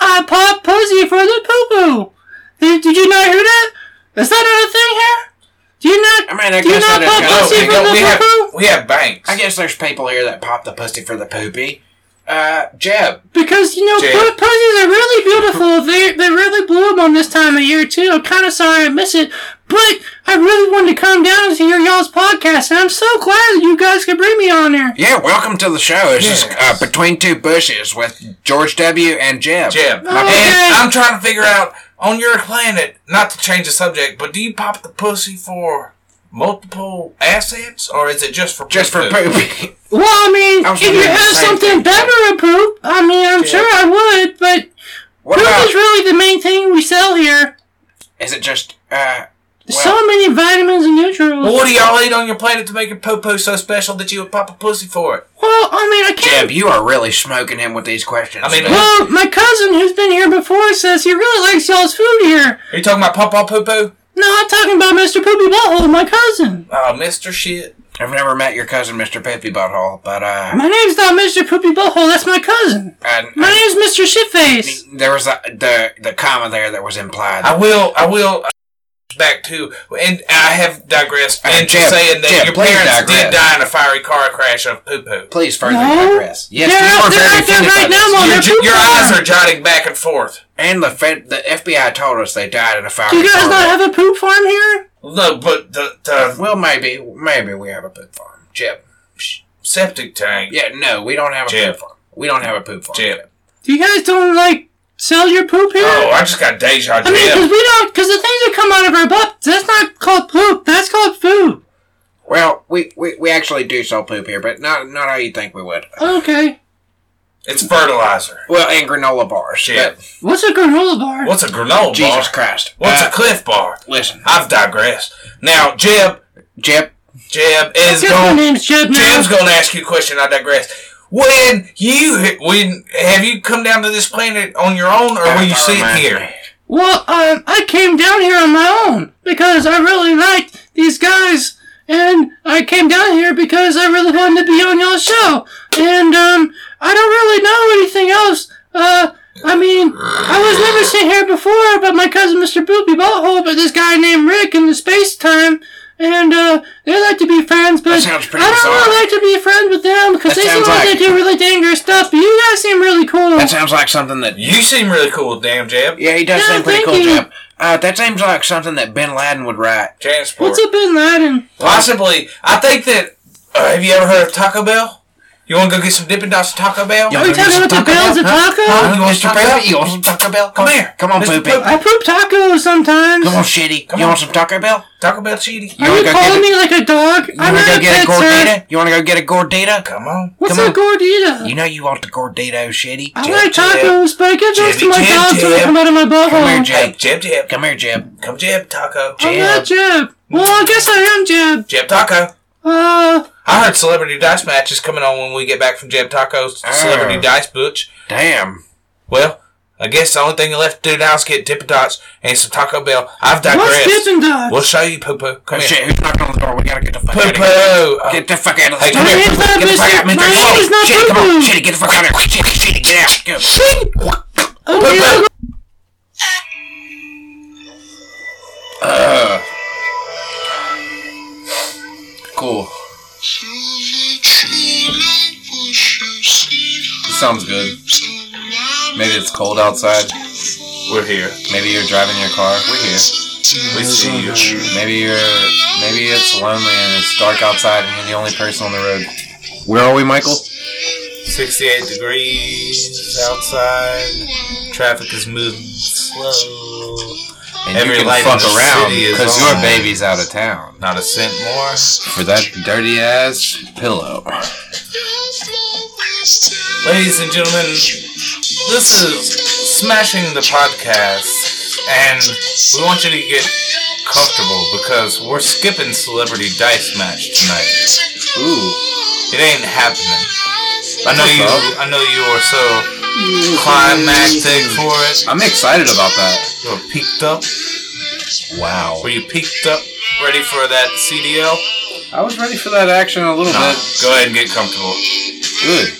S9: I pop pussy for the poo poo. Did, did you not hear that? Is that not a thing here? Do you
S4: I
S9: not?
S4: mean, I
S9: Do you
S4: guess
S9: not
S4: that
S9: pop
S4: is
S9: pussy
S2: we
S9: for
S2: go- we
S9: the
S2: have-
S9: poo poo?
S2: We have banks.
S4: I guess there's people here that pop the pussy for the poopy. Uh, Jeb.
S9: Because you know,
S2: Jeb.
S9: pu- pussies are really beautiful. They they really bloom on this time of year too. I'm kind of sorry I miss it, but I really wanted to come down and hear y'all's podcast, and I'm so glad that you guys could bring me on there.
S4: Yeah, welcome to the show. This is uh, Between Two Bushes with George W. and Jeb.
S2: Jeb.
S9: Oh, okay.
S2: And I'm trying to figure out on your planet, not to change the subject, but do you pop the pussy for multiple assets or is it just for
S4: Just for
S2: poo-poo?
S4: poopy.
S9: Well, I mean,
S4: I was
S9: if you
S4: wondering the
S9: have
S4: same
S9: something
S4: thing.
S9: better to poop, I mean, I'm sure I would, but
S4: What
S9: poop
S4: about?
S9: is really the main thing we sell here.
S4: Uh. Is it just uh?
S9: There's so many vitamins and nutrients.
S2: Well, what do y'all eat on your planet to make your poo poo so special that you would pop a pussy for it?
S9: Well, I mean, I can't.
S4: Jeb, you are really smoking him with these questions.
S2: I mean,
S4: man.
S9: Well, my cousin who's been here before says he really likes y'all's food here.
S2: Are you talking about Papa Poo Poo?
S9: No, I'm talking about Mr. Poopy Butthole, my cousin.
S2: Oh, Mr. Shit.
S4: I've never met your cousin, Mr. Poopy Butthole, but uh,
S9: My name's not Mr. Poopy Butthole, that's my cousin.
S4: I,
S9: My
S4: I-
S9: name's Mr. Shitface.
S4: there was a, the the comma there that was implied.
S2: I will, I will uh, back to, and I have digressed
S4: Uh,
S2: into
S4: Jeb,
S2: saying that
S4: Jeb,
S2: your
S4: please
S2: parents did
S4: digress.
S2: die in a fiery car crash of poo poo.
S4: Please further
S9: No.
S4: digress. Yes,
S9: They're
S4: you
S9: out
S4: are
S9: there-
S4: very
S9: out there
S4: offended
S9: right
S4: by
S9: now,
S4: this.
S9: Mom.
S2: Your,
S9: they're
S2: j- your
S9: pooping
S2: eyes
S9: on.
S2: are jotting back and forth.
S4: And the Fed, the FBI told us they died in a fire.
S9: Do you guys not have a poop farm here?
S2: No, but the, the
S4: Well, maybe, maybe we have a poop farm, Jeb.
S2: septic tank.
S4: Yeah, no, we don't have a
S2: Jeb.
S4: poop farm. We don't have a poop farm.
S2: Jeb.
S9: Do you guys don't, like, sell your poop here?
S2: Oh, I just got deja vu.
S9: I mean, because we don't, because the things that come out of our butt, that's not called poop, that's called food.
S4: Well, we, we we actually do sell poop here, but not not how you think we would.
S9: Okay.
S2: it's fertilizer.
S4: Well, and granola bars.
S2: Jeb.
S4: but-
S9: What's a granola bar?
S2: What's a granola
S4: Jesus
S2: bar?
S4: Christ.
S2: What's
S4: Uh,
S2: a cliff bar?
S4: listen,
S2: I've digressed. Now, Jeb,
S4: Jeb?
S2: Jeb is
S9: Guess my
S2: going.
S9: name's Jeb now.
S2: Jim's gonna ask you a question. I digress. When you when have you come down to this planet on your own, or were you
S4: That
S2: sent
S4: reminds
S2: here?
S4: me.
S9: Well, um, I came down here on my own because I really liked these guys, and I came down here because I really wanted to be on y'all's show. And um, I don't really know anything else. Uh, I mean, I was never seen here before, but my cousin Mr. Boopy Butthole, but this guy named Rick in the space time. And uh, they like to be friends, but I
S4: sounds
S9: don't
S4: pretty
S9: really
S4: bizarre.
S9: like to be friends with them because
S4: That
S9: they seem
S4: sounds
S9: like,
S4: like-
S9: they do really dangerous stuff. But you guys seem really cool.
S4: That sounds like something that.
S2: You seem really cool, damn Jeb.
S4: Yeah, he does
S9: Yeah,
S4: seem
S9: thank
S4: pretty cool,
S9: you.
S4: Jeb. Uh, that seems like something that Bin Laden would write.
S2: Jansport.
S9: What's up, Bin Laden?
S2: Possibly, I think that. Uh, have you ever heard of Taco Bell? You want to go get some Dippin' Dots at Taco Bell?
S9: Are
S4: Yo,
S9: you
S4: Maybe we
S9: talking about
S4: should
S9: the
S4: talk
S9: bells of
S4: about-
S9: taco?
S2: Huh? You want
S4: Mr.
S2: some Taco
S4: Bell?
S2: Bell?
S4: You want some Taco Bell?
S2: Come here.
S4: Come on,
S2: Mr.
S4: Poopy.
S2: Poopy.
S9: I poop tacos sometimes.
S4: Come on, shitty.
S2: Come
S4: you
S2: on.
S4: want some Taco Bell?
S2: Taco Bell cheaty.
S9: Are you,
S4: wanna go
S9: calling
S4: get
S9: me like a dog?
S4: You
S9: I'm
S4: wanna
S9: not
S4: go
S9: a
S4: get
S9: pet,
S4: a gordita?
S9: sir.
S4: You wanna go get a gordita?
S2: Come on.
S9: What's a
S4: Come on.
S9: gordita?
S4: You know you want the gordito, shitty.
S9: I
S4: Jeb,
S9: like
S4: Jeb.
S9: tacos, but I give those to
S2: Jimmy,
S9: my
S2: Jim,
S9: dogs when they
S2: Jim.
S9: come out of my
S4: Come here,
S9: butthole.
S2: Hey,
S4: Jeb.
S2: Jeb, Jeb,
S4: Come here, Jeb.
S2: come Jeb Taco.
S9: I'm not
S4: Jeb.
S9: Jeb. Well, I guess I am Jeb.
S2: Jeb Taco.
S9: Uh,
S2: I heard Celebrity Dice Match is coming on when we get back from Jeb Taco's Celebrity
S4: Oh.
S2: Dice Butch.
S4: Damn.
S2: Well, I guess the only thing left to do now is get Dippin' Dots and some Taco Bell. I've
S9: what's
S2: digressed.
S9: Dippin' Dots?
S2: We'll show you, Poo Poo.
S4: Oh,
S2: Come
S4: shit,
S2: here.
S4: who's knocking on the door? We gotta get the fuck
S2: Poo
S4: out of here.
S2: Poo.
S4: Get the fuck out of the
S2: Hey,
S4: store.
S2: come here,
S4: Get
S9: Poo Poo.
S4: the fuck out,
S9: My
S4: Mr.
S9: name is
S4: Shitty.
S9: not
S4: Shitty, come
S9: Poo
S4: on.
S9: Poo.
S4: Shitty, get the fuck out of here. Shitty, shitty, get out. Go.
S9: Okay, I'll go-
S4: Cool. Sounds good. Maybe it's cold outside.
S2: We're here.
S4: Maybe you're driving your car. We're here.
S2: We see you.
S4: Maybe you're. Maybe it's lonely and it's dark outside and you're the only person on the road. Where are we, Michael?
S2: 68 degrees outside. Traffic is moving slow.
S1: and
S2: Every
S1: you can
S2: light
S1: fuck
S2: in the
S1: around
S2: city is
S1: because your
S2: on.
S1: baby's out of town
S2: Not a cent more.
S1: for that dirty ass pillow.
S2: Ladies and gentlemen, this is Smashing the Podcast, and we want you to get comfortable because we're skipping Celebrity Dice Match tonight.
S1: Ooh,
S2: It ain't happening. I know you. I know you are so climactic for it.
S1: I'm excited about that.
S2: You're peaked up.
S1: Wow,
S2: Were you peaked up? Ready for that CDL?
S1: I was ready for that action a little
S2: Nah,
S1: bit.
S2: go ahead and get comfortable.
S1: Good.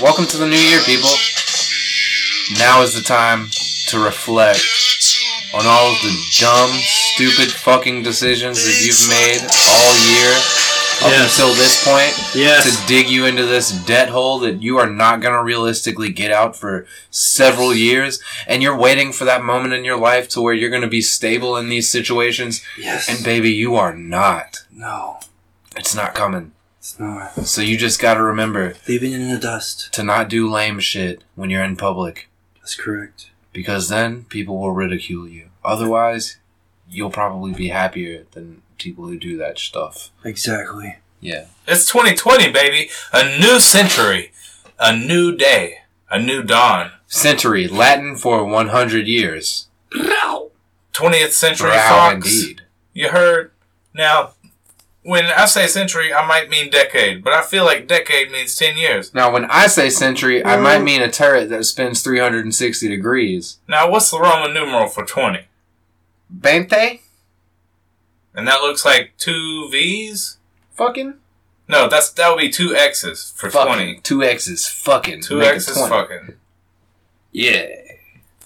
S1: Welcome to the new year, people. Now is the time to reflect on all of the dumb, stupid fucking decisions that you've made all year up
S9: Yes.
S1: until this point
S9: Yes.
S1: to dig you into this debt hole that you are not going to realistically get out for several years. And you're waiting for that moment in your life to where you're going to be stable in these situations.
S9: Yes.
S1: And baby, you are not.
S9: no.
S1: It's not coming.
S9: It's not.
S1: So you just got to remember
S9: Leaving it in the dust.
S1: to not do lame shit when you're in public
S9: That's correct.
S1: because then people will ridicule you. Otherwise, you'll probably be happier than people who do that stuff.
S9: Exactly.
S1: Yeah.
S2: It's 2020, baby. A new century, a new day, a new dawn.
S1: Century, Latin for 100 years.
S2: 20th century
S1: Wow,
S2: Fox.
S1: indeed.
S2: You heard? Now, when I say century, I might mean decade, but I feel like decade means 10 years.
S1: Now, when I say century, I might mean a turret that spins 360 degrees.
S2: Now, what's the Roman numeral for 20?
S1: Bente?
S2: And that looks like two V's?
S1: Fucking?
S2: No, that's that would be two X's for
S1: Fucking.
S2: 20.
S1: Two X's. Fucking.
S2: Two
S1: Make it
S2: X's
S1: 20.
S2: fucking.
S1: Yeah.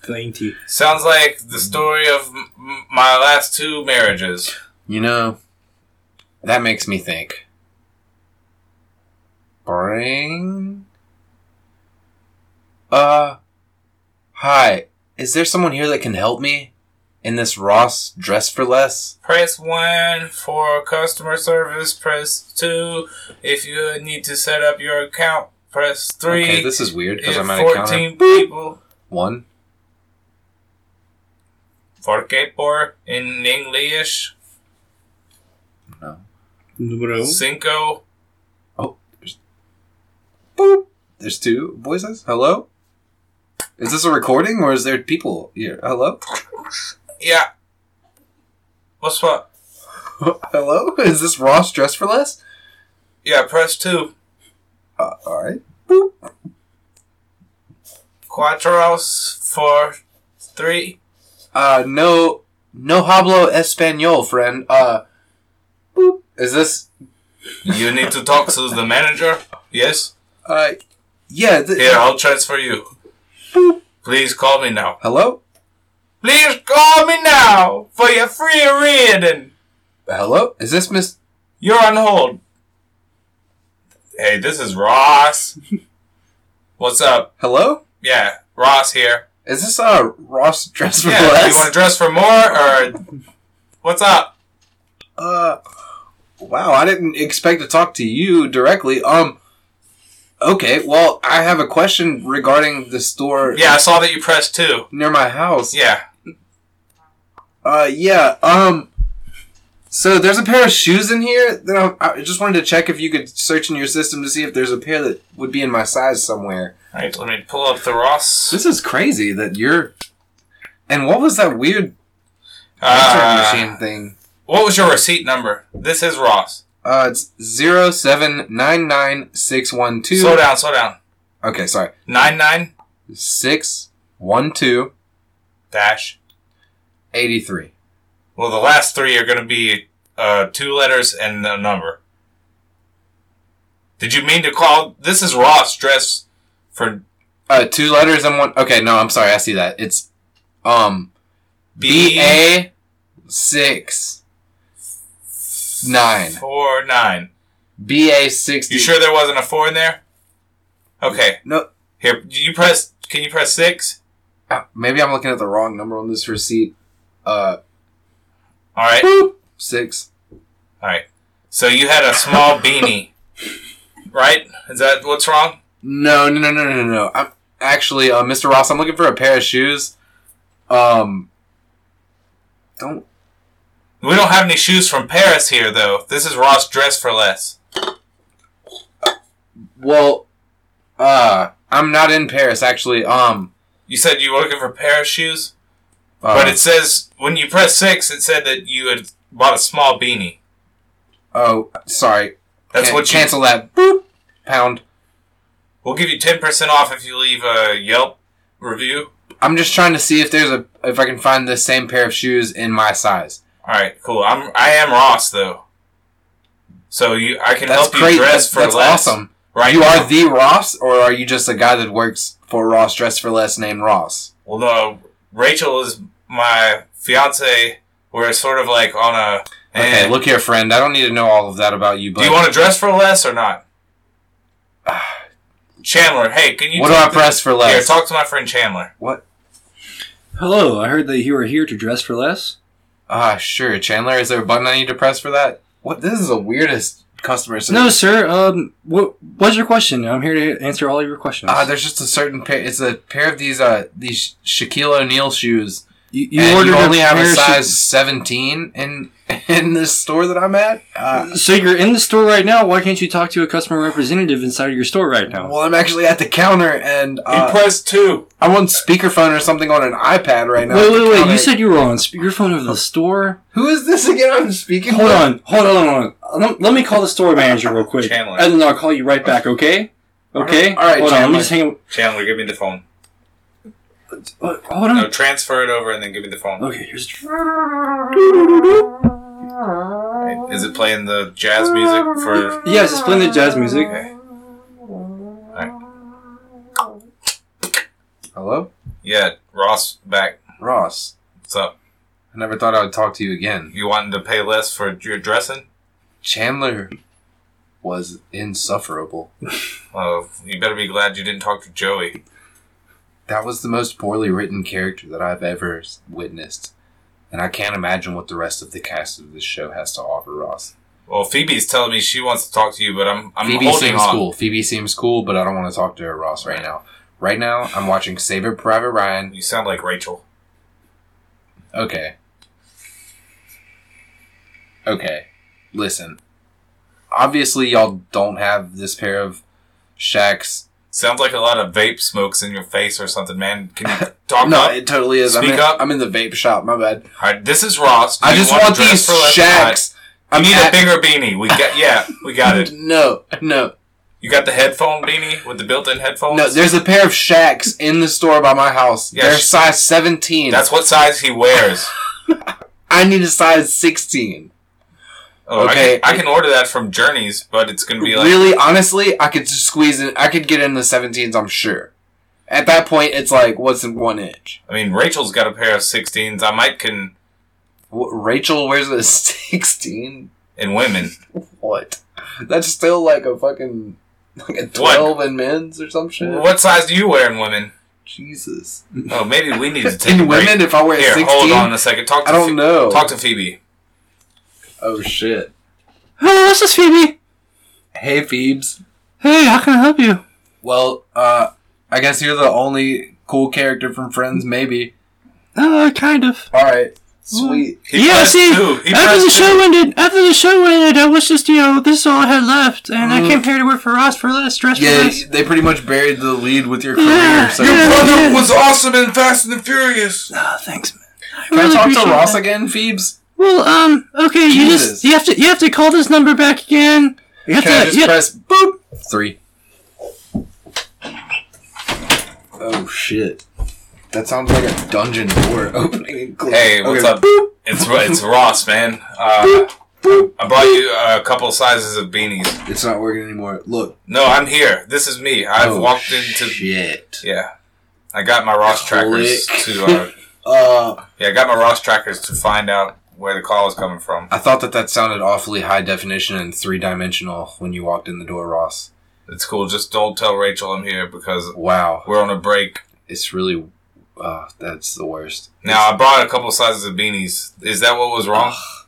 S9: Dainty.
S2: Sounds like the story of m- m- my last two marriages.
S1: You know, that makes me think. Bring. Uh. Hi. Is there someone here that can help me? In this Ross dress for less?
S2: Press 1 for customer service. Press 2 if you need to set up your account. Press 3
S1: Okay, this is weird because
S2: if
S1: I'm at a
S2: 14
S1: counter.
S2: people.
S1: One.
S2: Porque por in English.
S1: No.
S9: Numero.
S2: Cinco.
S1: Boop. There's two voices. Hello? Is this a recording or is there people here? Hello?
S2: Yeah. What's what?
S1: Hello? Is this Ross dress for less?
S2: Yeah, press 2.
S1: Uh, alright.
S2: Cuatros for 3.
S1: Uh, no, no hablo español, friend. Uh, boop. Is this?
S2: You need to talk to the manager? Yes?
S1: Uh, yeah. Th-
S2: Here, I'll transfer you. Please call me now.
S1: Hello.
S2: Please call me now for your free reading.
S1: Hello. Is this Miss?
S2: You're on hold. Hey, this is Ross. What's up?
S1: Hello.
S2: Yeah, Ross here.
S1: Is this uh Ross dress for
S2: Yeah,
S1: less?
S2: you want to dress for more or what's up?
S1: uh, wow. I didn't expect to talk to you directly. Um. Okay. Well, I have a question regarding the store
S2: Yeah, I saw that you pressed two.
S1: near my house.
S2: Yeah,
S1: Uh, yeah. Um, so there's a pair of shoes in here that I'm, I just wanted to check if you could search in your system to see if there's a pair that would be in my size somewhere.
S2: All right. Let me pull up the Ross.
S1: This is crazy that you're. And what was that weird
S2: Uh,
S1: answering machine thing?
S2: What was your receipt number? This is Ross.
S1: Uh, it's zero seven nine nine six one two.
S2: Slow down, slow down.
S1: Okay, sorry.
S2: Nine nine
S1: Six one two
S2: dash.
S1: eighty three.
S2: Well, the last three are going to be uh, two letters and a number. Did you mean to call? This is Ross dress for
S1: Uh, two letters and one. Okay, no, I'm sorry. I see that. It's um B A six nine.
S2: four nine.
S1: B A sixty.
S2: You sure there wasn't a four in there? Okay.
S1: No.
S2: Here, you press. Can you press six?
S1: Uh, Maybe I'm looking at the wrong number on this receipt. Uh,
S2: All right.
S1: boop six.
S2: All right. So you had a small beanie, right? Is that what's wrong?
S1: No, no, no, no, no, no. I'm actually, uh, Mr. Ross. I'm looking for a pair of shoes. Um,
S9: Don't.
S2: We don't have any shoes from Paris here, though. This is Ross Dress for Less.
S1: Well, uh, I'm not in Paris actually. Um,
S2: You said you were looking for Paris shoes,
S1: uh,
S2: but it says when you press six, it said that you had bought a small beanie.
S1: oh, sorry.
S2: That's
S1: Can-
S2: what you.
S1: cancel that. Boop. Pound.
S2: We'll give you ten percent off if you leave a Yelp review.
S1: I'm just trying to see if there's a if I can find the same pair of shoes in my size.
S2: All right, cool. I'm I am Ross though, so you I can
S1: That's
S2: help you
S1: Oh, great.
S2: dress
S1: That's,
S2: for
S1: that's
S2: less.
S1: awesome.
S2: Right?
S1: You
S2: now.
S1: are the Ross, or are you just a guy that works for Ross Dress for Less named Ross?
S2: Well, no, Rachel is my fiance. We're sort of like on a.
S1: Okay,
S2: eh.
S1: look here, friend. I don't need to know all of that about you, but
S2: do you want to dress for less or not? Chandler, hey, can you?
S1: what do I
S2: talk to-
S1: press for
S2: Here,
S1: less?
S2: talk to my friend Chandler.
S1: what?
S12: Hello, I heard that you were here to dress for less.
S1: Ah, sure. Chandler, is there a button I need to press for that? What? This is the weirdest customer
S12: No,
S1: service.
S12: sir. Um, what, what's your question? I'm here to answer all your questions.
S4: Uh,
S1: Ah, there's just a certain pair. It's a pair of these uh these Shaquille O'Neal shoes.
S12: you,
S1: You,
S12: you ordered
S1: you only
S12: a
S1: have a
S12: pair of
S1: size 17 in in this store that I'm at. Uh,
S12: shoes- So you're in the store right now. Why can't you talk to a customer representative inside of your store right now?
S1: well, I'm actually at the counter, and uh,
S2: pressed two.
S1: I'm on speakerphone or something on an iPad right now.
S12: wait, wait, wait.
S1: Kinda-
S12: You said you were on speakerphone of the store.
S1: who is this again? I'm speaking.
S12: Hold
S1: with?
S12: on, hold on, hold on. Let, let me call the store manager real quick,
S2: Chandler.
S12: and then I'll call you right back. Okay? Okay.
S1: All right,
S12: Hold on. Let
S1: Chandler.
S12: me just hang.
S2: Chandler, give me the phone.
S12: uh, Hold
S1: Hmm.
S2: No,
S12: on.
S2: transfer it over and then give me the phone.
S12: Okay. Here's.
S2: Is it playing the jazz music for?
S12: Yes, it's playing the jazz music.
S2: Okay.
S1: Hello,
S2: Yeah, Ross back.
S1: Ross.
S2: What's up?
S1: I never thought I would talk to you again.
S2: You wanting to pay less for your dressing?
S1: Chandler was insufferable.
S2: Well, Oh, you better be glad you didn't talk to Joey.
S1: That was the most poorly written character that I've ever s- witnessed, and I can't imagine what the rest of the cast of this show has to offer. Ross.
S2: Well, Phoebe's telling me she wants to talk to you, but I'm I'm
S1: Phoebe
S2: holding
S1: seems
S2: on.
S1: cool. Phoebe seems cool, but I don't want to talk to her, Ross, right now. Right now, I'm watching Saving Private Ryan.
S2: You sound like Rachel.
S1: Okay. Okay. Listen. Obviously, y'all don't have this pair of shacks.
S2: Sounds like a lot of vape smokes in your face or something, man. Can you talk
S1: No,
S2: up?
S1: it totally is. I'm
S2: Speak
S1: in,
S2: up.
S1: I'm in the vape shop. My bad.
S2: All right, this is Ross. Do
S1: I
S2: you
S1: just
S2: to
S1: want
S2: dress
S1: these
S2: for less or not?
S1: shacks.
S2: I
S1: I'm
S2: need
S1: at-
S2: a bigger beanie. We got yeah, we got it.
S1: No, no,
S2: You got the headphone beanie with the built-in headphones.
S1: no. There's a pair of shacks in the store by my house.
S2: Yeah,
S1: They're
S2: sh-
S1: size 17.
S2: That's what size he wears.
S1: I need a size 16.
S2: Oh,
S1: Okay.
S2: I can, I can order that from Journeys, but it's gonna be like
S1: really, honestly, I could just squeeze in. I could get in the 17s. I'm sure. At that point, it's like what's in one inch.
S2: I mean, Rachel's got a pair of 16s. I might can
S1: Wh- Rachel wears a 16?
S2: in women.
S1: What? That's still like a fucking like a 12 in men's or some shit.
S2: What size do you wear in women?
S1: Jesus.
S2: Oh, maybe we need to take a
S1: In
S2: break.
S1: women if I wear a
S2: Here,
S1: 16?
S2: hold on a second. Talk to
S1: I don't
S2: Phoe-
S1: know.
S2: Talk to Phoebe.
S1: oh shit.
S12: Hello, Oh, this is Phoebe.
S1: Hey Phoebes.
S12: Hey, how can I help you?
S1: Well, uh I guess you're the only cool character from Friends maybe.
S12: Uh, kind of.
S1: All right. Sweet.
S2: He
S12: yeah,
S2: pressed
S12: see,
S2: two. He
S12: after the
S2: pressed
S12: show ended, after the show ended, I was just, you know, this is all I had left, and I came here to work for Ross for less, dress for
S1: Mm. Yeah,
S12: less.
S1: they pretty much buried the lead with your
S12: Yeah,
S1: career. So
S12: yeah.
S2: Brother was awesome in Fast and the Furious.
S12: Oh, thanks, man. I
S1: Can I talk to
S12: appreciate
S1: Ross
S12: that.
S1: again, Phoebes?
S12: Well, um, okay, you
S1: Jesus.
S12: just, you have to, you have to call this number back again. You have
S1: Can I
S12: to,
S1: just
S12: you-
S1: press boop three? Oh shit! That sounds like a dungeon door Oh, opening. And closing.
S2: Hey, what's
S1: Okay,
S2: up? It's it's Ross, man. Uh, I brought you uh, a couple sizes of beanies.
S1: It's not working anymore. Look,
S2: No, I'm here. This is me. I've
S1: Oh,
S2: walked into
S1: shit.
S2: yeah. I got my Ross trackers
S1: Click.
S2: to uh,
S1: Uh,
S2: yeah. I got my Ross trackers to find out where the call was coming from.
S1: I thought that that sounded awfully high definition and three dimensional when you walked in the door, Ross.
S2: It's cool. Just don't tell Rachel I'm here because
S1: Wow,
S2: we're on a break.
S1: it's really. Uh, that's the worst.
S2: Now I brought a couple sizes of beanies. Is that what was wrong?
S1: Ah.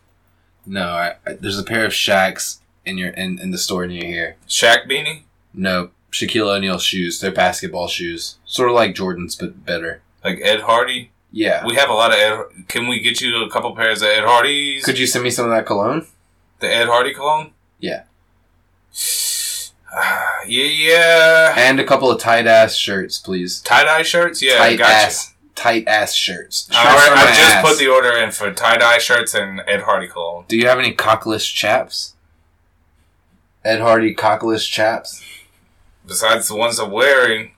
S1: No, I, I, there's a pair of shacks in your in, in the store near here.
S2: Shaq beanie?
S1: No, Shaquille O'Neal shoes. They're basketball shoes, sort of like Jordans, but better.
S2: Like Ed Hardy?
S1: Yeah.
S2: We have a lot of Ed. Can we get you a couple pairs of Ed Hardy's?
S1: Could you send me some of that cologne?
S2: the Ed Hardy cologne?
S1: Yeah.
S2: Ah, yeah, yeah.
S1: And a couple of tight ass shirts, pleys.
S2: Tie dye shirts? Yeah,
S1: tight
S2: gotcha.
S1: ass, tight ass shirts.
S2: I,
S1: Shirts for
S2: I
S1: my
S2: just
S1: ass.
S2: put the order in for tie dye shirts and Ed Hardy cologne.
S1: Do you have any cockless chaps? Ed Hardy cockless chaps.
S2: Besides the ones I'm wearing,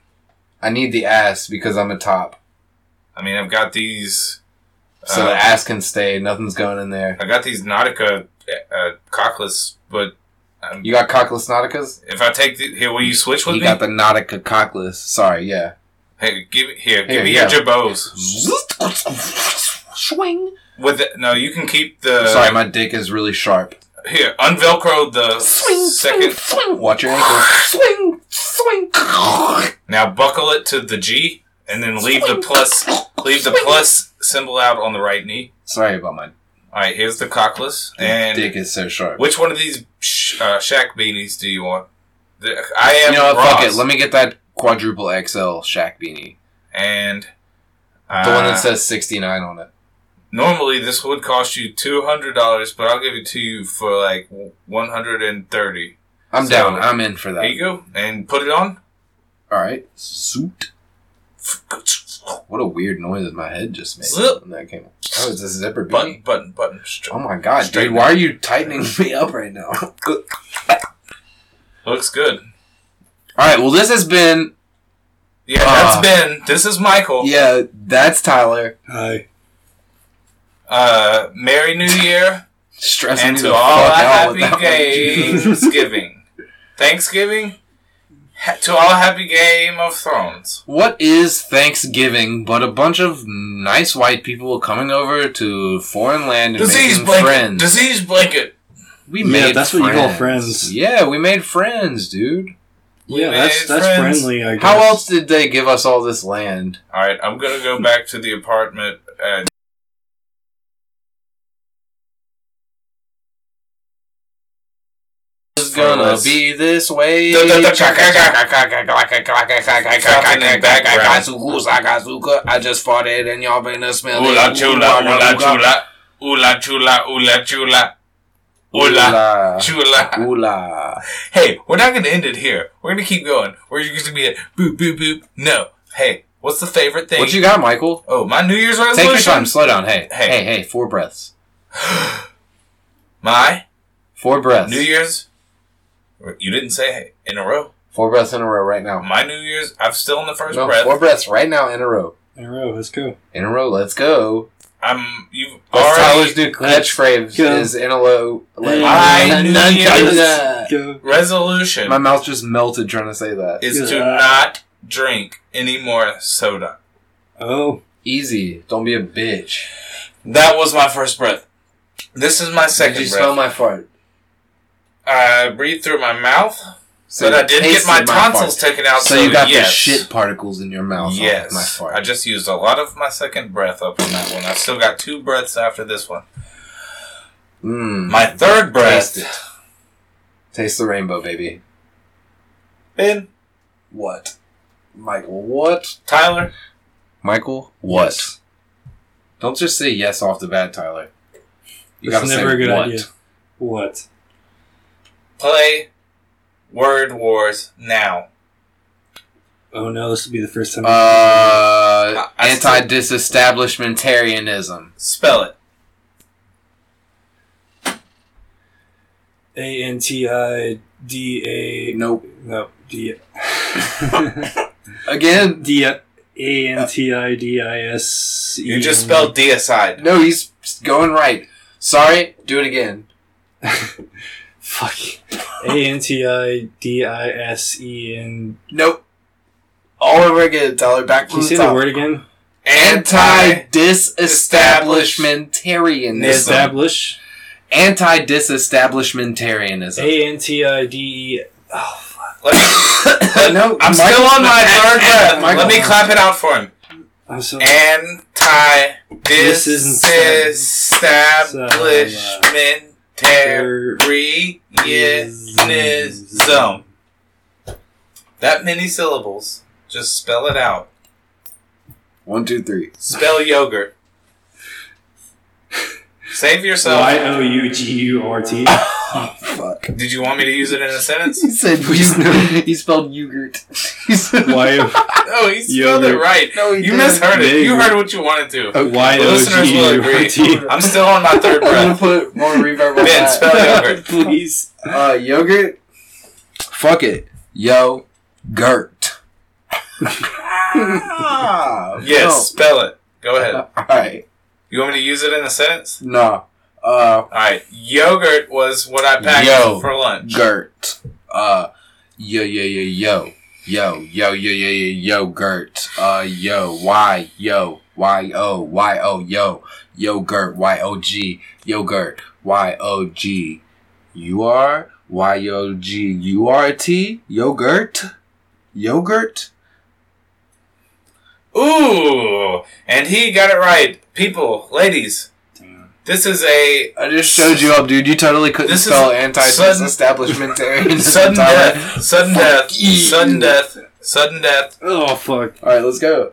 S1: I need the ass because I'm a top,
S2: I mean, I've got these.
S1: so
S2: uh,
S1: the ass can stay. Nothing's going in there.
S2: I got these Nautica uh, cockless, but um,
S1: You got cockless nauticas.
S2: if I take the, here, will you switch with
S1: You
S2: me?
S1: got the nautica cockless. Sorry, yeah.
S2: hey, give it here, give
S1: Here,
S2: me
S1: yeah.
S2: your jabos.
S1: Swing.
S2: With the, no, you can keep the
S1: Sorry, my dick is really sharp.
S2: here unvelcro the second.
S1: swing. Watch your ankles. Swing, swing.
S2: Now buckle it to the G, and then leave the plus leave the plus symbol out on the right knee.
S1: Sorry about my
S2: All right, here's the cockless. And
S1: dick is so sharp.
S2: which one of these sh- uh, Shaq beanies do you want? The, I am
S1: You know what?
S2: Ross,
S1: Fuck it. Let me get that quadruple XL Shaq beanie.
S2: and
S1: The
S2: uh,
S1: one that says 69 on it.
S2: normally this would cost you two hundred dollars, but I'll give it to you for like one hundred and thirty.
S1: I'm
S2: So-
S1: down. I'm in for
S2: There
S1: that.
S2: you go, and put it on.
S1: All right. Suit. What a weird noise my head just made
S2: Zip.
S1: when that came. Oh, it's a zipper beanie.
S2: Button, button, button.
S1: Oh my god, dude!
S2: Straighten
S1: Why are you tightening me up right now? All
S2: Looks good.
S1: right. Well, this has been.
S2: Yeah,
S1: Ah.
S2: that's Ben. This is Michael.
S1: Yeah, that's Tyler.
S13: Hi.
S2: Uh, Merry New Year.
S1: Stressing
S2: and
S1: me
S2: to
S1: the
S2: all a
S1: fuck out
S2: happy
S1: with that one.
S2: Thanksgiving, Thanksgiving, Ha- to all happy Game of Thrones.
S1: What is Thanksgiving but a bunch of nice white people coming over to foreign land and
S2: Disease
S1: making
S2: blanket.
S1: friends?
S2: Disease blanket.
S1: we
S13: Yeah, that's what you call friends.
S1: Yeah, we made friends, dude.
S13: Yeah, that's
S2: made
S13: that's
S2: friends.
S13: friendly. I guess.
S1: How else did they give us all this land?
S2: All right, I'm gonna go back to the apartment and.
S1: It's gonna be this way.
S2: Da, da, da, chaka, chaka.
S1: I just fought it and y'all been a smell. it.
S2: Ula chula, ula chula, ula chula, ula chula, ula chula.
S1: Ula.
S2: Hey, we're not gonna end it here. We're gonna keep going. We're just gonna be like boop boop boop. No. Hey, what's the favorite thing?
S1: What you got, Michael?
S2: oh, my New Year's resolution.
S1: Take your time. Slow down. Hey,
S2: Hey.
S1: hey, hey. Four breaths.
S2: My
S1: Four breaths.
S2: New Year's. You didn't say hey, in a row.
S1: Four breaths in a row right now.
S2: My New Year's. I'm still in the first
S1: No,
S2: breath.
S1: four breaths right now in a row.
S13: In a row, let's go.
S1: In a row. Let's go.
S2: I'm. You've
S1: That's
S2: already
S1: Tyler's new catchphrase
S13: go.
S1: is in a row.
S2: My New Year's-
S13: Go.
S2: resolution
S1: My mouth just melted trying to say that.
S2: is to
S13: Yeah.
S2: not drink any more soda.
S13: Oh,
S1: Easy. Don't be a bitch.
S2: That was my first breath. This is my
S1: Did
S2: second
S1: you
S2: breath.
S1: smell my fart?
S2: I breathe through my mouth, but I
S1: you
S2: did get
S1: tasted
S2: my
S1: fart.
S2: tonsils taken out.
S1: So you got
S2: yes.
S1: the shit particles in your mouth. Yes. My
S2: Yes,
S1: fart.
S2: I just used a lot of my second breath up on that one. I've still got two breaths after this one.
S1: Mm.
S2: My third
S1: Taste it.
S2: breath.
S1: Taste the rainbow, baby.
S2: Ben,
S1: What? Michael, what?
S2: Tyler,
S1: Michael, what? Don't just say yes off the bat, Tyler. You
S13: that's
S1: gotta
S13: never
S1: say
S13: a good
S1: what.
S13: idea. What?
S2: play Word Wars now.
S13: Oh no, this will be the first time.
S1: Uh,
S2: I- I
S1: anti disestablishmentarianism.
S2: Spell it.
S13: A N T I D A.
S1: Nope.
S13: No. D.
S1: Again,
S13: D. A N T I D I S. E
S2: You just spelled deicide.
S1: no, he's going right. Sorry, do it again.
S13: Fuck. A N T I D I S E N.
S1: Nope. All over again, Tyler. Back
S13: Can
S1: from
S13: you
S1: the
S13: say the
S1: top.
S13: word again?
S1: Anti
S13: um,
S1: disestablishmentarianism.
S13: Establish.
S1: Anti disestablishmentarianism.
S13: A N T I D E. Oh,
S2: Let me,
S1: No,
S2: I'm still
S1: Michael-
S2: on my third breath.
S1: Michael-
S2: Let me clap it out for him.
S13: I'm so.
S2: Anti
S13: This isn't sad.
S2: disestablishmentarianism. That many syllables. Just spell it out.
S1: One, two, three.
S2: Spell yogurt. Save yourself.
S13: Y O U G U R T.
S1: Oh, Fuck.
S2: Did you want me to use it in a sentence?
S14: He said he's no, he spelled yogurt. He said-
S13: Y
S2: No, he spelled it
S13: Yogurt.
S2: right.
S14: No, he
S2: you
S14: didn't.
S2: misheard it. You
S13: Yogurt.
S2: heard what you wanted to.
S13: Y O
S2: The listeners
S13: G
S2: will
S13: U R T.
S2: agree. I'm still on my third
S14: I'm gonna
S2: breath.
S14: put more reverb on
S2: Ben,
S14: that.
S2: spell yogurt.
S13: Please.
S1: Uh, yogurt. Fuck it. Yo, gurt.
S14: Ah,
S2: Yes, spell it. Go ahead.
S1: All right.
S2: You want me to use it in a sentence?
S1: No. Uh,
S2: All right. Yogurt was what I packed
S1: Yo.
S2: for lunch.
S1: Gert. Uh, yo, yo, yo, yo. Yo, yo, yo, yo, yo, yo, Gert. Uh, yo, Y, yo, Y, O, Y, O, yo. Yo, Gert, Y, O, G. Yo, Gert, Y, O, G. You are? Y, O, G. U, R, T? Yogurt? Yogurt?
S2: Ooh, and he got it right. People, ladies, this is a
S1: I just showed you up, dude. You totally couldn't
S2: This is
S1: spell
S2: sudden-
S1: anti-disestablishmentarian.
S2: sudden death, sudden
S1: Fuck
S2: death,
S1: you.
S2: sudden death, sudden death,
S13: Oh fuck.
S1: All right, let's go.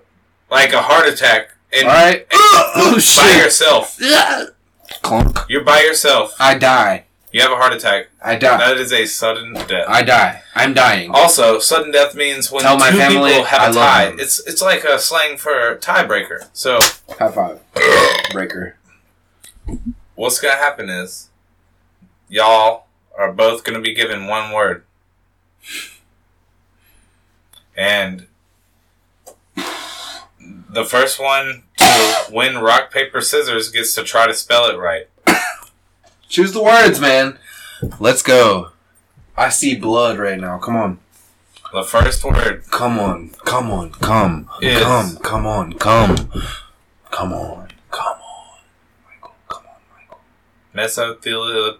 S2: like a heart attack. And
S1: All right.
S2: by
S1: Oh, shit.
S2: yourself.
S1: Clunk.
S2: You're by yourself.
S1: I die.
S2: You have a heart attack.
S1: I die.
S2: That Oh. is a sudden death.
S1: I die. I'm dying.
S2: also, sudden death means when
S1: Tell my
S2: two
S1: family
S2: people
S1: I
S2: have a
S1: love
S2: tie.
S1: them.
S2: It's it's like a slang for tiebreaker. So
S1: High five. Breaker.
S2: what's gonna happen is y'all are both gonna be given one word and the first one to win rock paper scissors gets to try to spell it right
S1: Choose the words, man. Let's go. I see blood right now. Come on.
S2: the first word
S1: Come on. Come on. Come.
S2: Yes.
S1: Come. Come on. Come. Come on. Come on. Michael. Come on.
S2: mesothelial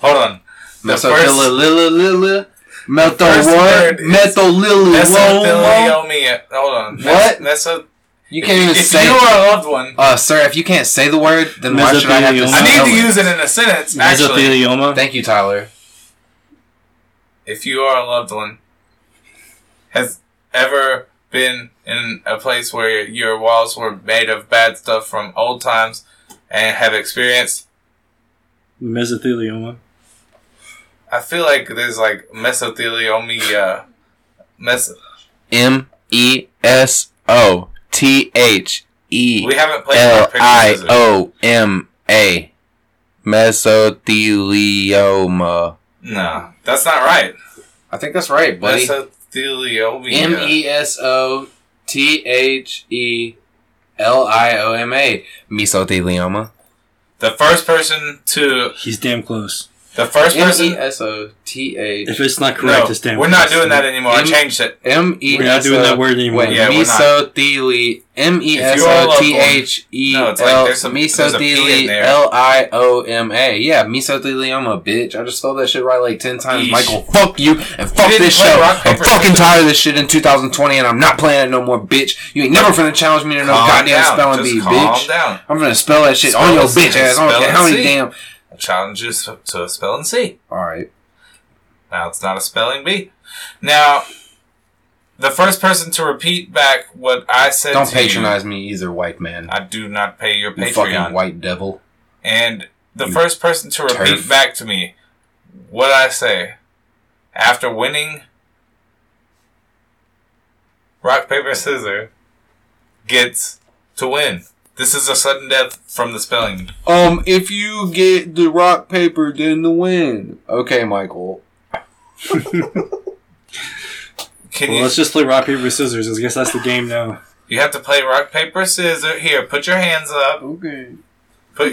S2: hold on The first-
S1: Mesothelilililil. Methyl
S2: first
S1: what?
S2: word is-
S1: Methylililil.
S2: mesothelioma hold on
S1: What?
S2: Mes- meso-
S1: You can't even
S2: if
S1: say.
S2: you are a loved one
S1: Uh, sir, if you can't say the word, then why should I have to?
S13: Mesothelioma.
S2: I
S1: spell
S2: need to use it in a sentence actually
S13: Mesothelioma.
S1: Thank you, Tyler.
S2: if you are a loved one has ever been in a place where your walls were made of bad stuff from old times and have experienced
S13: Mesothelioma.
S2: I feel like there's like mesothelioma uh, mes-
S14: M E S O T H E
S2: we haven't played
S14: L
S2: rock,
S14: I
S2: paper, scissors.
S14: O M A mesothelioma.
S2: No, that's not right.
S1: I think that's right, buddy. M
S2: Mesothelioma.
S1: E S O T H E L I O M A.
S14: Mesothelioma.
S2: The first person to
S13: He's damn close.
S2: the first
S1: M E
S2: person
S1: S O T H.
S13: If it's not correct,
S2: no,
S13: it's damn
S2: we're
S13: close.
S2: not doing that anymore. I
S1: M-
S2: changed it.
S1: M E
S13: We're not
S1: S
S13: doing that
S1: O.
S13: word anymore.
S1: Wait,
S2: Yeah, we're not.
S1: mesotheli. M E
S2: If
S1: S
S2: you are a
S1: O
S2: loved
S1: T H E
S2: one- No,
S1: L.
S2: it's like there's some- there's a P in
S1: Mesotheli
S2: there.
S1: L I O M A. Yeah, mesothelioma, bitch. I just spelled that shit right like 10 times.
S2: Yeesh.
S1: Michael, fuck you and fuck
S2: didn't
S1: this
S2: play
S1: show.
S2: rock,
S1: I'm
S2: paper,
S1: fucking
S2: scissors.
S1: tired of this shit in 2020 and I'm not playing it no more, bitch. You ain't never finna challenge me to no
S2: Calm
S1: goddamn
S2: down.
S1: spelling
S2: Just
S1: bee,
S2: calm
S1: bitch.
S2: down.
S1: I'm gonna spell that shit
S2: Spell
S1: on your
S2: it,
S1: bitch ass. I don't
S2: spell
S1: care
S2: it,
S1: how many
S2: see?
S1: damn.
S2: I challenge you to- to a spell and see.
S1: Alright.
S2: Now it's not a spelling bee. Now, the first person to repeat back what I said.
S1: Don't
S2: to
S1: patronize me either, white man.
S2: You, I do not pay your
S1: You fucking
S2: Patreon.
S1: white devil.
S2: and the
S1: You
S2: first person to repeat
S1: turf.
S2: back to me what I say after winning rock paper scissors gets to win. This is a sudden death from the spelling.
S1: Um, if you get the rock paper, then the win. Okay, Michael.
S2: Can
S13: Well,
S2: you?
S13: let's just play rock paper scissors. I guess that's the game now.
S2: You have to play rock paper scissors. Here, put your hands up.
S1: Okay.
S2: Put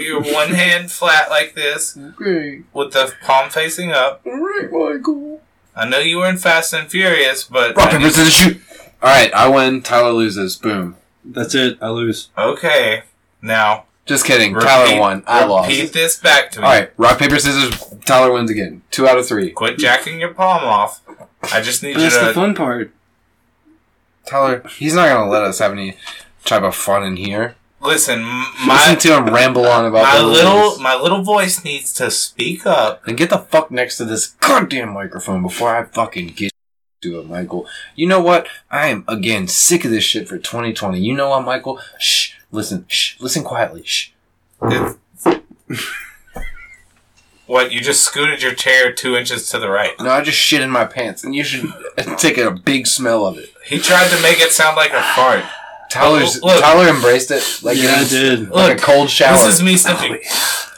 S2: your one hand flat like this
S1: Okay.
S2: with the palm facing up.
S1: All right, Michael.
S2: I know you were in Fast and Furious, but
S1: Rock paper scissors shoot. All right, I win. Tyler loses. Boom.
S13: That's it. I lose.
S2: okay. Now
S1: Just kidding. Tyler won. I
S2: repeat
S1: lost.
S2: this back to
S1: All
S2: me.
S1: right, rock paper scissors. Tyler wins again. Two out of three.
S2: Quit jacking your palm off. I just need
S13: But
S2: you
S13: that's the
S2: to.
S13: fun part.
S1: Tyler, he's not gonna let us have any type of fun in here.
S2: Listen, m-
S1: Listen
S2: my
S1: to him ramble on about
S2: my
S1: the
S2: little
S1: rules.
S2: my little voice needs to speak up.
S1: Then get the fuck next to this goddamn microphone before I fucking get. do it, Michael. You know what? I am again sick of this shit for 2020. You know what, Michael? Shh. Listen. Shh. Listen quietly. Shh.
S2: What, you just scooted your chair two inches to the right?
S1: No, I just shit in my pants, and you should take a big smell of it.
S2: He tried to make it sound like a fart.
S1: Tyler's
S2: Look.
S1: Tyler embraced it like
S13: Yeah,
S1: it
S13: I
S1: was
S13: did.
S1: like a cold shower.
S2: This is me sniffing.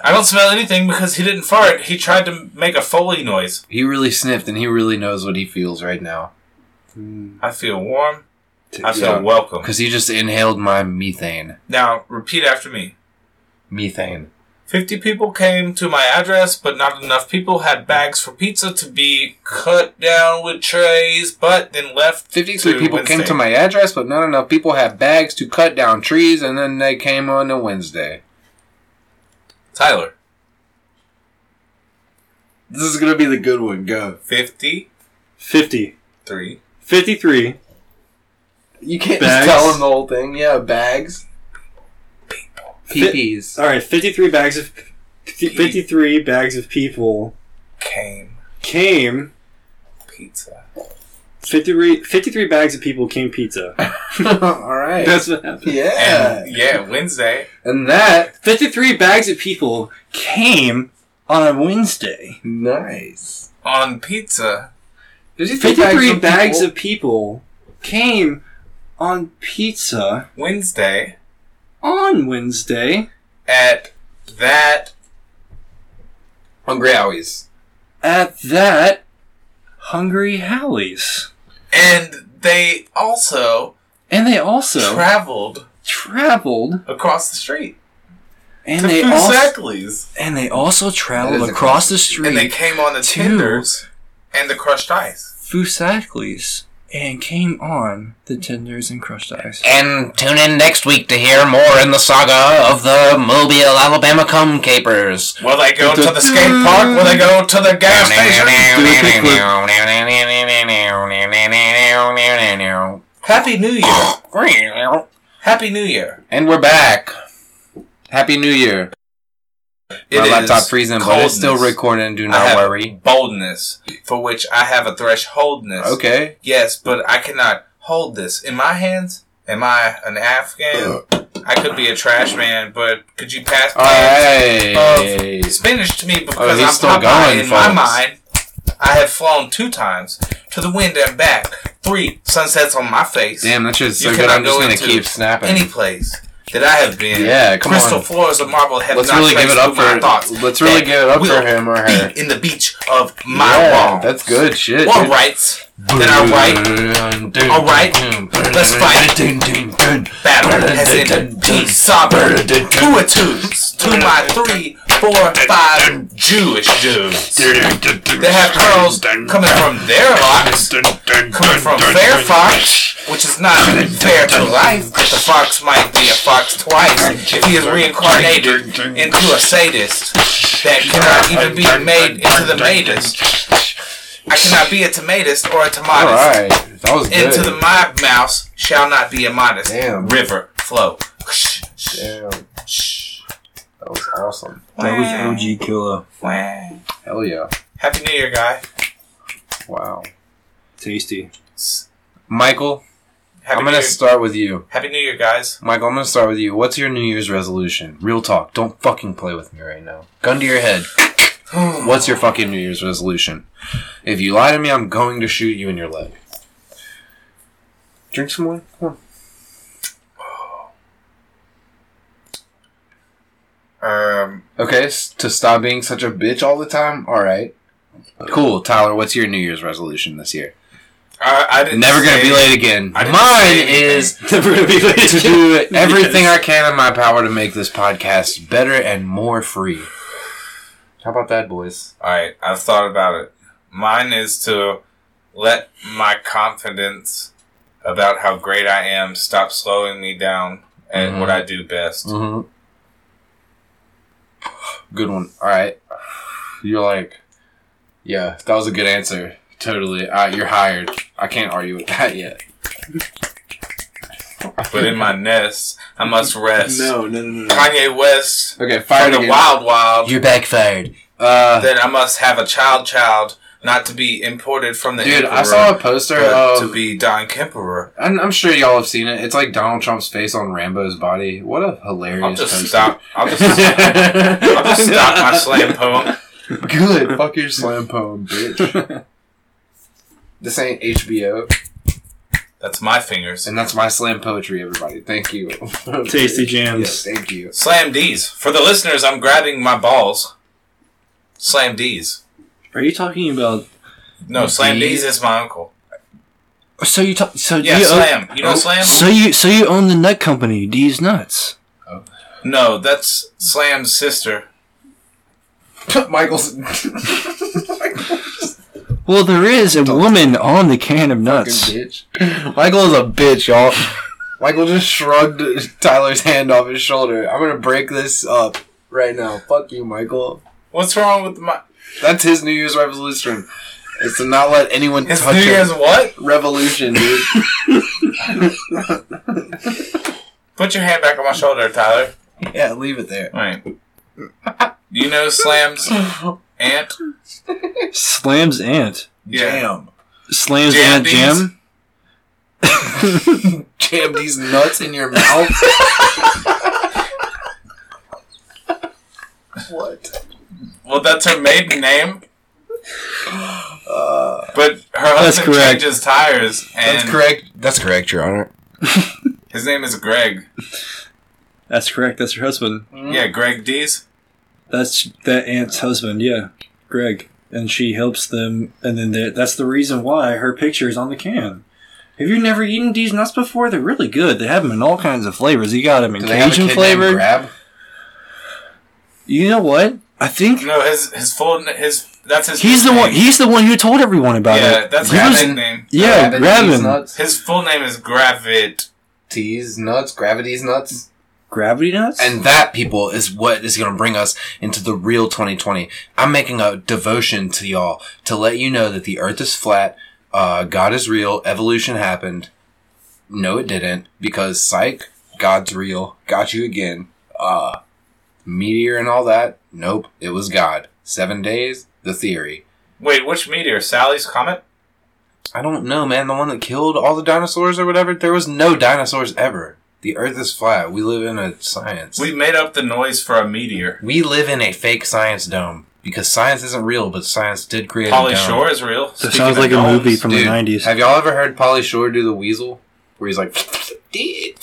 S2: I don't smell anything because he didn't fart. He tried to make a Foley noise.
S1: he really sniffed, and he really knows what he feels right now
S2: I feel warm. I feel
S1: Yeah.
S2: welcome.
S1: because he just inhaled my methane.
S2: Now, repeat after me.
S1: Methane.
S2: 50 people came to my address, but not enough people had bags for pizza to be cut down with trays, but then left.
S1: Fifty-three
S2: to
S1: people came
S2: Wednesday.
S1: to my address, but not enough people had bags to cut down trees, and then they came on to Wednesday.
S2: Tyler.
S1: This is gonna be the good one. Go.
S2: 53.
S13: 50. 53.
S1: You can't
S13: Bags.
S1: just tell him the whole thing. Yeah, bags. PPs.
S13: All right, 53 bags of 53 bags of people
S2: Came
S13: came
S2: pizza.
S13: 53 53 bags of people came pizza.
S1: All right.
S13: That's what happened.
S1: yeah.
S2: And, yeah, Wednesday.
S1: And that
S13: 53 bags of people came on a Wednesday.
S1: nice.
S2: On pizza.
S1: Did you think
S13: 53
S1: of
S13: bags
S1: people-
S13: of people came on pizza
S2: Wednesday.
S13: on Wednesday
S2: At that.
S1: hungry howies?
S13: at that Hungry Howie's.
S2: And they also
S13: And they also
S2: traveled
S13: traveled
S2: across the street.
S13: and
S2: To
S13: they
S2: Food
S13: also
S2: Sackley's.
S13: and they also
S1: That is
S13: traveled
S1: a
S13: across the
S1: constitution.
S13: street
S2: And they came on the
S13: Two.
S2: tenders and the crushed ice.
S13: Fusacles and came on the tenders and crushed ice.
S8: And tune in next week to hear more in the saga of the Mobile, Alabama cum capers.
S2: Will they go to the skate park? Will they go to the gas station? Happy New Year. Happy New Year.
S1: And we're back. Happy New Year. My
S2: It
S1: laptop
S2: is
S1: freezing, but it's still
S2: coldness.
S1: recording. Do
S2: I
S1: not
S2: have
S1: worry.
S2: Boldness, for which I have a thresholdness.
S1: Okay.
S2: Yes, but I cannot hold this in my hands. Am I an Afghan? I could be a trash man, but could you pass
S1: All
S2: plans
S1: right.
S2: of spinach to me because
S1: Oh, he's
S2: I'm
S1: still
S2: Popeye
S1: going,
S2: in my
S1: folks.
S2: mind? I have flown two times to the wind and back. Three sunsets on my face.
S1: Damn, that shit's so
S2: You
S1: good.
S2: cannot
S1: I'm just
S2: go
S1: gonna
S2: into
S1: keep snapping.
S2: Any place that I have been,
S1: Yeah, come
S2: crystal
S1: on.
S2: floors of marble have
S1: let's
S2: not
S1: really give it
S2: traced
S1: up
S2: through my
S1: for.
S2: thoughts.
S1: Let's really
S2: that
S1: give it up
S2: will
S1: for him or her.
S2: Be in the beach of my
S1: Yeah,
S2: wall.
S1: That's good shit.
S2: Or
S1: dude.
S2: rights that are right. All right, let's fight. Battle has ended. Two sovereign, two or twos, two by three, four, five Jewish Jews. They have curls coming from their locks, coming from fair fox, which is not fair to life. But the fox might be a fox twice if he is reincarnated into a sadist that cannot even be made into the maidist. I cannot be a tomatist or a
S1: All
S2: tomatist
S1: right. That was good.
S2: into the my mouse shall not be immodest.
S1: Damn.
S2: River flow.
S1: Damn. That was awesome.
S13: That was OG Killer.
S2: Wah.
S1: Hell yeah.
S2: Happy New Year, guy.
S1: Wow.
S13: Tasty.
S1: Michael,
S2: Happy
S1: I'm
S2: New
S1: gonna
S2: Year.
S1: start with you.
S2: Happy New Year, guys.
S1: Michael, I'm gonna start with you. What's your New Year's resolution? Real talk. Don't fucking play with me right now. Gun to your head. What's your fucking New Year's resolution? If you lie to me, I'm going to shoot you in your leg. Drink some more. Come on.
S2: Um,
S1: Okay, s- to stop being such a bitch all the time. All right. Cool, Tyler. What's your New Year's resolution this year?
S2: I, I didn't
S1: Never gonna
S2: say-
S1: be late again.
S2: I didn't
S1: Mine
S2: say anything.
S1: is
S13: Never gonna be late
S1: to do everything I can in my power to make this podcast better and more free. How about that, boys?
S2: All right, I've thought about it. Mine is to let my confidence about how great I am stop slowing me down at
S1: Mhm.
S2: what I do best.
S1: Mm-hmm. Good one. All right. You're like, yeah, that was a good answer. Totally. Uh, you're hired. I can't argue with that yet.
S2: But in my nest, I must rest.
S13: No, no, no, no. no.
S2: Kanye West
S1: Okay,
S2: from
S1: fired
S2: the
S1: again.
S2: Wild Wild
S8: You're backfired.
S1: Uh,
S2: that I must have a child child not to be imported from the
S1: Dude, I
S2: emperor,
S1: saw a poster
S2: but
S1: of-
S2: to be Don Kemperer.
S1: I'm, I'm sure y'all have seen it. It's like Donald Trump's face on Rambo's body. What a hilarious!
S2: I'll just
S1: poster.
S2: stop. I'll just, I'll just stop my slam poem.
S1: Good. Fuck your slam poem, bitch. this ain't HBO.
S2: That's my fingers.
S1: And that's my slam poetry, everybody. Thank you.
S13: Tasty jams.
S1: Yeah, thank you.
S2: Slam D's. For the listeners, I'm grabbing my balls. Slam D's.
S13: Are you talking about?
S2: No, Slam
S13: D?
S2: D's is my uncle.
S13: So you talk? So
S2: Yeah,
S1: uh,
S13: you own-
S2: Slam. You
S1: oh,
S2: know Slam?
S13: So you so you own the nut company, D's Nuts.
S2: No, that's Slam's sister.
S1: Michael's
S13: Well, there is a woman on the can of nuts.
S1: bitch. Michael is a bitch, y'all. Michael just shrugged Tyler's hand off his shoulder. I'm gonna break this up right now. Fuck you, Michael.
S2: What's wrong with my
S1: That's his New Year's resolution. Is to not let anyone
S2: His
S1: touch
S2: New
S1: him.
S2: Year's what?
S1: Revolution, dude.
S2: Put your hand back on my shoulder, Tyler.
S1: yeah, leave it there.
S2: Right. You know Slam's aunt?
S13: Slams Ant.
S2: Yeah.
S1: Jam.
S13: Slams
S2: Jam
S13: Ant
S2: D's.
S13: Jam.
S1: Jam these nuts in your mouth. what?
S2: Well, that's her maiden name. but her
S13: That's
S2: husband
S13: correct.
S2: changes tires, and
S1: That's correct. That's correct, Your Honor.
S2: his name is Greg.
S13: That's correct. That's her husband.
S2: Yeah, Greg D's.
S13: That's that aunt's husband. Yeah, Greg. And she helps them, and then they- that's the reason why her picture is on the can. Have you never eaten these nuts before? They're really good. They have them in all kinds of flavors. You got them in
S1: Do they have a kid
S13: Cajun
S1: named
S13: flavor.
S1: Grab?
S13: You know what? I think
S2: No, his his full n- his that's his.
S13: he's the one.
S2: nickname.
S13: He's the one who told everyone about
S2: yeah,
S13: it.
S2: that's
S13: He
S2: his
S13: was-
S2: nickname.
S13: Yeah,
S1: Gravity's
S13: Gravin.
S1: nuts.
S2: His full name is Gravit.
S1: T's nuts. Gravity's nuts.
S13: Gravity nuts.
S1: And that, people, is what is going to bring us into the real 2020. I'm making a devotion to y'all to let you know that the earth is flat, uh, God is real, evolution happened. No, it didn't, because psych, God's real, got you again. Uh, meteor and all that, nope, it was God. Seven days, the theory.
S2: Wait, which meteor? Sally's comet?
S1: I don't know, man, the one that killed all the dinosaurs or whatever, there was no dinosaurs ever. The earth is flat. We live in a science.
S2: We made up the noise for a meteor.
S1: We live in a fake science dome because science isn't real, but science did create a
S2: Polly
S1: dome.
S2: Shore is real.
S13: That
S2: Speaking
S13: sounds
S2: of
S13: like a
S2: domes,
S13: movie from the
S1: Dude,
S13: nineties.
S1: Have y'all ever heard Polly Shore do the weasel? Where he's like, "Did."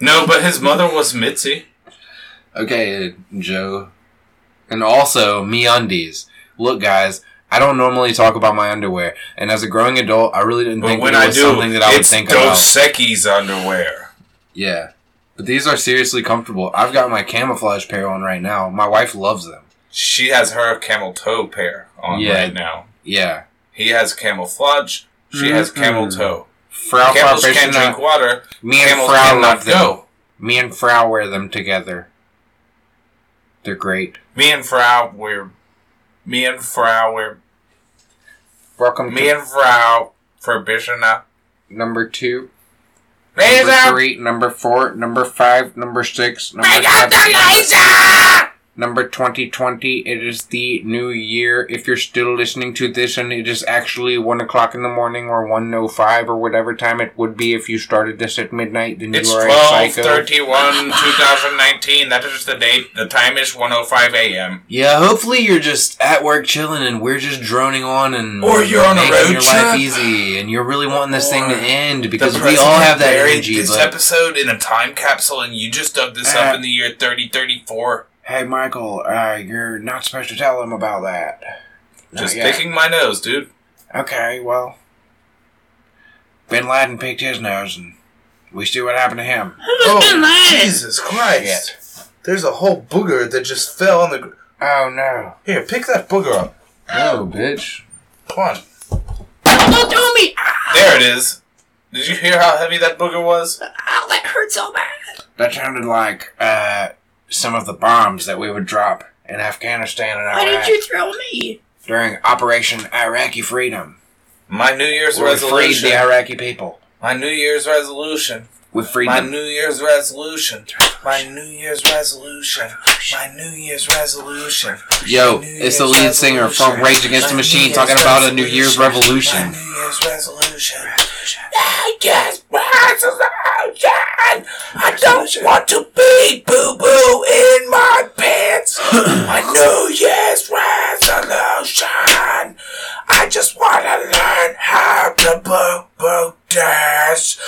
S2: No, but his mother was Mitzi.
S1: okay, Joe. And also, me undies. Look, guys, I don't normally talk about my underwear, and as a growing adult, I really didn't
S2: But
S1: think
S2: when
S1: that it
S2: I
S1: was
S2: do,
S1: something that I would
S2: it's
S1: think about.
S2: Dos Equis underwear.
S1: Yeah. But these are seriously comfortable. I've got my camouflage pair on right now. My wife loves them.
S2: She has her camel toe pair on
S1: Yeah.
S2: right now.
S1: Yeah.
S2: He has camouflage. She has
S1: Mm-hmm.
S2: camel toe.
S1: Frau
S2: Camels
S1: Frau
S2: can't drink water.
S1: Me and
S2: Camels
S1: Frau
S2: cannot
S1: love them.
S2: go.
S1: Me and Frau wear them together. They're great.
S2: Me and Frau, we're me and Frau, we're
S1: Welcome
S2: me
S1: to
S2: and Frau Verbishina.
S1: number two,
S2: Laser!
S1: number three, number four, number five, number six, number seven, number twenty twenty. It is the new year. If you're still listening to this, and it is actually one o'clock in the morning or one o five or whatever time it would be if you started this at midnight, then
S2: It's
S1: you are a
S2: twelve
S1: psycho.
S2: thirty one, two thousand nineteen. That is the date. The time is one oh five a.m.
S1: Yeah, hopefully you're just at work chilling and we're just droning on and
S2: Or you're on a
S1: making
S2: road
S1: your life
S2: trip.
S1: easy and you're really wanting this thing to
S2: Or
S1: end
S2: The
S1: because we all
S2: president
S1: have that
S2: buried
S1: energy.
S2: This
S1: But
S2: episode in a time capsule, and you just dug this
S1: Ah.
S2: up in the year thirty thirty four.
S1: hey, Michael, uh, you're not supposed to tell them about that. Not
S2: Just
S1: yet.
S2: picking my nose, dude.
S1: Okay, well, Bin Laden picked his nose, and we see what happened to him.
S2: Oh, Jesus Christ! There's a whole booger that just fell on the. gr-
S1: Oh no!
S2: Here, pick that booger up.
S1: No, bitch.
S2: Come on. Don't do me! There it is. Did you hear how heavy that booger was?
S1: That sounded like uh, some of the bombs that we would drop in Afghanistan and Iraq. Why did you throw me? During Operation Iraqi Freedom.
S2: My New Year's
S1: We freed the
S2: resolution.
S1: Iraqi people.
S2: My New Year's resolution
S1: with
S4: My
S1: freedom.
S4: New Year's resolution. My New Year's resolution. My New Year's resolution.
S1: Yo, it's the lead singer from Rage Against the Machine talking about a New Year's revolution.
S4: New Year's resolution. New Year's resolution. I don't want to be boo boo in my pants. my New Year's resolution. I just want to learn how to boo boo dance.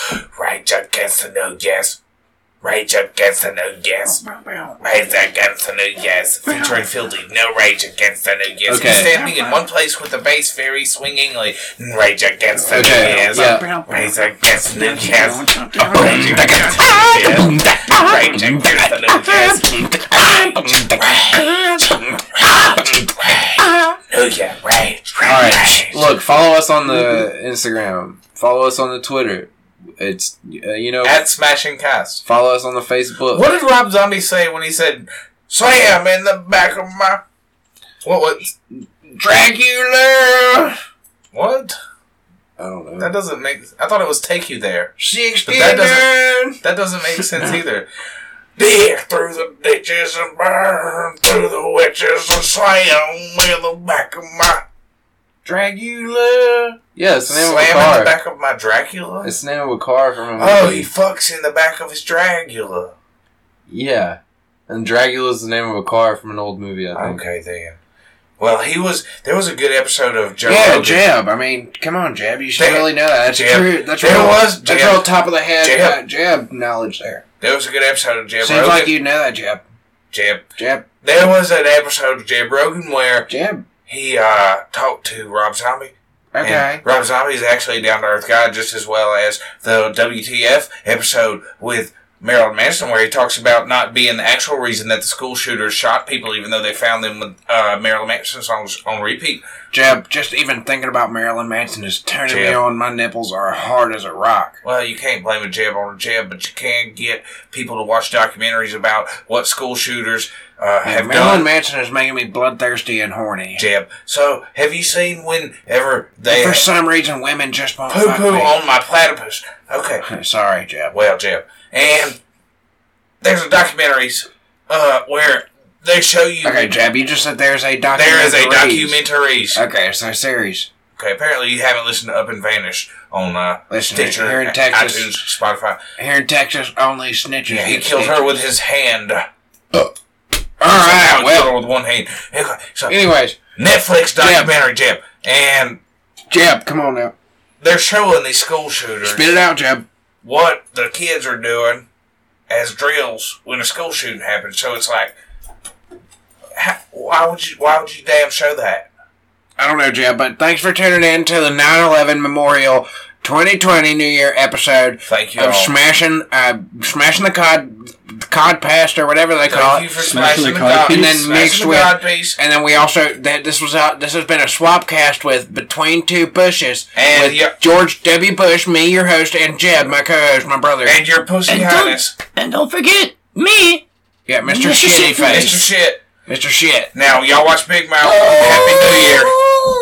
S4: Rage against the New Year's. Rage against the New Year's. Rage against the New Year's. Featuring Fieldy. No rage against the New Year's.
S1: Okay.
S4: Standing in one place with the bass very swingingly. Rage against the
S1: Okay,
S4: New Year's.
S1: yeah.
S4: Rage against the New Year's. Rage against the New Year's. Rage against the New Year's. New Year. Rage.
S1: All right, look, follow us on the Instagram. Follow us on the Twitter. It's uh, you know.
S4: At Smashing Cast.
S1: Follow us on the Facebook.
S4: What did Rob Zombie say when he said, Slam in the back of my. What was. Dracula! What?
S1: I don't know.
S4: That doesn't make. I thought it was take you there. But
S1: Shakespeare.
S4: that doesn't. That doesn't make sense either. Dig through the ditches and burn through the witches and slam with the back of my Dracula.
S1: Yeah, it's the name of a
S4: Slam in
S1: car.
S4: the back of my Dracula.
S1: It's the name of a car from a
S4: oh, he
S1: movie.
S4: fucks in the back of his Dracula.
S1: yeah, and Dracula's the name of a car from an old movie. I think.
S4: Okay, then. Well, he was. There was a good episode of Joe.
S1: Yeah,
S4: Rogan.
S1: Jab. I mean, come on, Jab. You should
S4: Jab.
S1: really know that. That's
S4: Jab.
S1: true. That's
S4: There
S1: real,
S4: was
S1: that's
S4: Jab.
S1: real top of the head
S4: Jab.
S1: uh, jab knowledge there.
S4: There was a good episode of Jeb
S1: Seems
S4: Rogan.
S1: like you know that, Jab.
S4: Jeb.
S1: Jab.
S4: There was an episode of Jeb Rogan where
S1: Jab.
S4: he uh, talked to Rob Zombie.
S1: Okay.
S4: And Rob Zombie is actually a down to earth guy, just as well as the WTF episode with Marilyn Manson, where he talks about not being the actual reason that the school shooters shot people, even though they found them with uh, Marilyn Manson songs on repeat.
S1: Jab. Just even thinking about Marilyn Manson is turning me
S4: Jab.
S1: on. My nipples are hard as a rock.
S4: Well, you can't blame a jab on a jab, but you can get people to watch documentaries about what school shooters uh, have
S1: Marilyn
S4: done.
S1: Manson is making me bloodthirsty and horny.
S4: Jeb. So, have you seen whenever they
S1: For some reason, women just won't
S4: poo
S1: fuck
S4: poo
S1: me.
S4: on my platypus? Okay.
S1: Sorry, Jab.
S4: Well, Jeb. And there's a documentaries uh, where they show you
S1: Okay, Jab. You just said there's a documentary.
S4: there is a documentaries.
S1: Okay, so series.
S4: Okay, apparently you haven't listened to Up and Vanish on uh,
S1: Listen,
S4: Stitcher,
S1: here in Texas-
S4: iTunes, Spotify.
S1: Here in Texas, only snitches.
S4: Yeah, he
S1: get
S4: killed
S1: stitches.
S4: her with his hand.
S1: All right.
S4: He killed her
S1: Well,
S4: with one hand. Okay, so
S1: anyways,
S4: Netflix documentary, Jeb. And
S1: Jab. Come on now.
S4: they're showing these school shooters
S1: Spit it out, Jab.
S4: what the kids are doing as drills when a school shooting happens. So it's like, how, why would you? Why would you damn show that?
S1: I don't know, Jeb, but thanks for tuning in to the 9 11 Memorial 2020 New Year episode
S4: Thank you.
S1: of
S4: all.
S1: smashing, uh, smashing the cod, cod past or whatever they call
S4: Thank you
S1: it.
S4: for smashing,
S15: the
S4: the
S15: codpiece.
S4: god,
S1: And then mixed with-
S4: Godpiece.
S1: And then we also that this was out. This has been a swap cast with between two bushes
S4: And
S1: with
S4: your-
S1: George W. Bush, me, your host, and Jeb, my co-host, my brother.
S4: and your pussy
S9: And don't-
S4: highness,
S9: And don't forget me.
S1: yeah,
S9: Mr.
S1: Mr. Shitty
S9: Shitface.
S1: Face,
S4: Mr. Shit.
S1: Mr. Shit.
S4: Now y'all watch Big Mouth. Happy New Year.